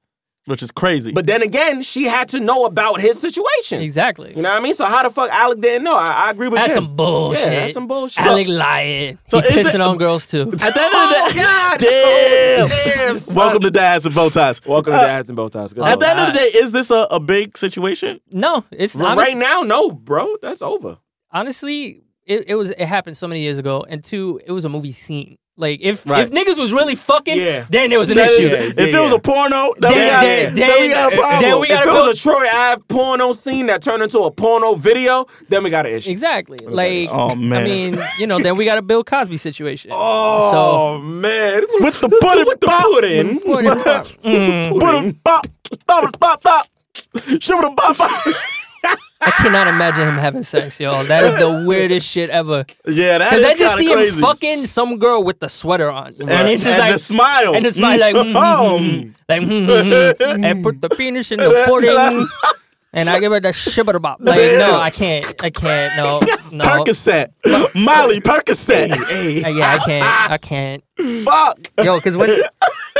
S4: which is crazy
S3: But then again, she had to know about his situation.
S5: Exactly.
S3: You know what I mean? So how the fuck Alec didn't know? I, I agree with
S5: That's
S3: Jim.
S5: some bullshit.
S3: Yeah, that's some bullshit.
S5: Alec lying.
S4: So
S5: he
S4: is
S5: pissing
S4: it-
S5: on girls
S3: [LAUGHS]
S5: too.
S4: at the end
S5: Oh,
S4: of the day
S3: God,
S4: [LAUGHS] Damn.
S3: damn son.
S4: welcome to dads and bow ties Uh,
S3: Welcome to the Hats and Bow Ties. Good
S4: at the
S3: luck.
S4: end of the day is this a, a big situation
S5: No, it's
S3: Right
S5: not.
S3: now, no, bro. That's over.
S5: honestly, it, it was it happened so many years ago, and two, it was a movie scene. Like if
S4: Right.
S5: if niggas was really fucking,
S3: Yeah.
S5: then it was an
S4: That-
S5: issue.
S3: yeah.
S4: if it was a porno, then,
S5: Then-
S4: we, got,
S5: then-
S4: then we got a
S5: then-
S4: problem.
S5: then we
S3: if
S5: gotta
S3: it
S5: go-
S3: was a Troy Ave porno scene that turned into a porno video, then we got an issue.
S5: Exactly. Like
S4: Oh, man.
S5: I mean, you know, then we got a Bill Cosby situation.
S3: Oh man, [LAUGHS]
S4: With the pudding
S3: with the
S4: pop.
S3: pudding,
S5: So, what are you talking-
S4: Put a bop, bop, bop, bop. Shoot a
S3: [LAUGHS]
S4: bop, bop.
S5: I cannot imagine him having sex, y'all. That is
S4: [LAUGHS]
S5: the weirdest shit ever.
S4: Yeah, that
S5: Because
S4: is
S5: I just
S4: kinda
S5: see
S4: crazy.
S5: him fucking some girl with the sweater on, and
S4: and,
S5: it's just
S4: and
S5: like
S4: the smile. Um,
S5: and the smile
S4: [LAUGHS]
S5: like mm, mm, mm, like mm, mm, mm, and put the penis in the
S4: [LAUGHS]
S5: pudding. And I give her the shibber bop. Like, no, I can't. I can't.
S4: [LAUGHS]
S5: No, [LAUGHS] no.
S4: Percocet. Molly Percocet.
S3: Hey,
S5: Uh, yeah, I can't. I can't.
S4: Fuck.
S5: Yo, because when,
S4: [LAUGHS]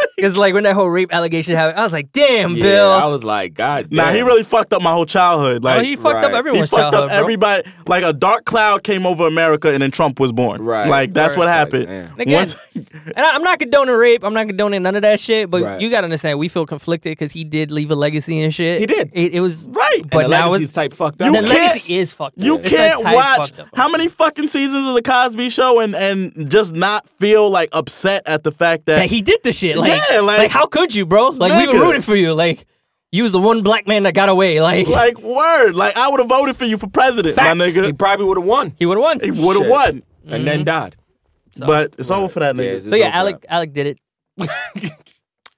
S5: [LAUGHS] because like when that whole rape allegation happened, I was like, damn,
S3: yeah,
S5: Bill.
S3: I was like, God, damn.
S4: Nah, he really fucked up my whole childhood.
S5: oh,
S4: Like,
S5: he fucked up
S3: right.
S4: he
S5: everyone's
S4: fucked up
S5: childhood, bro.
S4: everybody. Like, a dark cloud came over America and then Trump was born.
S3: Right.
S4: Like, that's what
S3: Right.
S4: happened.
S3: Damn.
S5: Again,
S4: Once-
S5: and I, I'm not condoning rape. I'm not condoning none of that shit. But
S3: Right.
S5: you gotta understand, we feel conflicted because he did leave a legacy and shit.
S3: He did.
S5: It, it was
S4: Right.
S5: but
S3: the
S5: now
S3: legacy's
S5: it's
S3: type fucked
S5: the
S3: up.
S4: You can't-
S5: legacy is fucked. up.
S4: You
S5: It's like
S4: can't
S5: type
S4: watch
S5: fucked up.
S4: how many fucking seasons of the Cosby Show and and just not feel like upset at the fact that
S5: that he did the shit. Like,
S4: Yeah, like-
S5: like, how could you, bro? Like, we
S4: Nigga.
S5: were rooting for you. Like, you was the one black man that got away. [LAUGHS] Like,
S4: like word like I would have voted for you for president,
S5: Facts.
S4: my
S3: He
S4: nigga.
S3: probably would have won,
S5: he would have won.
S4: He would have
S3: Shit.
S4: won,
S3: and then died.
S4: but it's over for that
S3: Yeah,
S4: nigga.
S3: it's-
S5: so yeah,
S3: it's over.
S5: Alec, Alec did it.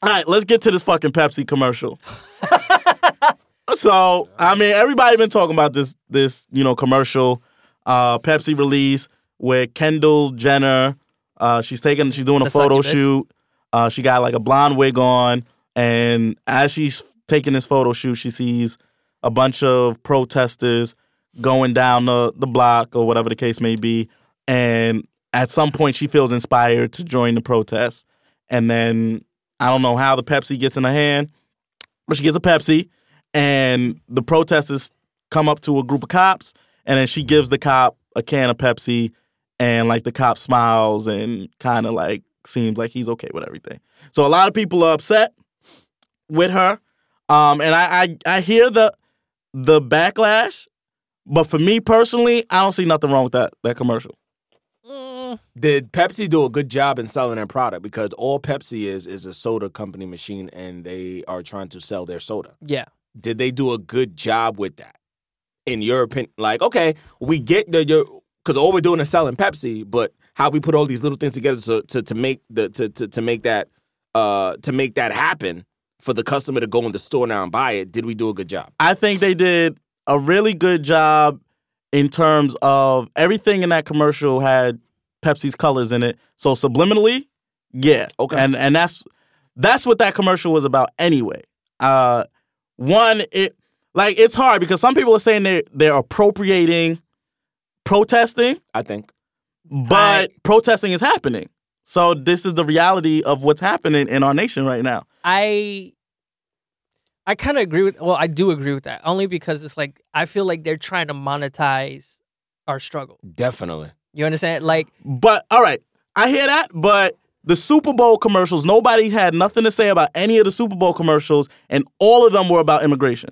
S4: All right, let's get to this fucking Pepsi commercial. [LAUGHS] so I mean, everybody been talking about this this you know commercial, uh, Pepsi release where Kendall Jenner, uh, she's taking she's doing a
S5: The
S4: photo
S5: succubus.
S4: shoot. Uh, she got like a blonde wig on, and as she's taking this photo shoot, she sees a bunch of protesters going down the, the block or whatever the case may be. And at some point, she feels inspired to join the protest. And then I don't know how the Pepsi gets in her hand, but she gets a Pepsi. And the protesters come up to a group of cops. And then she gives the cop a can of Pepsi. And like the cop smiles and kind of like seems like he's okay with everything. So a lot of people are upset with her. Um, and I, I I hear the the backlash, but for me personally, I don't see nothing wrong with that that commercial.
S5: Mm,
S3: Did Pepsi do a good job in selling their product? Because all Pepsi is is a soda company machine, and they are trying to sell their soda.
S5: Yeah,
S3: did they do a good job with that? In your opinion, like, okay, we get the because all we're doing is selling Pepsi, but how we put all these little things together to to, to make the to, to to make that uh to make that happen for the customer to go in the store now and buy it. Did we do a good job?
S4: I think they did a really good job in terms of everything in that commercial had Pepsi's colors in it. So subliminally, yeah.
S3: Okay.
S4: And and that's that's what that commercial was about anyway. Uh one, it like it's hard because some people are saying they they're appropriating protesting.
S3: I think.
S4: but protesting is happening. So this is the reality of what's happening in our nation right now.
S5: I, I kind of agree with. Well, I do agree with that only because it's like I feel like they're trying to monetize our struggle.
S3: Definitely.
S5: You understand? Like,
S4: But all right, I hear that, but the Super Bowl commercials, nobody had nothing to say about any of the Super Bowl commercials, and all of them were about immigration.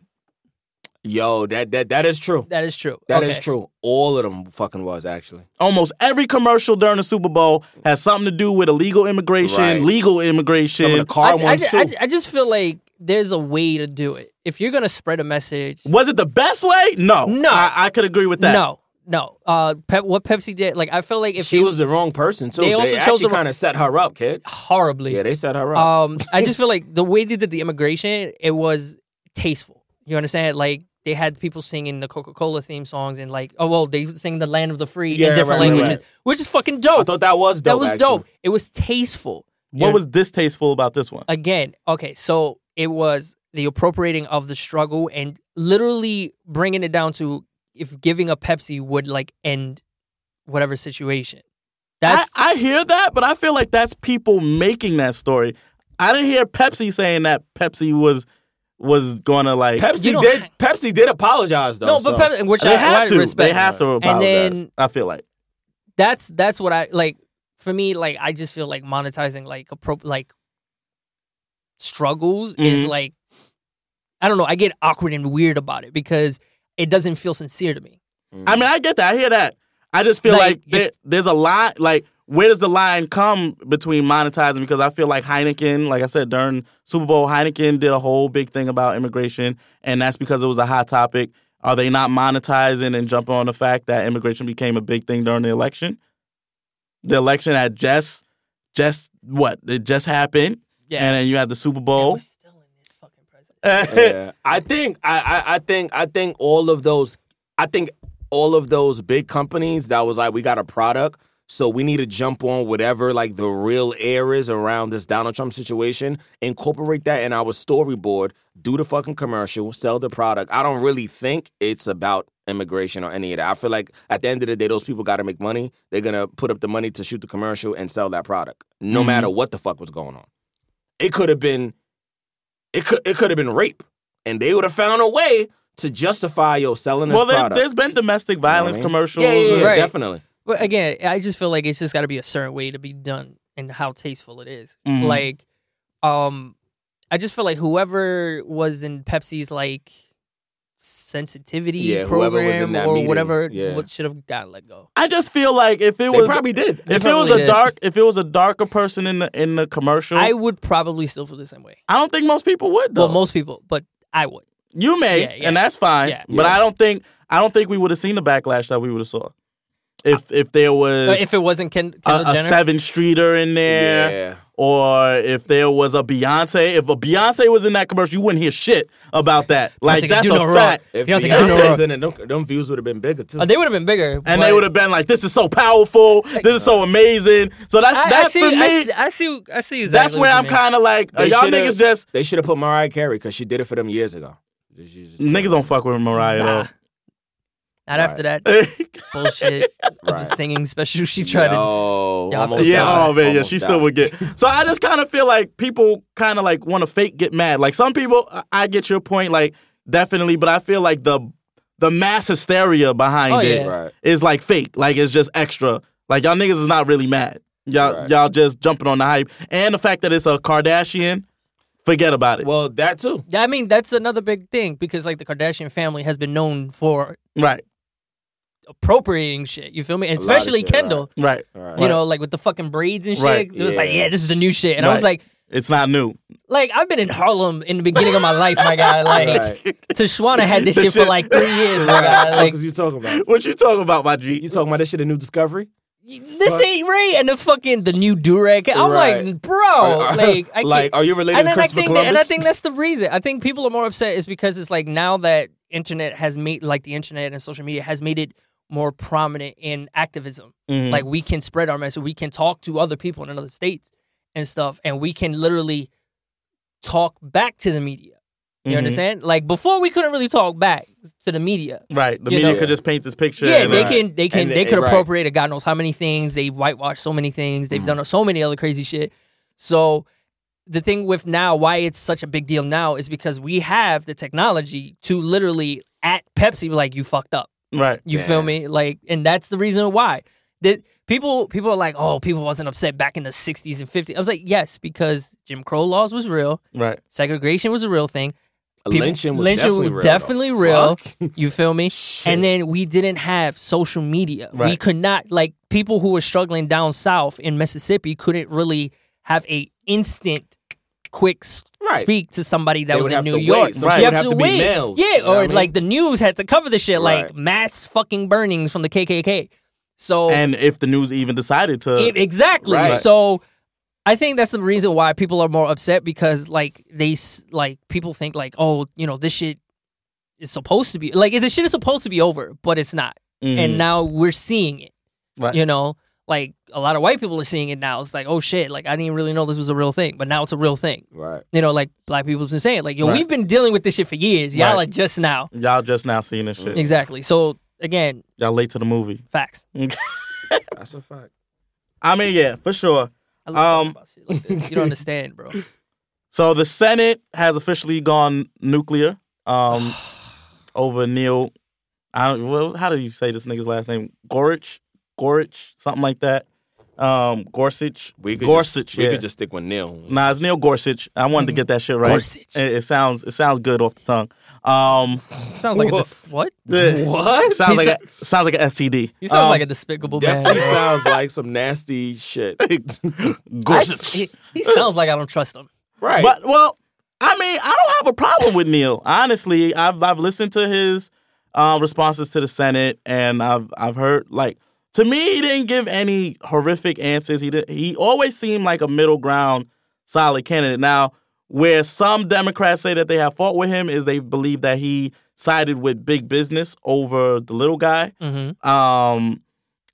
S3: Yo, that that that is true.
S5: That is true.
S3: That is
S5: Okay.
S3: true. All of them fucking was actually.
S4: Almost every commercial during the Super Bowl has something to do with illegal immigration,
S3: Right.
S4: legal immigration.
S3: Some of the
S5: I,
S3: car
S5: I,
S3: ones
S5: ju- I
S3: too.
S5: ju- I just feel like there's a way to do it. If you're gonna spread a message,
S4: was it the best way? No.
S5: No.
S4: I, I could agree with that.
S5: no, no. Uh, Pep, what Pepsi did, like I feel like if
S3: She
S5: they-
S3: was the wrong person too.
S5: They
S3: They,
S5: also chose
S3: actually
S5: the wrong-
S3: kind of set her up, kid.
S5: horribly.
S3: Yeah, they set her up.
S5: Um, I
S3: [LAUGHS]
S5: just feel like the way they did the immigration, it was tasteful. You understand? Like they had people singing the Coca Cola theme songs and like, oh well, they sing the Land of the Free
S3: Yeah,
S5: in different
S3: right, right,
S5: languages, which is fucking dope.
S3: I thought that was dope.
S5: Oh. that was
S3: actually.
S5: dope. It was tasteful.
S4: What
S5: Yeah.
S4: was distasteful about this one?
S5: again, okay, so it was the appropriating of the struggle and literally bringing it down to if giving a Pepsi would like end whatever situation. That's
S4: I, I hear that, but I feel like that's people making that story. I didn't hear Pepsi saying that Pepsi was was gonna like
S5: You
S3: Pepsi
S5: don't-
S3: did. Pepsi did apologize though.
S5: no,
S3: so.
S5: but Pepsi, which
S4: they
S5: I,
S4: have
S5: I
S4: to
S5: respect.
S4: they have to
S5: And
S4: apologize.
S5: then-
S4: I feel like
S5: That's that's what I like. For me, like I just feel like monetizing like appro- like struggles is
S4: Mhm.
S5: like I don't know. I get awkward and weird about it because it doesn't feel sincere to me.
S4: I mean I get that I hear that I just feel
S5: Like,
S4: like,
S5: if-
S4: there, there's a line like where does the line come between monetizing because I feel like Heineken like I said during Super Bowl Heineken did a whole big thing about immigration and that's because it was a hot topic. Are they not monetizing and jumping on the fact that immigration became a big thing during the election? The election had just just what it just happened.
S5: Yeah.
S4: And then you had the Super
S5: Man,
S4: Bowl.
S5: we're still in this fucking present.
S4: [LAUGHS]
S3: yeah. [LAUGHS] I think I, I I think I think all of those I think all of those big companies that was like we got a product so we need to jump on whatever like the real air is around this Donald Trump situation incorporate that in our storyboard do the fucking commercial sell the product I don't really think it's about immigration or any of that I feel like at the end of the day those people got to make money they're going to put up the money to shoot the commercial and sell that product no
S4: Mhm.
S3: matter what the fuck was going on it could have been it could it could have been rape, and they would have found a way to justify yo selling this
S4: well, there,
S3: product.
S4: there's been domestic
S3: You know what I
S4: violence
S3: mean?
S4: commercials.
S3: yeah, yeah, yeah,
S5: Right.
S3: definitely.
S5: But again, I just feel like it's just got to be a certain way to be done and how tasteful it is.
S3: Mm-hmm.
S4: Mhm.
S5: Like, um, I just feel like whoever was in Pepsi's like sensitivity
S3: Yeah, whoever was
S5: program
S3: in that
S5: or
S3: meeting,
S5: whatever
S3: yeah.
S5: what should have got let go.
S4: I just feel like if it
S3: They
S4: was
S3: probably did.
S4: if it
S5: probably
S4: was a
S5: did.
S4: dark if it was a darker person in the in the commercial,
S5: I
S4: I,
S5: would probably still feel the same way.
S4: don't think most people would though.
S5: Well, most people, but I would.
S4: you may,
S5: Yeah, yeah.
S4: and that's fine.
S5: Yeah.
S4: But
S3: Yeah.
S4: I don't think I don't think we would have seen the backlash that we would have saw if if there was
S5: Uh, if it wasn't Ken-
S4: a,
S5: Kendall
S4: a
S5: Jenner,
S4: seven streeter in there.
S3: Yeah.
S4: or if there was a Beyonce, if a Beyonce was in that commercial, you wouldn't hear shit about that. Like
S5: Beyonce can
S4: that's
S5: do
S4: a
S5: no wrong.
S4: fact.
S3: If
S5: Beyonce can do no
S3: Beyonce's
S5: wrong.
S3: in it, them, them views would have been bigger too.
S5: Uh, they would have been bigger,
S4: And
S5: but
S4: they would have been like, "This is so powerful. This is so amazing." So that's
S5: I,
S4: that's
S5: I see,
S4: for me.
S5: I see, I see, I see. Exactly
S4: that's where
S5: what you
S4: I'm
S5: mean.
S4: kind of like, uh,
S3: They
S4: y'all
S3: shoulda-
S4: niggas just
S3: They should have put Mariah Carey because she did it for them years ago. She just-
S4: niggas don't fuck with Mariah
S5: Nah. Not after
S4: [LAUGHS]
S5: that
S4: though.
S5: bullshit of a
S3: Right.
S5: singing special she tried to
S3: Yo,
S5: Yeah, I
S3: almost
S5: feel
S4: yeah,
S3: died.
S4: oh man, yeah,
S3: Almost
S4: she
S3: died.
S4: still would get. So I just kind of feel like people kind of like want to fake get mad. Like some people, I- I get your point, like definitely, but I feel like the the mass hysteria behind
S5: Oh,
S4: it
S5: yeah.
S4: is
S3: Right.
S4: like fake. Like it's just extra. Like y'all niggas is not really mad. Y'all
S3: Right.
S4: y'all just jumping on the hype and the fact that it's a Kardashian. Forget about it.
S3: Well, that too.
S5: I mean, that's another big thing because like the Kardashian family has been known for
S4: right,
S5: appropriating shit. You feel me? And
S3: lot of
S5: Especially
S3: shit, right.
S5: Kendall.
S4: right.
S3: All
S5: You
S3: right.
S5: know, like with the fucking braids and shit.
S4: Right.
S5: It was like,
S3: Yeah.
S5: yeah, this is the new shit. And I was
S4: Right.
S5: like,
S4: It's not new.
S5: like I've been in Harlem in the beginning of my life, my guy.
S3: [LAUGHS]
S5: Like Tashwana had this
S4: The
S5: shit for
S4: shit-
S5: like three years, my guy.
S3: What [LAUGHS]
S5: Like
S3: is you talking about?
S4: What you talking about, my G?
S3: You talking about this shit a new discovery?
S5: this ain't right. And the fucking the new Durek. I'm
S3: Right. [LAUGHS]
S5: like, bro, like I
S3: like,
S5: can't.
S3: are you related
S5: and
S3: to
S5: then I
S3: Christopher
S5: think
S3: Columbus?
S5: that, and I think that's the reason. I think people are more upset is because it's like now that internet has made like the internet and social media has made it more prominent in activism.
S4: Mhm.
S5: Like we can spread our message, we can talk to other people in other states and stuff, and we can literally talk back to the media. You
S4: Mhm.
S5: understand? Like before, we couldn't really talk back to the media.
S4: Right. The
S5: You
S4: media
S5: know?
S4: could just paint this picture.
S5: Yeah,
S4: and
S5: they
S4: then-
S5: can, they can,
S3: And
S5: they
S3: they-
S5: could
S3: right.
S5: appropriate a God knows how many things. They've whitewashed so many things. They've
S3: Mm.
S5: done so many other crazy shit. So the thing with now, why it's such a big deal now, is because we have the technology to literally at Pepsi, be like you fucked up.
S4: Right.
S5: You feel me? Like, and that's the reason why. that people people are like, oh, people wasn't upset back in the '60s and '50s. I was like, yes, because Jim Crow laws was real,
S4: Right.
S5: segregation was a real thing. People-
S3: lynching was
S5: lynching
S3: definitely real.
S5: was
S3: The
S5: definitely real.
S3: fuck? [LAUGHS]
S5: You feel me? And then we didn't have social media. We
S4: Right.
S5: could not like people who were struggling down south in Mississippi couldn't really have a instant quick s-
S3: Right.
S5: speak to somebody that
S3: They
S5: was
S3: would
S5: in
S3: have
S5: New
S3: to
S5: York.
S3: wait. Some shit
S5: You
S3: would have to be mailed.
S5: Yeah,
S3: You know
S5: or
S3: what I mean?
S5: like the news had to cover the shit, like
S3: Right.
S5: mass fucking burnings from the KKK. So
S4: And if the news even decided to,
S5: Oh. it- exactly.
S3: Right.
S5: So I think that's the reason why people are more upset because like they s- like people think like oh you know this shit is supposed to be like this shit is supposed to be over but it's not
S4: Mm,
S5: and now we're seeing it.
S4: Right.
S5: You know, like a lot of white people are seeing it now. It's like oh shit, like I didn't really know this was a real thing, but now it's a real thing.
S3: Right.
S5: You know, like black people have been saying like yo
S4: Right.
S5: we've been dealing with this shit for years. Y'all all
S4: Right.
S5: are just now
S4: y'all just now seeing this shit.
S5: exactly. So again,
S4: Y'all late to the movie.
S5: facts.
S3: That's a fact.
S4: I mean, yeah, for sure.
S5: I love um,
S4: Um,
S5: about shit like this.
S4: [LAUGHS]
S5: You don't understand, bro.
S4: So the Senate has officially gone nuclear
S5: [SIGHS]
S4: um, over Neil. I don't. Well, how do you say this nigga's last name? Gorich, Gorich, something like that. Um, Gorsuch.
S3: We could
S4: Gorsuch.
S3: Just, we
S4: yeah.
S3: could just stick with Neil.
S4: [LAUGHS] Nah, it's Neil Gorsuch. I wanted to get that shit right.
S5: Mm. Gorsuch.
S4: It, it sounds. It sounds good off the tongue. Um,
S5: Sounds like a
S3: Whoa.
S5: dis- what?
S3: What?
S4: sounds
S5: He's
S4: like a, sounds like an STD.
S5: He sounds
S4: Um,
S5: like a despicable man.
S3: Definitely
S4: [LAUGHS]
S3: sounds like some nasty shit. [LAUGHS]
S5: I-
S4: Um, Gorsuch.
S5: he, he sounds like I don't trust him.
S3: Right.
S4: But well, I mean, I don't have a problem with Neil. Honestly, I've I've listened to his uh, responses to the Senate, and I've I've heard like to me, he didn't give any horrific answers. He did, he always seemed like a middle ground, solid candidate. Now, where some Democrats say that they have fault with him is they believe that he sided with big business over the little guy.
S5: Mm-hmm.
S4: Um,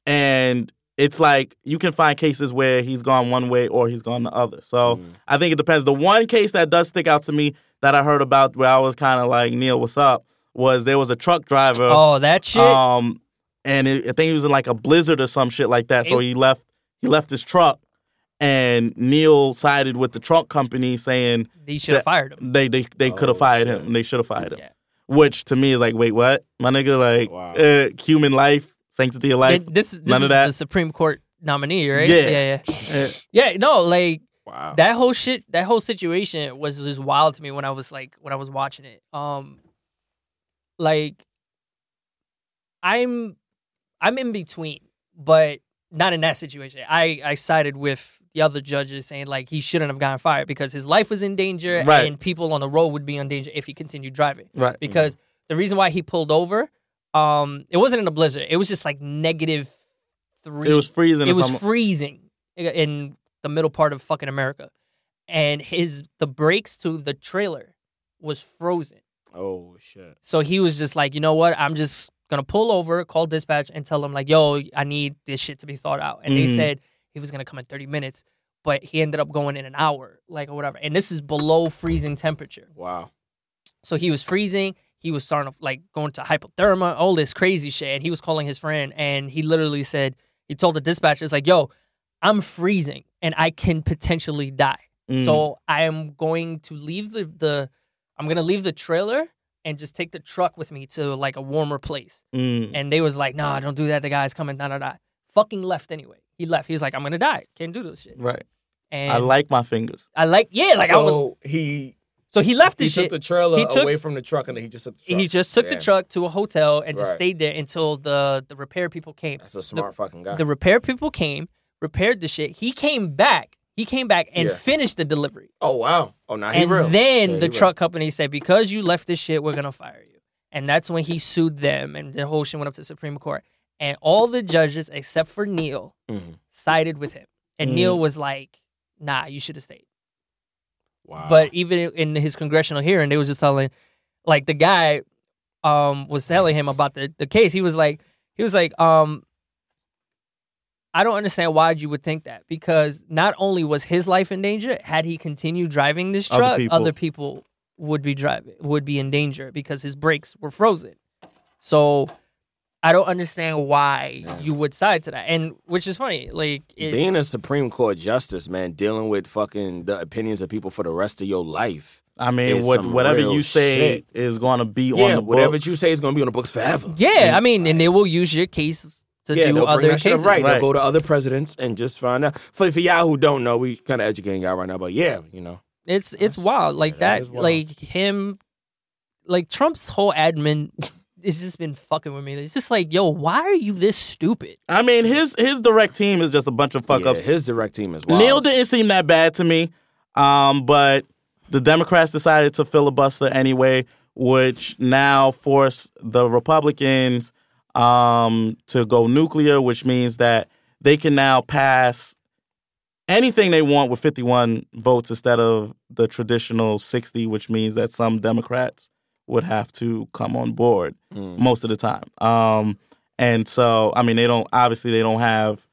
S4: and it's like you can find cases where he's gone one way or he's gone the other.
S3: Mm-hmm.
S5: Mm.
S4: So
S3: Mm.
S4: I think it depends. The one case that does stick out to me that I heard about where I was kind of like, Neil, what's up? Was there was a truck driver.
S5: Oh, that shit.
S4: um, and it, I think he was in like a blizzard or some shit like that. So
S5: It-
S4: he left he left his truck, and Neil sided with the truck company saying
S5: he should have
S4: that-
S5: fired him.
S4: they they they could
S3: Oh,
S4: have fired
S3: shit.
S4: him. They should have fired him.
S5: Yeah.
S4: Which to me is like, wait, what? My nigga, like
S3: Wow.
S4: uh, human life, sanctity of life.
S5: Th- this is this
S4: none
S5: is
S4: of that.
S5: the Supreme Court nominee, right?
S4: Yeah.
S5: yeah, yeah. Yeah, No, like
S3: wow.
S5: that whole shit, that whole situation was just wild to me when I was like when I was watching it. Um, like I'm, I'm in between, but not in that situation. I I sided with the other judges saying like he shouldn't have gotten fired because his life was in danger
S4: Right. Mm-hmm.
S5: and people on the road would be in danger if he continued driving.
S4: Right.
S5: because the reason why he pulled over, um, it wasn't in a blizzard. It was just like negative three.
S4: It was freezing.
S5: It
S4: or
S5: was
S4: something.
S5: freezing in the middle part of fucking America, and his the brakes to the trailer was frozen.
S3: Oh shit.
S5: So he was just like, you know what? I'm just gonna pull over, call dispatch, and tell them like, yo, I need this shit to be thought out. And they
S4: Mhm.
S5: said he was gonna come in 30 minutes, but he ended up going in an hour, like or whatever. And this is below freezing temperature.
S3: Wow.
S5: So he was freezing. He was starting to like going to hypothermia, all this crazy shit. And he was calling his friend, and he literally said, he told the dispatcher, "It's like, yo, I'm freezing, and I can potentially die.
S4: Mm.
S5: So I am going to leave the the, I'm gonna leave the trailer and just take the truck with me to like a warmer place."
S4: Mm.
S5: And they was like, "Nah, don't do that. The guy's coming. Nah, nah, nah." Fucking left anyway. He left. He was like, "I'm gonna die. Can't do this shit."
S4: right.
S5: And
S4: I like my fingers.
S5: I like, yeah, like I was.
S3: so he
S5: So he left the
S3: he
S5: shit.
S3: took the trailer
S5: He took-
S3: away from the truck and then he just took the truck.
S5: He just took
S3: Yeah.
S5: the truck to a hotel and just
S3: Right.
S5: stayed there until the, the repair people came.
S3: That's a smart fucking guy.
S5: The repair people came, repaired the shit. He came back. He came back and
S3: Yeah.
S5: finished the delivery.
S3: oh wow. Oh now he
S5: and
S3: real.
S5: then
S3: Yeah, he
S5: the
S3: real.
S5: truck company said, because you left this shit, we're going to fire you. And that's when he sued them and the whole shit went up to the Supreme Court. And all the judges, except for Neil,
S3: Mhm.
S5: sided with him. And
S4: Mm.
S5: Neil was like, nah, you should have stayed.
S3: Wow.
S5: But even in his congressional hearing, they was just telling, like the guy, um, was telling him about the the case. He was like, he was like, um, I don't understand why you would think that because not only was his life in danger, had he continued driving this
S4: Other
S5: truck, other people,
S4: people.
S5: would be driving would be in danger because his brakes were frozen. So. I don't understand why you would side to that, and which is funny. Like, it's,
S3: being a Supreme Court justice, man, dealing with fucking the opinions of people for the rest of your life.
S4: I mean,
S3: It's
S4: what,
S3: some
S4: whatever
S3: real
S4: you say
S3: shit.
S4: is going to be on
S3: Yeah,
S4: the
S3: whatever
S4: books.
S3: you say is gonna be on the books forever.
S5: Yeah, I mean, and they will use your case to
S3: yeah,
S5: do
S3: they'll
S5: other
S3: bring that shit up
S5: cases.
S3: right. They'll
S4: Right.
S3: go to other presidents and just find out. For, for y'all who don't know, we kind of educating y'all right now, but yeah, you know.
S5: It's it's wild like
S3: that
S5: that.
S3: is wild.
S5: Like him, like Trump's whole admin. [LAUGHS] It's just been fucking with me. It's just like, yo, why are you this stupid?
S4: I mean, his his direct team is just a bunch of fuck
S3: yeah,
S4: ups.
S3: His direct team is wild.
S4: Neil didn't seem that bad to me, um, but the Democrats decided to filibuster anyway, which now forced the Republicans um, to go nuclear, which means that they can now pass anything they want with 51 votes instead of the traditional 60, which means that some Democrats would have to come on board
S3: Hmm.
S4: most of the time. Um, and so, I mean, they don't obviously they don't have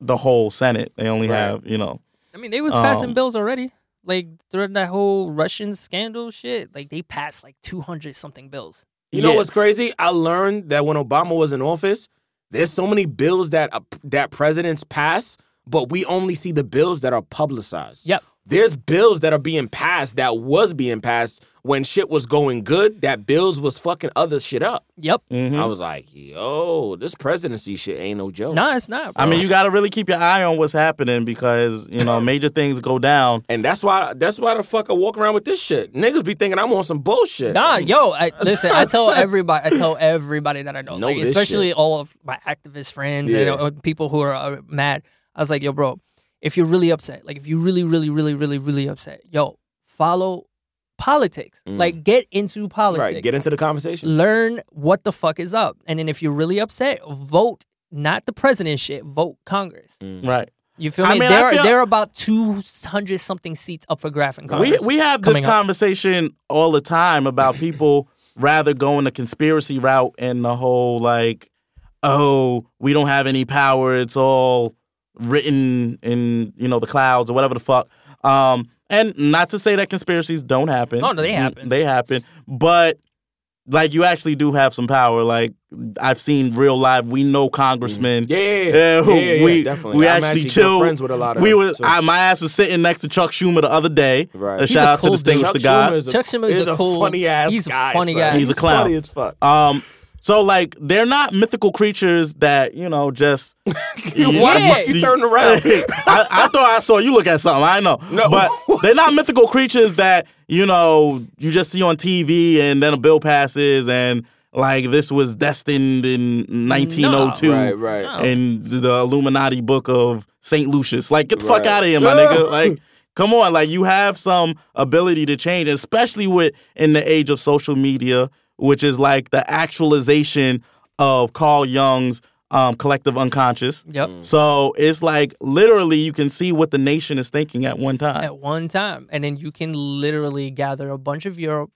S4: the whole Senate. They only
S3: Right.
S4: have you know
S5: I mean, they was passing
S4: Um,
S5: bills already. Like during that whole Russian scandal shit, like they passed like two hundred something bills.
S3: You know
S4: Yeah.
S3: what's crazy? I learned that when Obama was in office, there's so many bills that uh, that presidents pass, but we only see the bills that are publicized.
S5: Yep.
S3: There's bills that are being passed that was being passed when shit was going good. That bills was fucking other shit up.
S5: Yep.
S4: Mhm.
S3: I was like, yo, this presidency shit ain't no joke.
S5: No, it's not. Bro.
S4: I mean, you got to really keep your eye on what's happening because
S3: [LAUGHS]
S4: you know major things go down.
S3: And that's why that's why the fuck I walk around with this shit. Niggas be thinking I'm on some bullshit.
S4: Um,
S5: Nah, yo,
S4: [LAUGHS]
S5: I, listen. I tell everybody, I tell everybody that I know,
S3: Know
S5: like,
S3: this
S5: especially
S3: shit.
S5: all of my activist friends
S3: Yeah.
S5: and uh, people who are uh, mad. I was like, yo, bro, if you're really upset, like if you really, really, really, really, really upset, yo, follow politics.
S4: Mm.
S5: Like, get into politics.
S3: Right, get into the conversation.
S5: Learn what the fuck is up, and then if you're really upset, vote not the president shit, vote Congress.
S4: Right.
S5: You feel
S4: I
S5: me?
S4: mean, I
S5: there, are,
S4: feel-
S5: there are about two hundred something seats up for graph in
S4: We
S5: Congress.
S4: we have this
S5: coming up.
S4: conversation all the time about
S3: [LAUGHS]
S4: people rather going the conspiracy route and the whole like, oh, we don't have any power. It's all written in you know the clouds or whatever the fuck. Um, and not to say that conspiracies don't happen.
S5: Oh, No, no, they
S4: Mm,
S5: happen.
S4: They happen, but. Like you actually do have some power. Like I've seen real live. We know congressmen.
S3: Mm. Yeah, yeah,
S4: Yeah,
S3: yeah, yeah, yeah,
S4: we
S3: definitely.
S4: we
S3: I'm
S4: actually,
S3: actually good
S4: chill.
S3: friends with a lot of
S4: we
S3: them,
S4: were.
S3: too.
S4: I, uh, my ass was sitting next to Chuck Schumer the other day.
S3: Right.
S4: A
S3: He's
S4: shout
S5: a
S4: out
S5: cool
S4: to distinguished
S3: Chuck
S4: the guy.
S3: Schumer is a,
S5: Chuck Schumer is
S3: is
S5: a
S3: a
S5: cool-
S3: funny ass
S5: he's a
S3: guy.
S5: funny
S3: son.
S5: guy.
S4: He's a clown.
S3: funny as fuck.
S4: Um, so like they're not mythical creatures that you know just.
S3: [LAUGHS] Why the fuck you turned around?
S4: [LAUGHS] I, I thought I saw you look at something. I know,
S3: No. [LAUGHS]
S4: but they're not mythical creatures that you know you just see on TV and then a bill passes and like this was destined in 1902
S3: right, right.
S5: No.
S4: in the Illuminati book of Saint Lucius. Like, get the fuck
S3: Right.
S4: out of here, my nigga. Like, come on. Like, you have some ability to change, especially with in the age of social media, which is like the actualization of Carl Jung's um, collective unconscious.
S5: Yep.
S4: So it's like literally you can see what the nation is thinking at one time.
S5: at one time. And then you can literally gather a bunch of your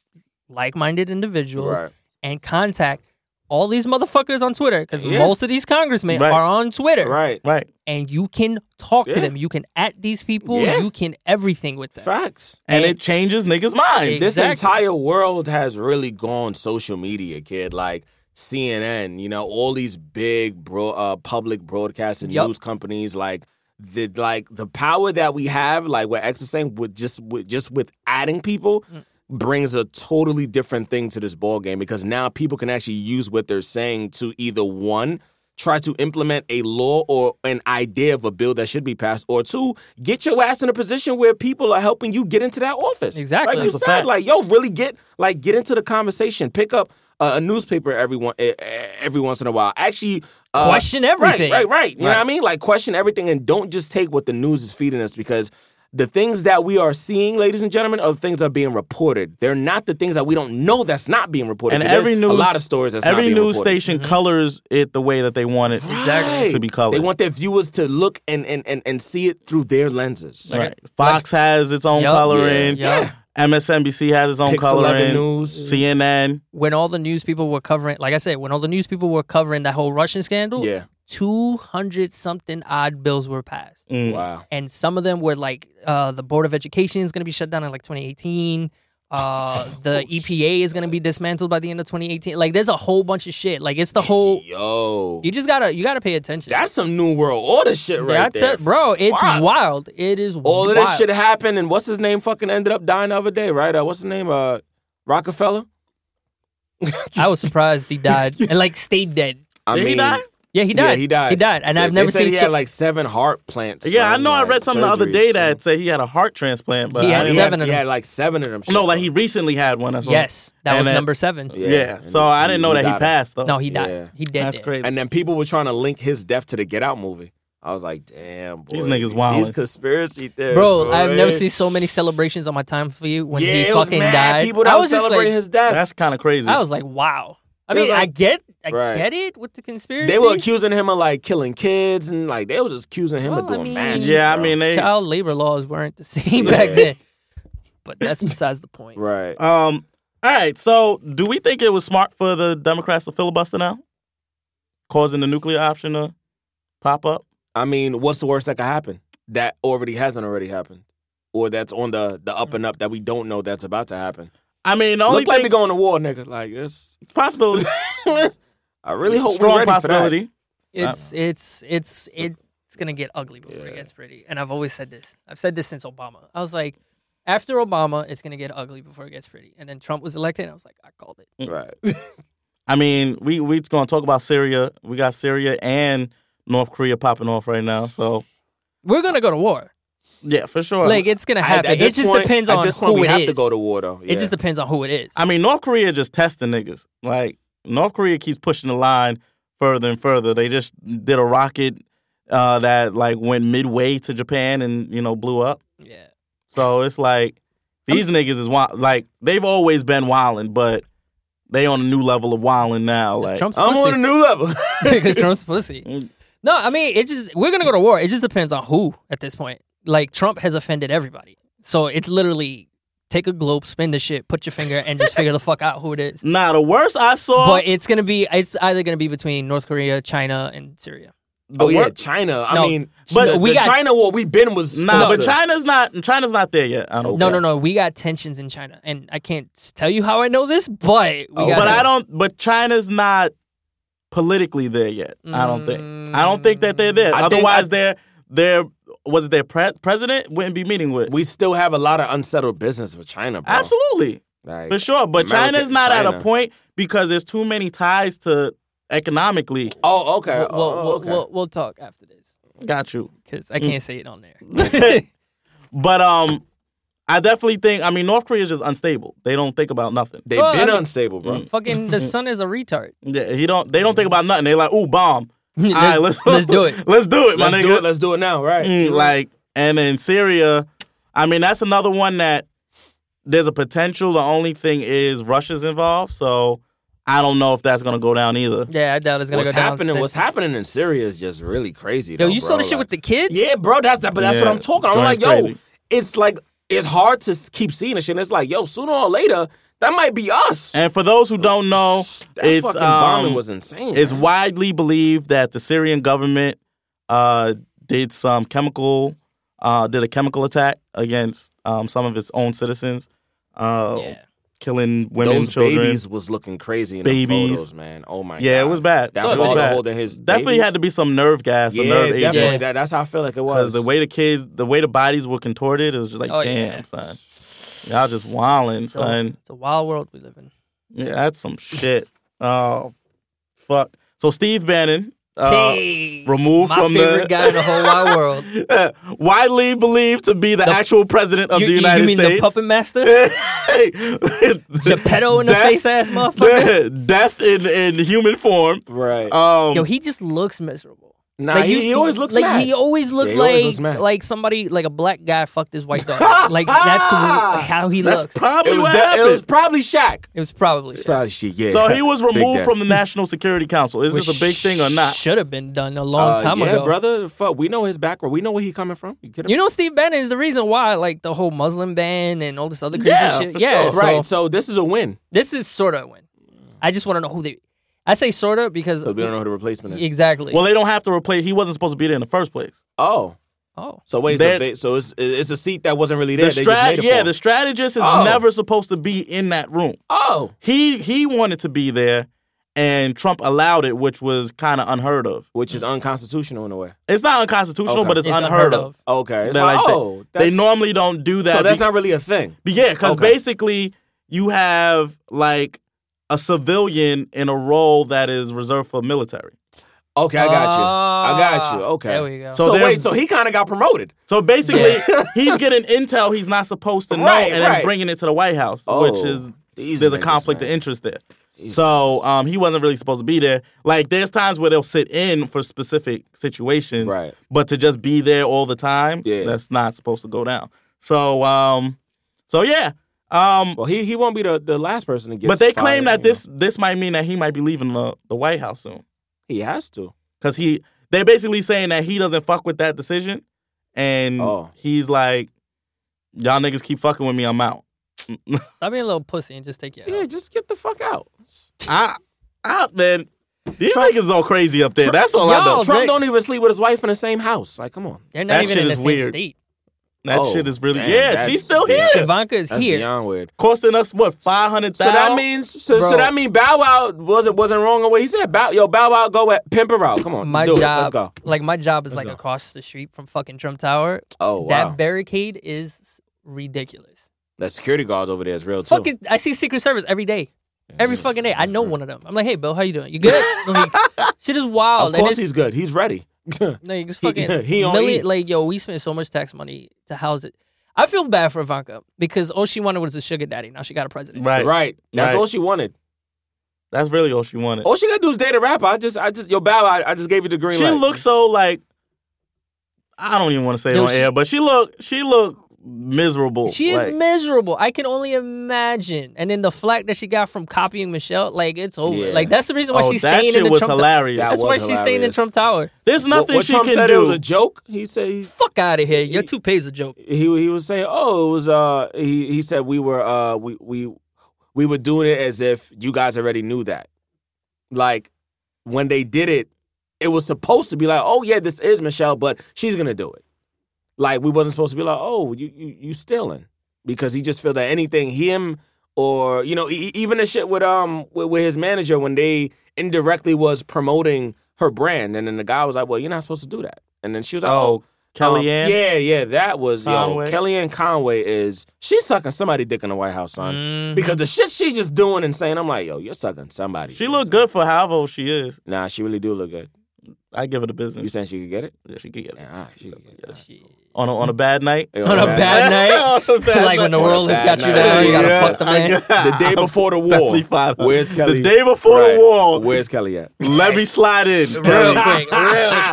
S5: like minded individuals
S3: Right.
S5: and contact all these motherfuckers on Twitter because
S3: Yeah.
S5: most of these congressmen
S4: Right.
S5: are on Twitter.
S3: Right.
S4: Right.
S5: And you can talk
S3: Yeah.
S5: to them. You can at these people.
S3: Yeah.
S5: You can everything with them.
S3: Facts.
S4: And it changes niggas' minds.
S3: This
S5: Exactly.
S3: entire world has really gone social media, kid. Like CNN, you know, all these big bro- uh, public broadcast and
S5: Yup.
S3: news companies, like the like the power that we have, like what X is saying, with just with just with adding people.
S5: Mm.
S3: Brings a totally different thing to this ball game because now people can actually use what they're saying to either one, try to implement a law or an idea of a bill that should be passed, or two, get your ass in a position where people are helping you get into that office.
S5: Exactly.
S3: Like you
S4: That's a
S3: said,
S4: fact.
S3: like yo, really get like get into the conversation. Pick up uh, a newspaper every one eh, eh, every once in a while. Actually, uh,
S5: Question everything.
S3: Right, right, right. You know
S4: Right.
S3: what I mean? Like question everything and don't just take what the news is feeding us because. The things that we are seeing, ladies and gentlemen, are the things that are being reported. They're not the things that we don't know that's not being reported.
S4: And
S3: There's
S4: every news
S3: a lot of stories that's
S4: every
S3: not being
S4: news
S3: reported.
S4: station colors it the way that they want it
S3: Right.
S4: to be colored.
S3: They want their viewers to look and and, and, and see it through their lenses.
S4: Right. Fox has its own
S5: Yup.
S4: coloring.
S5: Yeah. Yup.
S4: MSNBC has its own
S3: Pix 11
S4: coloring.
S3: News.
S4: CNN.
S5: When all the news people were covering, like I said, when all the news people were covering that whole Russian scandal,
S3: Yeah.
S5: 200 something odd bills were passed.
S4: Mm.
S3: Wow.
S5: and some of them were like uh, the board of education is going to be shut down in like 2018
S3: [LAUGHS]
S5: uh,
S3: Oh,
S5: the EPA is going to be dismantled by the end of 2018 like there's a whole bunch of shit like it's the whole
S3: Yo.
S5: you just gotta you gotta pay attention
S3: That's some new world order shit right
S5: That's
S3: there,
S5: it, bro it's
S3: Fuck.
S5: wild it is
S3: All of
S5: wild.
S3: this shit happened, and what's his name? Fucking ended up dying the other day, right? Uh, what's his name? Uh, Rockefeller. [LAUGHS]
S5: I was surprised he died and like stayed dead
S3: I
S4: Did he
S3: mean,
S4: die?
S5: Yeah, he
S3: Yeah,
S5: died.
S3: he died.
S5: He died, and
S3: Yeah,
S5: I've
S3: they
S5: never
S3: said
S5: seen.
S3: he
S5: so-
S3: had like seven heart plants.
S4: Yeah, I
S3: son,
S4: know. I
S3: like,
S4: read something the other
S3: surgeries,
S4: day
S3: so-
S4: that said he had a heart transplant, but
S5: He
S4: I
S5: had
S4: didn't-
S5: seven of
S3: He
S5: them.
S3: had like seven of them. shits,
S4: No, like
S3: son.
S4: he recently had one. That's what-
S5: yes, that
S4: And
S5: was
S4: then-
S5: number seven.
S4: Yeah,
S3: and
S4: so I didn't know
S3: he's
S4: that he
S3: outta-
S4: passed though.
S5: No, he died.
S3: Yeah.
S5: He dead.
S4: that's
S5: dead.
S4: crazy.
S3: And then people were trying to link his death to the Get Out movie. I was like, damn, boy.
S4: These niggas wildin'.
S3: These conspiracy theories.
S5: Bro, I've never
S3: eh?
S5: seen so many celebrations on my time for you when
S3: yeah,
S5: he
S3: it was
S5: fucking
S3: mad
S5: died.
S3: People that
S5: I
S3: was,
S5: was just
S3: celebrating
S5: like,
S3: his death.
S4: That's kind of crazy.
S5: I was like, wow. I
S3: It was
S5: mean, I
S3: like-
S5: get, I
S3: Right.
S5: get it with the conspiracy.
S3: they were accusing him of like killing kids and like they were just accusing him of
S5: Well, I
S3: doing
S5: mean-
S3: magic.
S4: yeah, I
S3: bro.
S4: mean, they,
S5: child labor laws weren't the [LAUGHS] same
S3: Yeah.
S5: back then. But that's besides the point.
S3: right.
S4: Um. All right. So, do we think it was smart for the Democrats to filibuster now, causing the nuclear option to pop up?
S3: I mean, what's the worst that could happen? That already hasn't already happened, or that's on the the up and up that we don't know that's about to happen.
S4: I mean, the only
S3: Look like we
S4: thing
S3: going to war, nigga. Like
S5: [LAUGHS]
S3: this.
S4: possibility,
S3: I [LAUGHS] really hope
S4: strong
S3: we're ready
S4: possibility.
S5: It's it's it's it's gonna get ugly before it gets pretty. And I've always said this. I've said this since Obama. I was like, after Obama, it's gonna get ugly before it gets pretty. And then Trump was elected, and I was like, I called it.
S3: for that. Right.
S4: I mean, we we gonna talk about Syria. We got Syria and North Korea popping off right now. So,
S5: We're gonna go to war.
S4: yeah, for sure.
S5: Like it's gonna
S3: At-
S5: happen.
S3: at
S5: it
S3: this
S5: just
S3: point-
S5: depends
S3: at
S5: on
S3: this point
S5: who
S3: we
S5: it
S3: have to
S5: is.
S3: go to war though. Yeah.
S5: It just depends on who it is.
S4: I mean, North Korea just testing niggas. Like North Korea keeps pushing the line further and further. They just did a rocket uh, that like went midway to Japan and you know blew up.
S5: yeah.
S4: So it's like these niggas is wild. Like they've always been wilding, but they on a new level of wilding now.
S5: Because
S4: Like
S5: Trump's
S3: I'm on a
S5: pussy.
S3: new level. [LAUGHS]
S5: Because
S4: [LAUGHS]
S5: Trump's pussy.
S4: Mm.
S5: No, I mean it just we're gonna go to war. It just depends on who at this point. Like Trump has offended everybody. So it's literally take a globe, spin the shit, put your finger, and just figure the fuck out who it is.
S4: nah, the worst I saw.
S5: But it's gonna be it's either gonna be between North Korea, China, and Syria.
S4: the
S3: oh yeah,
S4: wor-
S3: China. I
S5: No,
S3: mean,
S5: but
S3: the,
S5: we
S3: the
S5: got-
S3: China war we been was
S4: Nah,
S3: supposed
S4: but
S3: to-
S4: China's not. China's not there yet. I don't.
S5: No,
S4: think.
S5: no, no. We got tensions in China, and I can't s- tell you how I know this, but we
S3: Oh,
S5: got.
S4: But I don't. But China's not politically there yet. I don't think. I don't think that they're there.
S3: Mm. I think
S4: Otherwise,
S3: I-
S4: their their was it their pre- president wouldn't be meeting with.
S3: We still have a lot of unsettled business with China, bro.
S4: Absolutely.
S3: Like,
S4: For sure, but
S3: America-
S4: China's not at
S3: China.
S4: a point because there's too many ties to economically.
S3: Oh, okay.
S5: We'll, we'll,
S3: oh,
S5: we'll,
S3: okay.
S5: we'll, we'll talk after this
S4: Got you.
S5: because I can't say it on there.
S4: [LAUGHS] But um, I definitely think. I mean, North Korea is just unstable. They don't think about nothing.
S3: They've
S5: Well, I
S3: been
S5: mean-
S3: unstable,
S4: Mm.
S3: bro.
S5: Fucking the son is a retard.
S4: Yeah, he don't. They don't
S3: Mm-hmm.
S4: think about nothing. They like, ooh, bomb.
S5: [LAUGHS] let's,
S4: All right, let's
S5: let's do
S4: [LAUGHS]
S5: it.
S4: Let's do it,
S3: Let's
S4: my nigga.
S3: do it. Let's do it now, right?
S4: Mm, like, and in Syria, I mean, that's another one that there's a potential. The only thing is Russia's involved, so I don't know if that's gonna go down either.
S5: Yeah, I doubt it's gonna
S3: what's
S5: go down.
S3: happening?
S5: since-
S3: What's happening in Syria is just really crazy.
S5: Yo,
S3: though,
S5: you
S3: bro.
S5: saw the shit
S3: Like-
S5: with the kids?
S3: Yeah, bro. That's that, but that's what
S4: Yeah,
S3: I'm talking. I'm like,
S4: Jordan's
S3: yo,
S4: crazy.
S3: it's like it's hard to s- keep seeing this shit. And it's like, yo, sooner or later, that might be us.
S4: And for those who don't know,
S3: that
S4: it's
S3: fucking bombing
S4: um,
S3: was insane.
S4: It's
S3: man.
S4: widely believed that the Syrian government uh, did some chemical, uh, did a chemical attack against um, some of its own citizens, uh,
S5: Yeah.
S4: killing women,
S3: those
S4: children.
S3: babies was looking crazy in
S4: Babies.
S3: the photos, man. Oh my,
S4: yeah,
S3: God.
S4: it was bad.
S3: That
S4: It was
S3: father
S4: bad.
S3: holding his
S4: Definitely
S3: babies?
S4: had to be some nerve gas,
S3: Yeah,
S4: or nerve agent.
S3: definitely.
S5: Yeah.
S3: That, that's how I feel like it was.
S4: Because the way the kids, the way the bodies were contorted, it was just like,
S5: Oh,
S4: damn,
S5: yeah.
S4: son, y'all just wilding,
S5: So,
S4: son.
S5: It's a wild world we live in.
S4: Yeah, that's some shit. Oh, fuck. So Steve Bannon, uh,
S5: hey,
S4: removed
S5: my
S4: from
S5: favorite
S4: the
S5: guy in the whole wide
S4: [LAUGHS]
S5: world.
S4: widely believed to be the, actual president of
S5: you,
S4: the
S5: you-
S4: United
S5: you mean
S4: States.
S5: the
S4: [LAUGHS]
S5: puppet master?
S4: puppet
S5: Geppetto in the face ass motherfucker?
S4: [LAUGHS] Death in, in human form.
S3: right?
S4: Um,
S5: Yo, he just looks miserable.
S3: nah,
S5: like
S3: he,
S5: you
S3: he
S5: see-
S3: always looks
S5: like
S3: mad.
S5: he always looks
S3: he
S5: like
S3: always looks mad.
S5: like somebody like a black guy fucked his white
S4: [LAUGHS]
S5: daughter. like that's wh- how he
S4: that's
S5: looks.
S4: probably
S3: it was
S4: what
S3: that,
S4: happened.
S3: it was probably Shaq.
S5: it was probably
S3: Probably shit. Yeah.
S4: so [LAUGHS] he was
S3: Big
S4: removed
S3: Daddy.
S4: from the National Security Council. Is this a big thing or not?
S5: Should have been done a long
S3: Uh,
S5: time
S3: yeah,
S5: ago.
S3: brother. Fuck, we know his background. We know where he coming from. You kidding?
S5: You know, Steve Bannon is the reason why, like the whole Muslim ban and all this other crazy
S4: Yeah,
S5: shit.
S4: for
S5: Yeah,
S4: sure.
S5: so
S3: right. So this is a win.
S5: this is sort of a win. I just want to know who they. I say sort of because
S3: So we don't know who the replacement is.
S5: exactly.
S4: Well, they don't have to replace. He wasn't supposed to be there in the first place.
S3: Oh,
S5: oh,
S3: so wait.
S4: They're-
S3: So, they, so it's it's a seat that wasn't really there.
S4: the
S3: they just made
S4: strat,
S3: it
S4: yeah,
S3: for
S4: the
S3: him.
S4: strategist is
S3: Oh.
S4: never supposed to be in that room.
S3: oh,
S4: He he wanted to be there, and Trump allowed it, which was kind of unheard of.
S3: which is unconstitutional in a way.
S4: It's not unconstitutional,
S3: Okay.
S4: but it's, unheard, of.
S3: Okay. It's
S4: They're
S3: like,
S4: like, they-
S3: oh,
S4: They
S3: that's-
S4: normally don't do that.
S3: So that's
S4: be-
S3: not really a thing.
S4: be- yeah, because
S3: okay.
S4: basically you have like a civilian in a role that is reserved for military.
S3: Okay, I got you. I got you. Okay.
S5: Ah, There we go.
S4: So
S3: So,
S4: there-
S3: wait, so he kind of got promoted.
S4: So basically,
S3: [LAUGHS]
S4: he's getting intel he's not supposed to know,
S3: Right,
S4: and
S3: right.
S4: then bringing it to the White House,
S3: Oh,
S4: which is
S3: these
S4: there's a
S3: niggas,
S4: conflict
S3: man.
S4: of interest there. So um, he wasn't really supposed to be there. Like there's times where they'll sit in for specific situations,
S3: Right.
S4: But to just be there all the time,
S3: Yeah.
S4: that's not supposed to go down. So um, so yeah. Um,
S3: Well, he he won't be the, the last person to get.
S4: but they
S3: fired,
S4: claim
S3: you
S4: that
S3: know.
S4: this this might mean that he might be leaving the, the White House soon
S3: he has to.
S4: because he they're basically saying that he doesn't fuck with that decision, and
S3: Oh.
S4: he's like, y'all niggas keep fucking with me,
S3: [LAUGHS]
S4: I'm out.
S5: Stop being a little pussy and just take your.
S3: Yeah,
S5: L.
S3: just get the fuck out.
S4: I out man. These niggas all crazy up there. That's all I know.
S5: Y'all- Oh,
S3: Trump
S5: they-
S3: don't even sleep with his wife in the same house. Like, come on.
S5: They're not
S4: that
S5: even
S4: shit
S5: in the
S4: is
S5: same
S4: weird.
S5: state.
S4: That
S3: Oh,
S4: shit is really
S3: damn,
S4: yeah.
S3: that's
S4: She's still
S3: big.
S4: here,
S5: Ivanka is
S3: That's
S5: here.
S3: beyond weird.
S4: costing us what five hundred
S3: So
S4: thousand.
S3: that means so, so
S5: Bro.
S3: that mean Bow Wow wasn't wasn't wrong on what he said. Bow yo Bow Wow go at pimp her out. Come on,
S5: my
S3: do
S5: job,
S3: it. Let's go.
S5: like my job is like
S3: go.
S5: across the street from fucking Trump Tower.
S3: Oh wow,
S5: That barricade is ridiculous.
S3: that security guards over there is real too.
S5: Fucking, I see Secret Service every day. Every fucking day, I know one of them. I'm like, "Hey, Bill, how you doing?
S3: [LAUGHS]
S5: You good?" Like, shit is wild.
S3: of
S5: and
S3: course
S5: it's-
S3: he's good. He's ready.
S5: Like, it's
S3: He- [LAUGHS]
S5: fucking
S3: he on E.
S5: million, like yo, we spent so much tax money to house it. I feel bad for Ivanka because all she wanted was a sugar daddy. Now she got a president.
S4: right,
S3: Right.
S4: right.
S3: That's
S4: Right.
S3: all she wanted.
S4: That's really all she wanted.
S3: All she gotta do is date a rapper. I just I just yo Bow Wow. I just gave you the green
S4: she
S3: light.
S4: looked so like I don't even want to say it
S5: Yo,
S4: on
S5: she-
S4: air, but she looked she looked miserable.
S5: She
S4: Like,
S5: is miserable. I can only imagine. And then the flack that she got from copying Michelle, like it's over.
S3: Yeah.
S5: Like that's the reason why
S4: oh,
S5: she's
S4: that
S5: staying
S4: shit
S5: in the
S4: was
S5: Trump Tower.
S4: hilarious.
S3: That
S5: That's
S3: was
S5: why she's staying in
S3: hilarious.
S5: Trump Tower.
S4: There's
S3: What-
S4: nothing
S3: what
S4: she
S3: Trump
S4: can
S3: said
S4: do.
S3: it was a joke. He said he's
S5: Fuck out of here. Your toupee's a joke.
S3: he he was saying, "Oh, it was uh he he said we were uh we we we were doing it as if you guys already knew that. Like when they did it, it was supposed to be like, "Oh yeah, this is Michelle, but she's going to do it." Like we wasn't supposed to be like, "Oh, you you you stealing." Because he just feels that anything him or you know e- e- even the shit with um with, with his manager when they indirectly was promoting her brand and then the guy was like, "Well, you're not supposed to do that." And then she was like, "Oh,
S4: oh, Kellyanne.
S3: um, yeah, yeah, that was
S4: Conway.
S3: yo. Kellyanne Conway is she's sucking somebody dick in the White House,
S5: Mm-hmm.
S3: son.
S5: Mm.
S3: Because the shit she just doing and saying, I'm like, yo, you're sucking somebody.
S4: She looked good for however old she is.
S3: Nah, she really do look good.
S4: I give her the
S3: You
S4: business.
S3: saying she could get it?
S4: Yeah, she could get it.
S3: Yeah, all right, she could get it. [LAUGHS]
S5: Shit.
S4: On a, on a bad night.
S3: Yo,
S5: On a
S3: that-
S5: bad night.
S4: [LAUGHS] On a bad
S5: like when the
S4: night.
S5: world has got you
S3: Bad night.
S5: down, you gotta
S3: Yeah.
S5: fuck the man.
S3: The
S4: [LAUGHS]
S3: day before the war.
S4: Definitely fine.
S3: Where's Kelly?
S4: The day before
S3: Right.
S4: the war.
S3: Where's Kelly at?
S4: Let me slide in.
S5: Real quick, real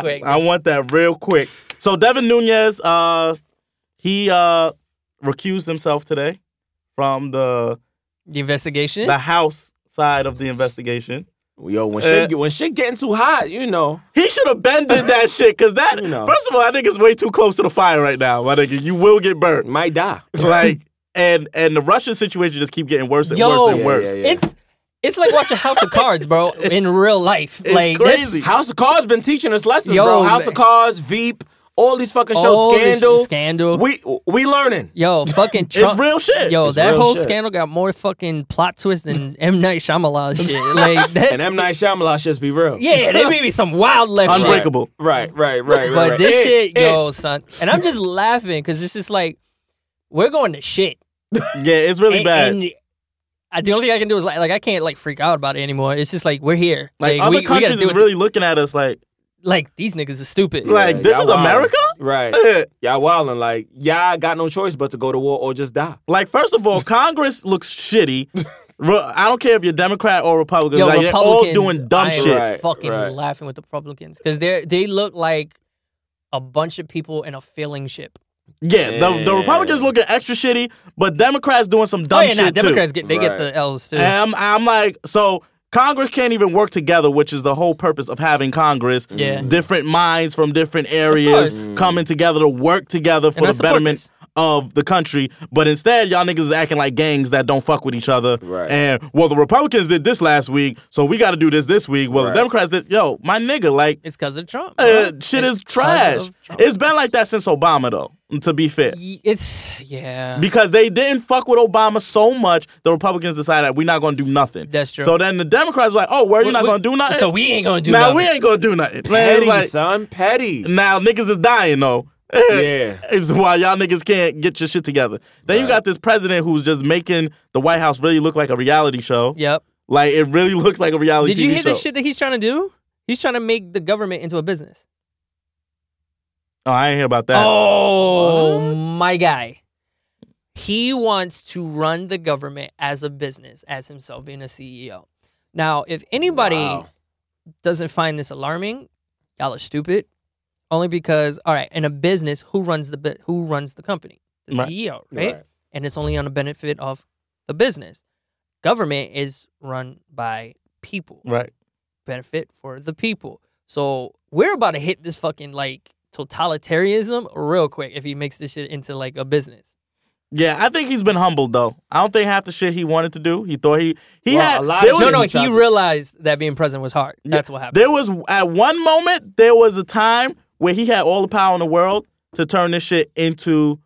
S3: [LAUGHS]
S5: quick.
S3: Uh,
S4: I want that real quick. So Devin Nunez, uh, he uh, recused himself today from the
S5: The investigation.
S4: the House side of the investigation.
S3: Yo, when
S4: Uh,
S3: shit get- when shit getting too hot, you know.
S4: He should have bended that shit because that.
S3: You know.
S4: First of all, I think it's way too close to the fire right now. My nigga, you will
S5: [LAUGHS]
S4: get burnt.
S3: Might die.
S4: Like, and and the Russian situation just keep getting worse and
S5: Yo.
S4: worse and
S5: Yeah,
S4: worse.
S3: yeah.
S5: It's it's like watching House of Cards,
S4: [LAUGHS]
S5: bro, in real life.
S4: It's
S5: like
S4: crazy.
S5: This,
S3: House of Cards been teaching us lessons,
S5: Yo,
S3: bro. House
S5: man.
S3: of Cards, Veep, all these fucking shows,
S5: all this
S3: Scandal.
S5: scandal.
S3: We we learning.
S4: [LAUGHS]
S5: yo, fucking Trump.
S4: It's real shit.
S5: Yo,
S3: It's
S5: that
S3: real
S5: whole
S3: shit.
S5: scandal got more fucking plot twists than [LAUGHS] M Night Shyamalan
S4: [LAUGHS]
S5: shit. Like that.
S3: And M Night Shyamalan just be real.
S5: yeah, they may be some wild left shit.
S4: Unbreakable.
S3: Right, right, right, right.
S5: But
S3: right.
S5: this
S3: Eh,
S5: shit,
S3: eh.
S5: yo, son. And I'm just laughing because it's just like we're going to shit.
S4: Yeah, it's really
S5: And-
S4: bad.
S5: and I, the only thing I can do is like, like I can't like freak out about it anymore. It's just like we're here.
S4: like,
S5: Like,
S4: other
S5: we, we gotta
S4: countries
S5: do
S4: is
S5: it.
S4: really looking at us like,
S5: like these niggas are stupid.
S4: like this
S3: y'all
S4: is
S3: wildin'.
S4: America.
S3: Right.
S5: [LAUGHS]
S4: Eh.
S3: Y'all wildin'. Like, y'all got no choice but to go to war or just die.
S4: Like, first of all, Congress looks shitty. Re- I don't care if you're Democrat or Republican.
S5: Yo,
S4: like, they're all
S5: Republicans,
S4: doing dumb
S5: I am
S4: shit.
S3: Right,
S5: Fucking
S3: right.
S5: laughing with the Republicans because they they look like a bunch of people in a filling ship.
S4: Yeah, the, the
S3: Yeah.
S4: Republicans looking extra shitty, but Democrats doing some dumb
S5: oh yeah,
S4: shit
S5: nah,
S4: too. Eh.
S5: Democrats get they get
S3: Right.
S5: the L's too.
S4: And I'm, I'm like, so Congress can't even work together, which is the whole purpose of having Congress.
S5: Yeah.
S3: Mm.
S4: Different minds from different areas
S5: course.
S4: coming together to work together for
S5: And I
S4: the
S5: support
S4: betterment
S5: this.
S4: of the country. But instead, y'all niggas is acting like gangs that don't fuck with each other.
S3: Right.
S4: And, well, the Republicans did this last week, so we got to do this this week. Well,
S3: Right.
S4: the Democrats did, yo, my nigga, like,
S5: it's because of Trump.
S4: uh,
S5: bro.
S4: shit
S5: It's
S4: is
S5: 'cause
S4: trash.
S5: of Trump.
S4: It's been like that since Obama, though, to be fair.
S5: Y- it's yeah.
S4: Because they didn't fuck with Obama so much, the Republicans decided we're not gonna do nothing.
S5: That's true.
S4: So then the Democrats were like, oh, where you
S5: We-
S4: not
S5: we-
S4: gonna do nothing?
S5: So we ain't gonna do
S4: now
S5: nothing.
S4: we ain't gonna do nothing. Man,
S3: Petty,
S4: it's like,
S3: son. Petty.
S4: [LAUGHS] now niggas is dying though. [LAUGHS]
S3: Yeah.
S4: It's why y'all niggas can't get your shit together. Then you
S3: Right.
S4: got this president who's just making the White House really look like a reality show.
S5: Yep.
S4: Like it really [LAUGHS] looks like a reality
S5: Did you
S4: TV
S5: hear
S4: show.
S5: the shit that he's trying to do? He's trying to make the government into a business.
S4: Oh, I ain't hear about that.
S5: Oh, my guy. He wants to run the government as a business, as himself being a CEO. Now, if anybody
S6: Wow.
S5: doesn't find this alarming, y'all are stupid. Only because, all right, in a business, who runs the bu- who runs the company? The
S4: Right.
S5: CEO, right? And it's only on the benefit of the business. Government is run by people
S4: Right.
S5: benefit for the people. So we're about to hit this fucking like totalitarianism real quick if he makes this shit into like a business.
S4: Yeah, I think he's been humbled though. I don't think half the shit he wanted to do. He thought he he
S3: Well,
S4: had
S3: a lot
S4: there
S3: of
S4: was,
S5: No, no,
S3: he tried
S5: he
S3: to-
S5: realized that being president was hard. That's what happened.
S4: There was at one moment there was a time where he had all the power in the world to turn this shit into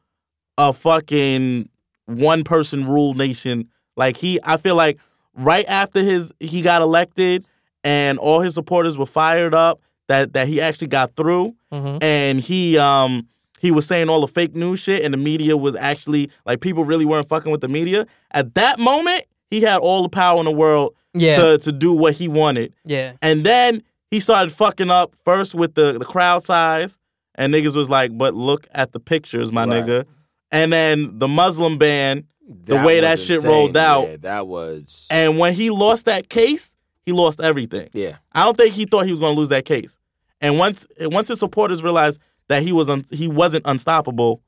S4: a fucking one person rule nation. Like he I feel like right after his he got elected and all his supporters were fired up that that he actually got through
S5: Mhm.
S4: and he um he was saying all the fake news shit and the media was actually like people really weren't fucking with the media. At that moment, he had all the power in the world
S5: Yeah,
S4: to to do what he wanted.
S5: yeah,
S4: And then he started fucking up first with the, the crowd size, and niggas was like, but look at the pictures, my
S3: Right.
S4: nigga. And then the Muslim ban.
S3: The
S4: way that shit rolled out.
S3: Yeah, that was.
S4: And when he lost that case, he lost everything.
S3: yeah.
S4: I don't think he thought he was going to lose that case. And once once his supporters realized that he was un, he wasn't unstoppable,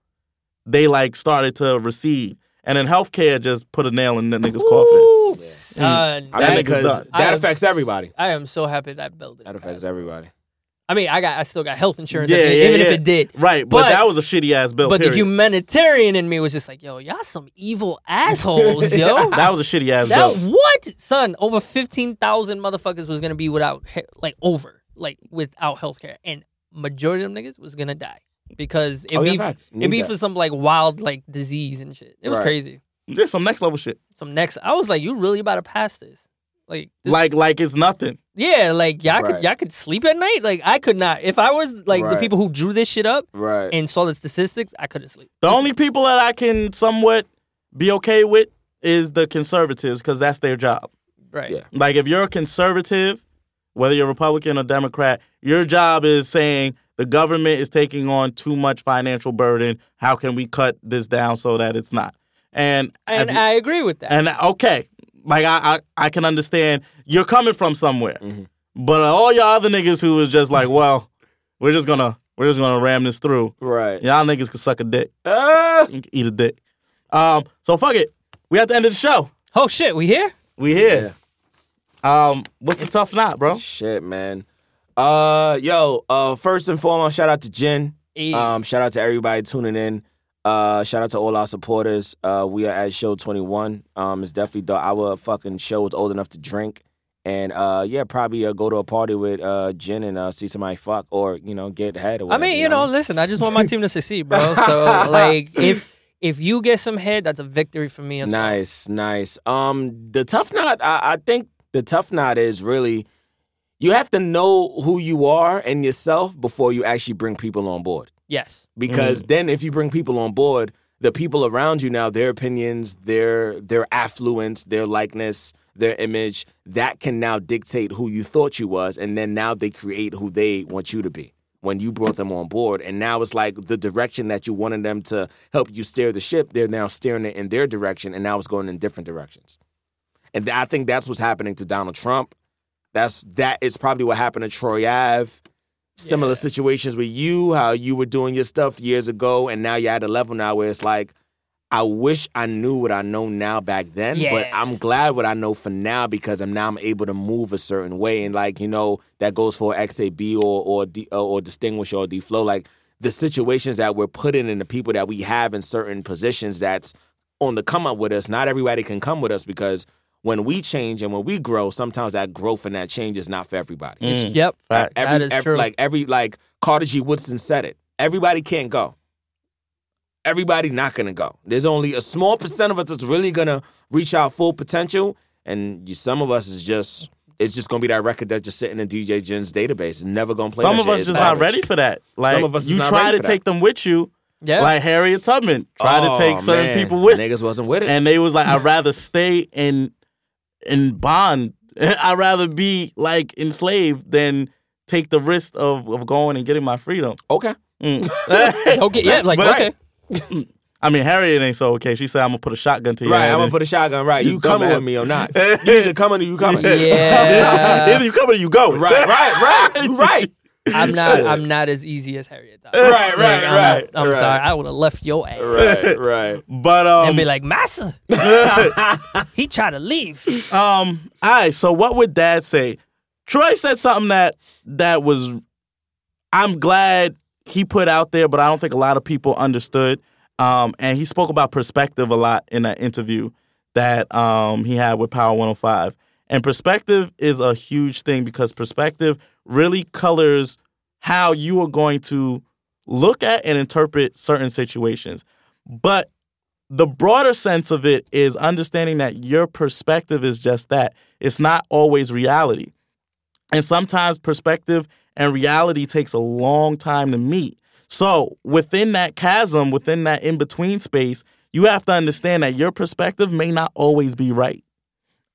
S4: they like started to recede. And then healthcare just put a nail in that nigga's coffin.
S5: Ooh, son,
S3: I mean,
S4: That nigga's
S5: that-
S3: because
S4: done.
S5: I
S3: that
S5: am-
S3: affects everybody.
S5: I am so happy that building.
S3: That affects
S5: passed.
S3: everybody.
S5: I mean, I got, I still got health insurance,
S4: Yeah,
S5: if it-
S4: yeah,
S5: even if
S4: yeah.
S5: it did.
S4: Right, but,
S5: But-
S4: that was a shitty ass bill.
S5: But the
S4: period.
S5: humanitarian in me was just like, yo, y'all some evil assholes,
S4: [LAUGHS]
S5: yo.
S4: that was a shitty ass
S5: That
S4: bill.
S5: what son? Over fifteen thousand motherfuckers was gonna be without he- like over like without healthcare, and majority of them niggas was gonna die because it
S3: Oh, yeah,
S5: be
S3: facts.
S5: it be
S3: Need
S5: for
S3: that.
S5: some like wild like disease and shit. It was
S3: Right.
S5: crazy.
S4: There's some next level shit.
S5: Some next, I was like, you really about to pass this? Like this
S4: like
S5: is-
S4: like it's nothing.
S5: yeah, like y'all all could
S3: Right.
S5: y'all could sleep at night. Like I could not. If I was like the
S3: Right.
S5: people who drew this shit up
S3: Right.
S5: and saw the statistics, I couldn't sleep.
S4: The only people that I can somewhat be okay with is the conservatives because that's their job.
S5: Right.
S3: Yeah.
S4: Like if you're a conservative, whether you're Republican or Democrat, your job is saying the government is taking on too much financial burden. How can we cut this down so that it's not? And
S5: And
S4: if-
S5: I agree with that.
S4: and okay, like I, I I can understand you're coming from somewhere,
S3: Mhm.
S4: but all y'all other niggas who was just like, well, we're just gonna we're just gonna ram this through.
S3: Right.
S4: Y'all niggas can suck a dick.
S3: Ah!
S4: You can Eat a dick. Um, so fuck it. We at the end of the show.
S5: oh shit, we here?
S4: We here. Um, what's the tough knot, bro?
S3: Shit, man. Uh, yo. Uh, first and foremost, shout out to Jen.
S5: Yeah.
S3: Um, shout out to everybody tuning in. Uh, shout out to all our supporters. Uh, we are at show 21. Um, it's definitely the, our fucking show is old enough to drink. And uh, yeah, probably uh, go to a party with uh, Jen and uh, see somebody fuck or you know get head or
S5: I
S3: whatever.
S5: mean, you know, listen, I just
S3: [LAUGHS]
S5: want my team to succeed, bro. So like if if you get some head, that's a victory for me as well.
S3: nice, nice. Um, the tough knot. I, I think the tough knot is really you have to know who you are and yourself before you actually bring people on board.
S5: Yes.
S3: because then if you bring people on board the people around you now their opinions their their affluence their likeness their image that can now dictate who you thought you was and then now they create who they want you to be when you brought them on board and now it's like the direction that you wanted them to help you steer the ship they're now steering it in their direction and now it's going in different directions and th- i think that's what's happening to donald trump that's that is probably what happened to troy ave similar situations with you, how you were doing your stuff years ago, and now you're at a level now where it's like, I wish I knew what I know now back then, but
S5: Yeah.
S3: I'm glad what I know for now because I'm now I'm able to move a certain way, and like you know that goes for XAB or or D, uh, or distinguish or D flow, like the situations that we're put in and the people that we have in certain positions that's on the come up with us. Not everybody can come with us because when we change and when we grow, sometimes that growth and that change is not for everybody.
S5: Mm-hmm. Yep.
S4: Fact.
S3: Every,
S5: That is
S3: every-
S5: true.
S3: Like every like Carter G. Woodson said it. Everybody can't go. Everybody not gonna go. There's only a small percent of us that's really gonna reach our full potential, and you, some of us is just it's just gonna be that record that's just sitting in DJ Jen's database and never gonna play.
S4: Some
S3: that
S4: of
S3: shit.
S4: us
S3: It's
S4: just not
S3: average.
S4: ready for that. Like
S3: of us is
S4: you
S3: not
S4: try
S3: ready
S4: to
S3: for that.
S4: take them with you,
S5: Yeah.
S4: like Harriet Tubman tried
S3: Oh,
S4: to take certain
S3: man.
S4: people with,
S3: niggas wasn't with it.
S4: and they was like, "I'd rather stay [LAUGHS] in in bond. I'd rather be like enslaved than take the risk of, of going and getting my freedom.
S3: Okay.
S4: Mm.
S5: Okay, yeah, like
S4: But-
S5: okay.
S4: I mean, Harriet ain't so okay. She said, "I'm gonna put a shotgun to your
S3: Right,
S4: head."
S3: I'm
S4: [LAUGHS]
S3: gonna put a shotgun. Right, you
S4: You
S3: coming
S4: dumbass.
S3: with me or not? You [LAUGHS] either coming or you coming. [LAUGHS]
S5: Yeah.
S4: Either you come or you go.
S3: Right, right,
S4: [LAUGHS]
S3: right, you right.
S5: I'm not. I'm not as easy as Harriet. Dog.
S3: Right, right,
S5: I'm,
S3: right,
S5: I'm
S3: right.
S5: sorry. I would have left your ass
S3: Right, right.
S4: But um,
S5: and be
S3: [LAUGHS]
S5: like, Massa. he tried to leave.
S4: Um. All right. So what would Dad say? Troy said something that that was. I'm glad he put out there, but I don't think a lot of people understood. Um, and he spoke about perspective a lot in that interview that um, he had with Power 105. And perspective is a huge thing because perspective really colors how you are going to look at and interpret certain situations. But the broader sense of it is understanding that your perspective is just that. It's not always reality. And sometimes perspective and reality takes a long time to meet. So, within that chasm, within that in between space, you have to understand that your perspective may not always be right.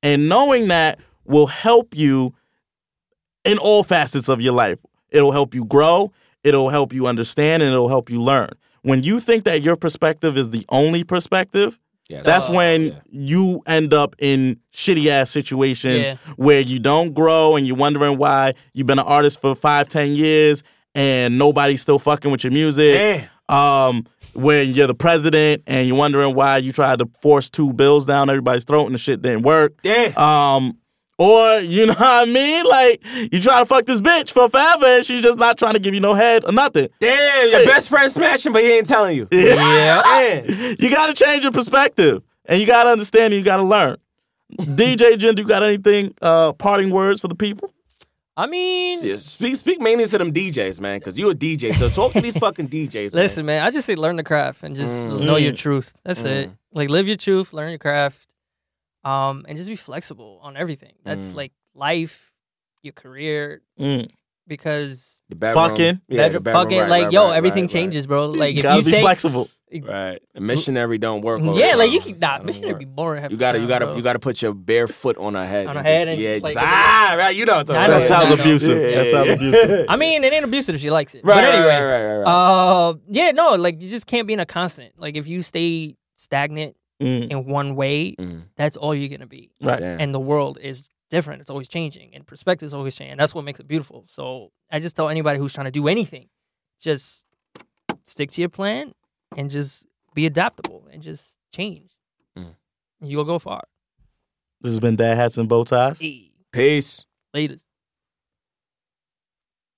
S4: And knowing that will help you in all facets of your life. It'll help you grow, it'll help you understand, and it'll help you learn. When you think that your perspective is the only perspective,
S3: Yes.
S4: that's
S5: Oh,
S4: when
S3: yeah.
S4: you end up in shitty ass situations
S5: Yeah.
S4: where you don't grow and you're wondering why you've been an artist for five, ten years and nobody's still fucking with your music
S3: Damn.
S4: um, where you're the president and you're wondering why you tried to force two bills down everybody's throat and the shit didn't work.
S3: Damn.
S4: Um, or you know [LAUGHS] what I mean? Like you try to fuck this bitch for forever and she's just not trying to give you no head or nothing.
S3: Damn, your best friend smashing, but he ain't telling you.
S5: Yeah.
S3: Damn.
S4: You gotta change your perspective and you gotta understand and you gotta learn. DJ Jen, do you got anything uh parting words for the people?
S5: I mean,
S3: Yeah, Speak, speak mainly to them DJs, man, because you a DJ. So talk to these fucking DJs. man.
S5: [LAUGHS] listen, man. I just say learn the craft and just
S3: Mm.
S5: know
S4: Mm.
S5: your truth. That's it. Like live your truth, learn your craft, um, and just be flexible on everything.
S3: Mm.
S5: That's like life, your career,
S4: Mm.
S5: because
S3: The bedroom.
S4: Fucking.
S3: Yeah, the
S5: bedroom-
S3: bedroom,
S5: fucking
S3: right,
S5: like
S3: right,
S5: yo,
S3: right,
S5: everything
S3: right,
S5: changes, bro. Like if
S4: gotta
S5: you
S4: be
S5: say,
S4: flexible.
S3: Right. right. A missionary don't work. all the
S5: yeah, like
S3: time.
S5: you can nah,
S3: That don't
S5: missionary
S3: work.
S5: be boring. half
S3: Mm. You
S5: the
S3: gotta, you
S5: time,
S3: gotta,
S5: bro.
S3: you gotta put your bare foot on her head.
S5: On her head and
S3: just, yeah,
S5: just, like,
S3: just- ah, right. You know what I'm
S5: I
S3: talking
S5: know,
S4: That
S3: about.
S5: yeah,
S4: sounds
S5: I know.
S4: abusive.
S3: Yeah,
S4: that
S3: yeah,
S4: sounds
S3: yeah. [LAUGHS]
S4: abusive.
S5: I mean, it ain't abusive if she likes it.
S3: Right,
S5: but
S3: right,
S5: anyway,
S3: right, right, right, right.
S5: Uh, yeah, no, like you just can't be in a constant. Like if you stay stagnant
S4: Mm,
S5: in one way,
S3: Mm.
S5: that's all you're gonna be.
S4: right.
S3: Damn.
S5: And the world is different; it's always changing, and perspective is always changing. That's what makes it beautiful. So I just tell anybody who's trying to do anything, just stick to your plan and just be adaptable and just change.
S3: Mm.
S5: You will go far.
S4: This has been Dad Hats and Bow Ties.
S5: Hey,
S3: Peace.
S5: later.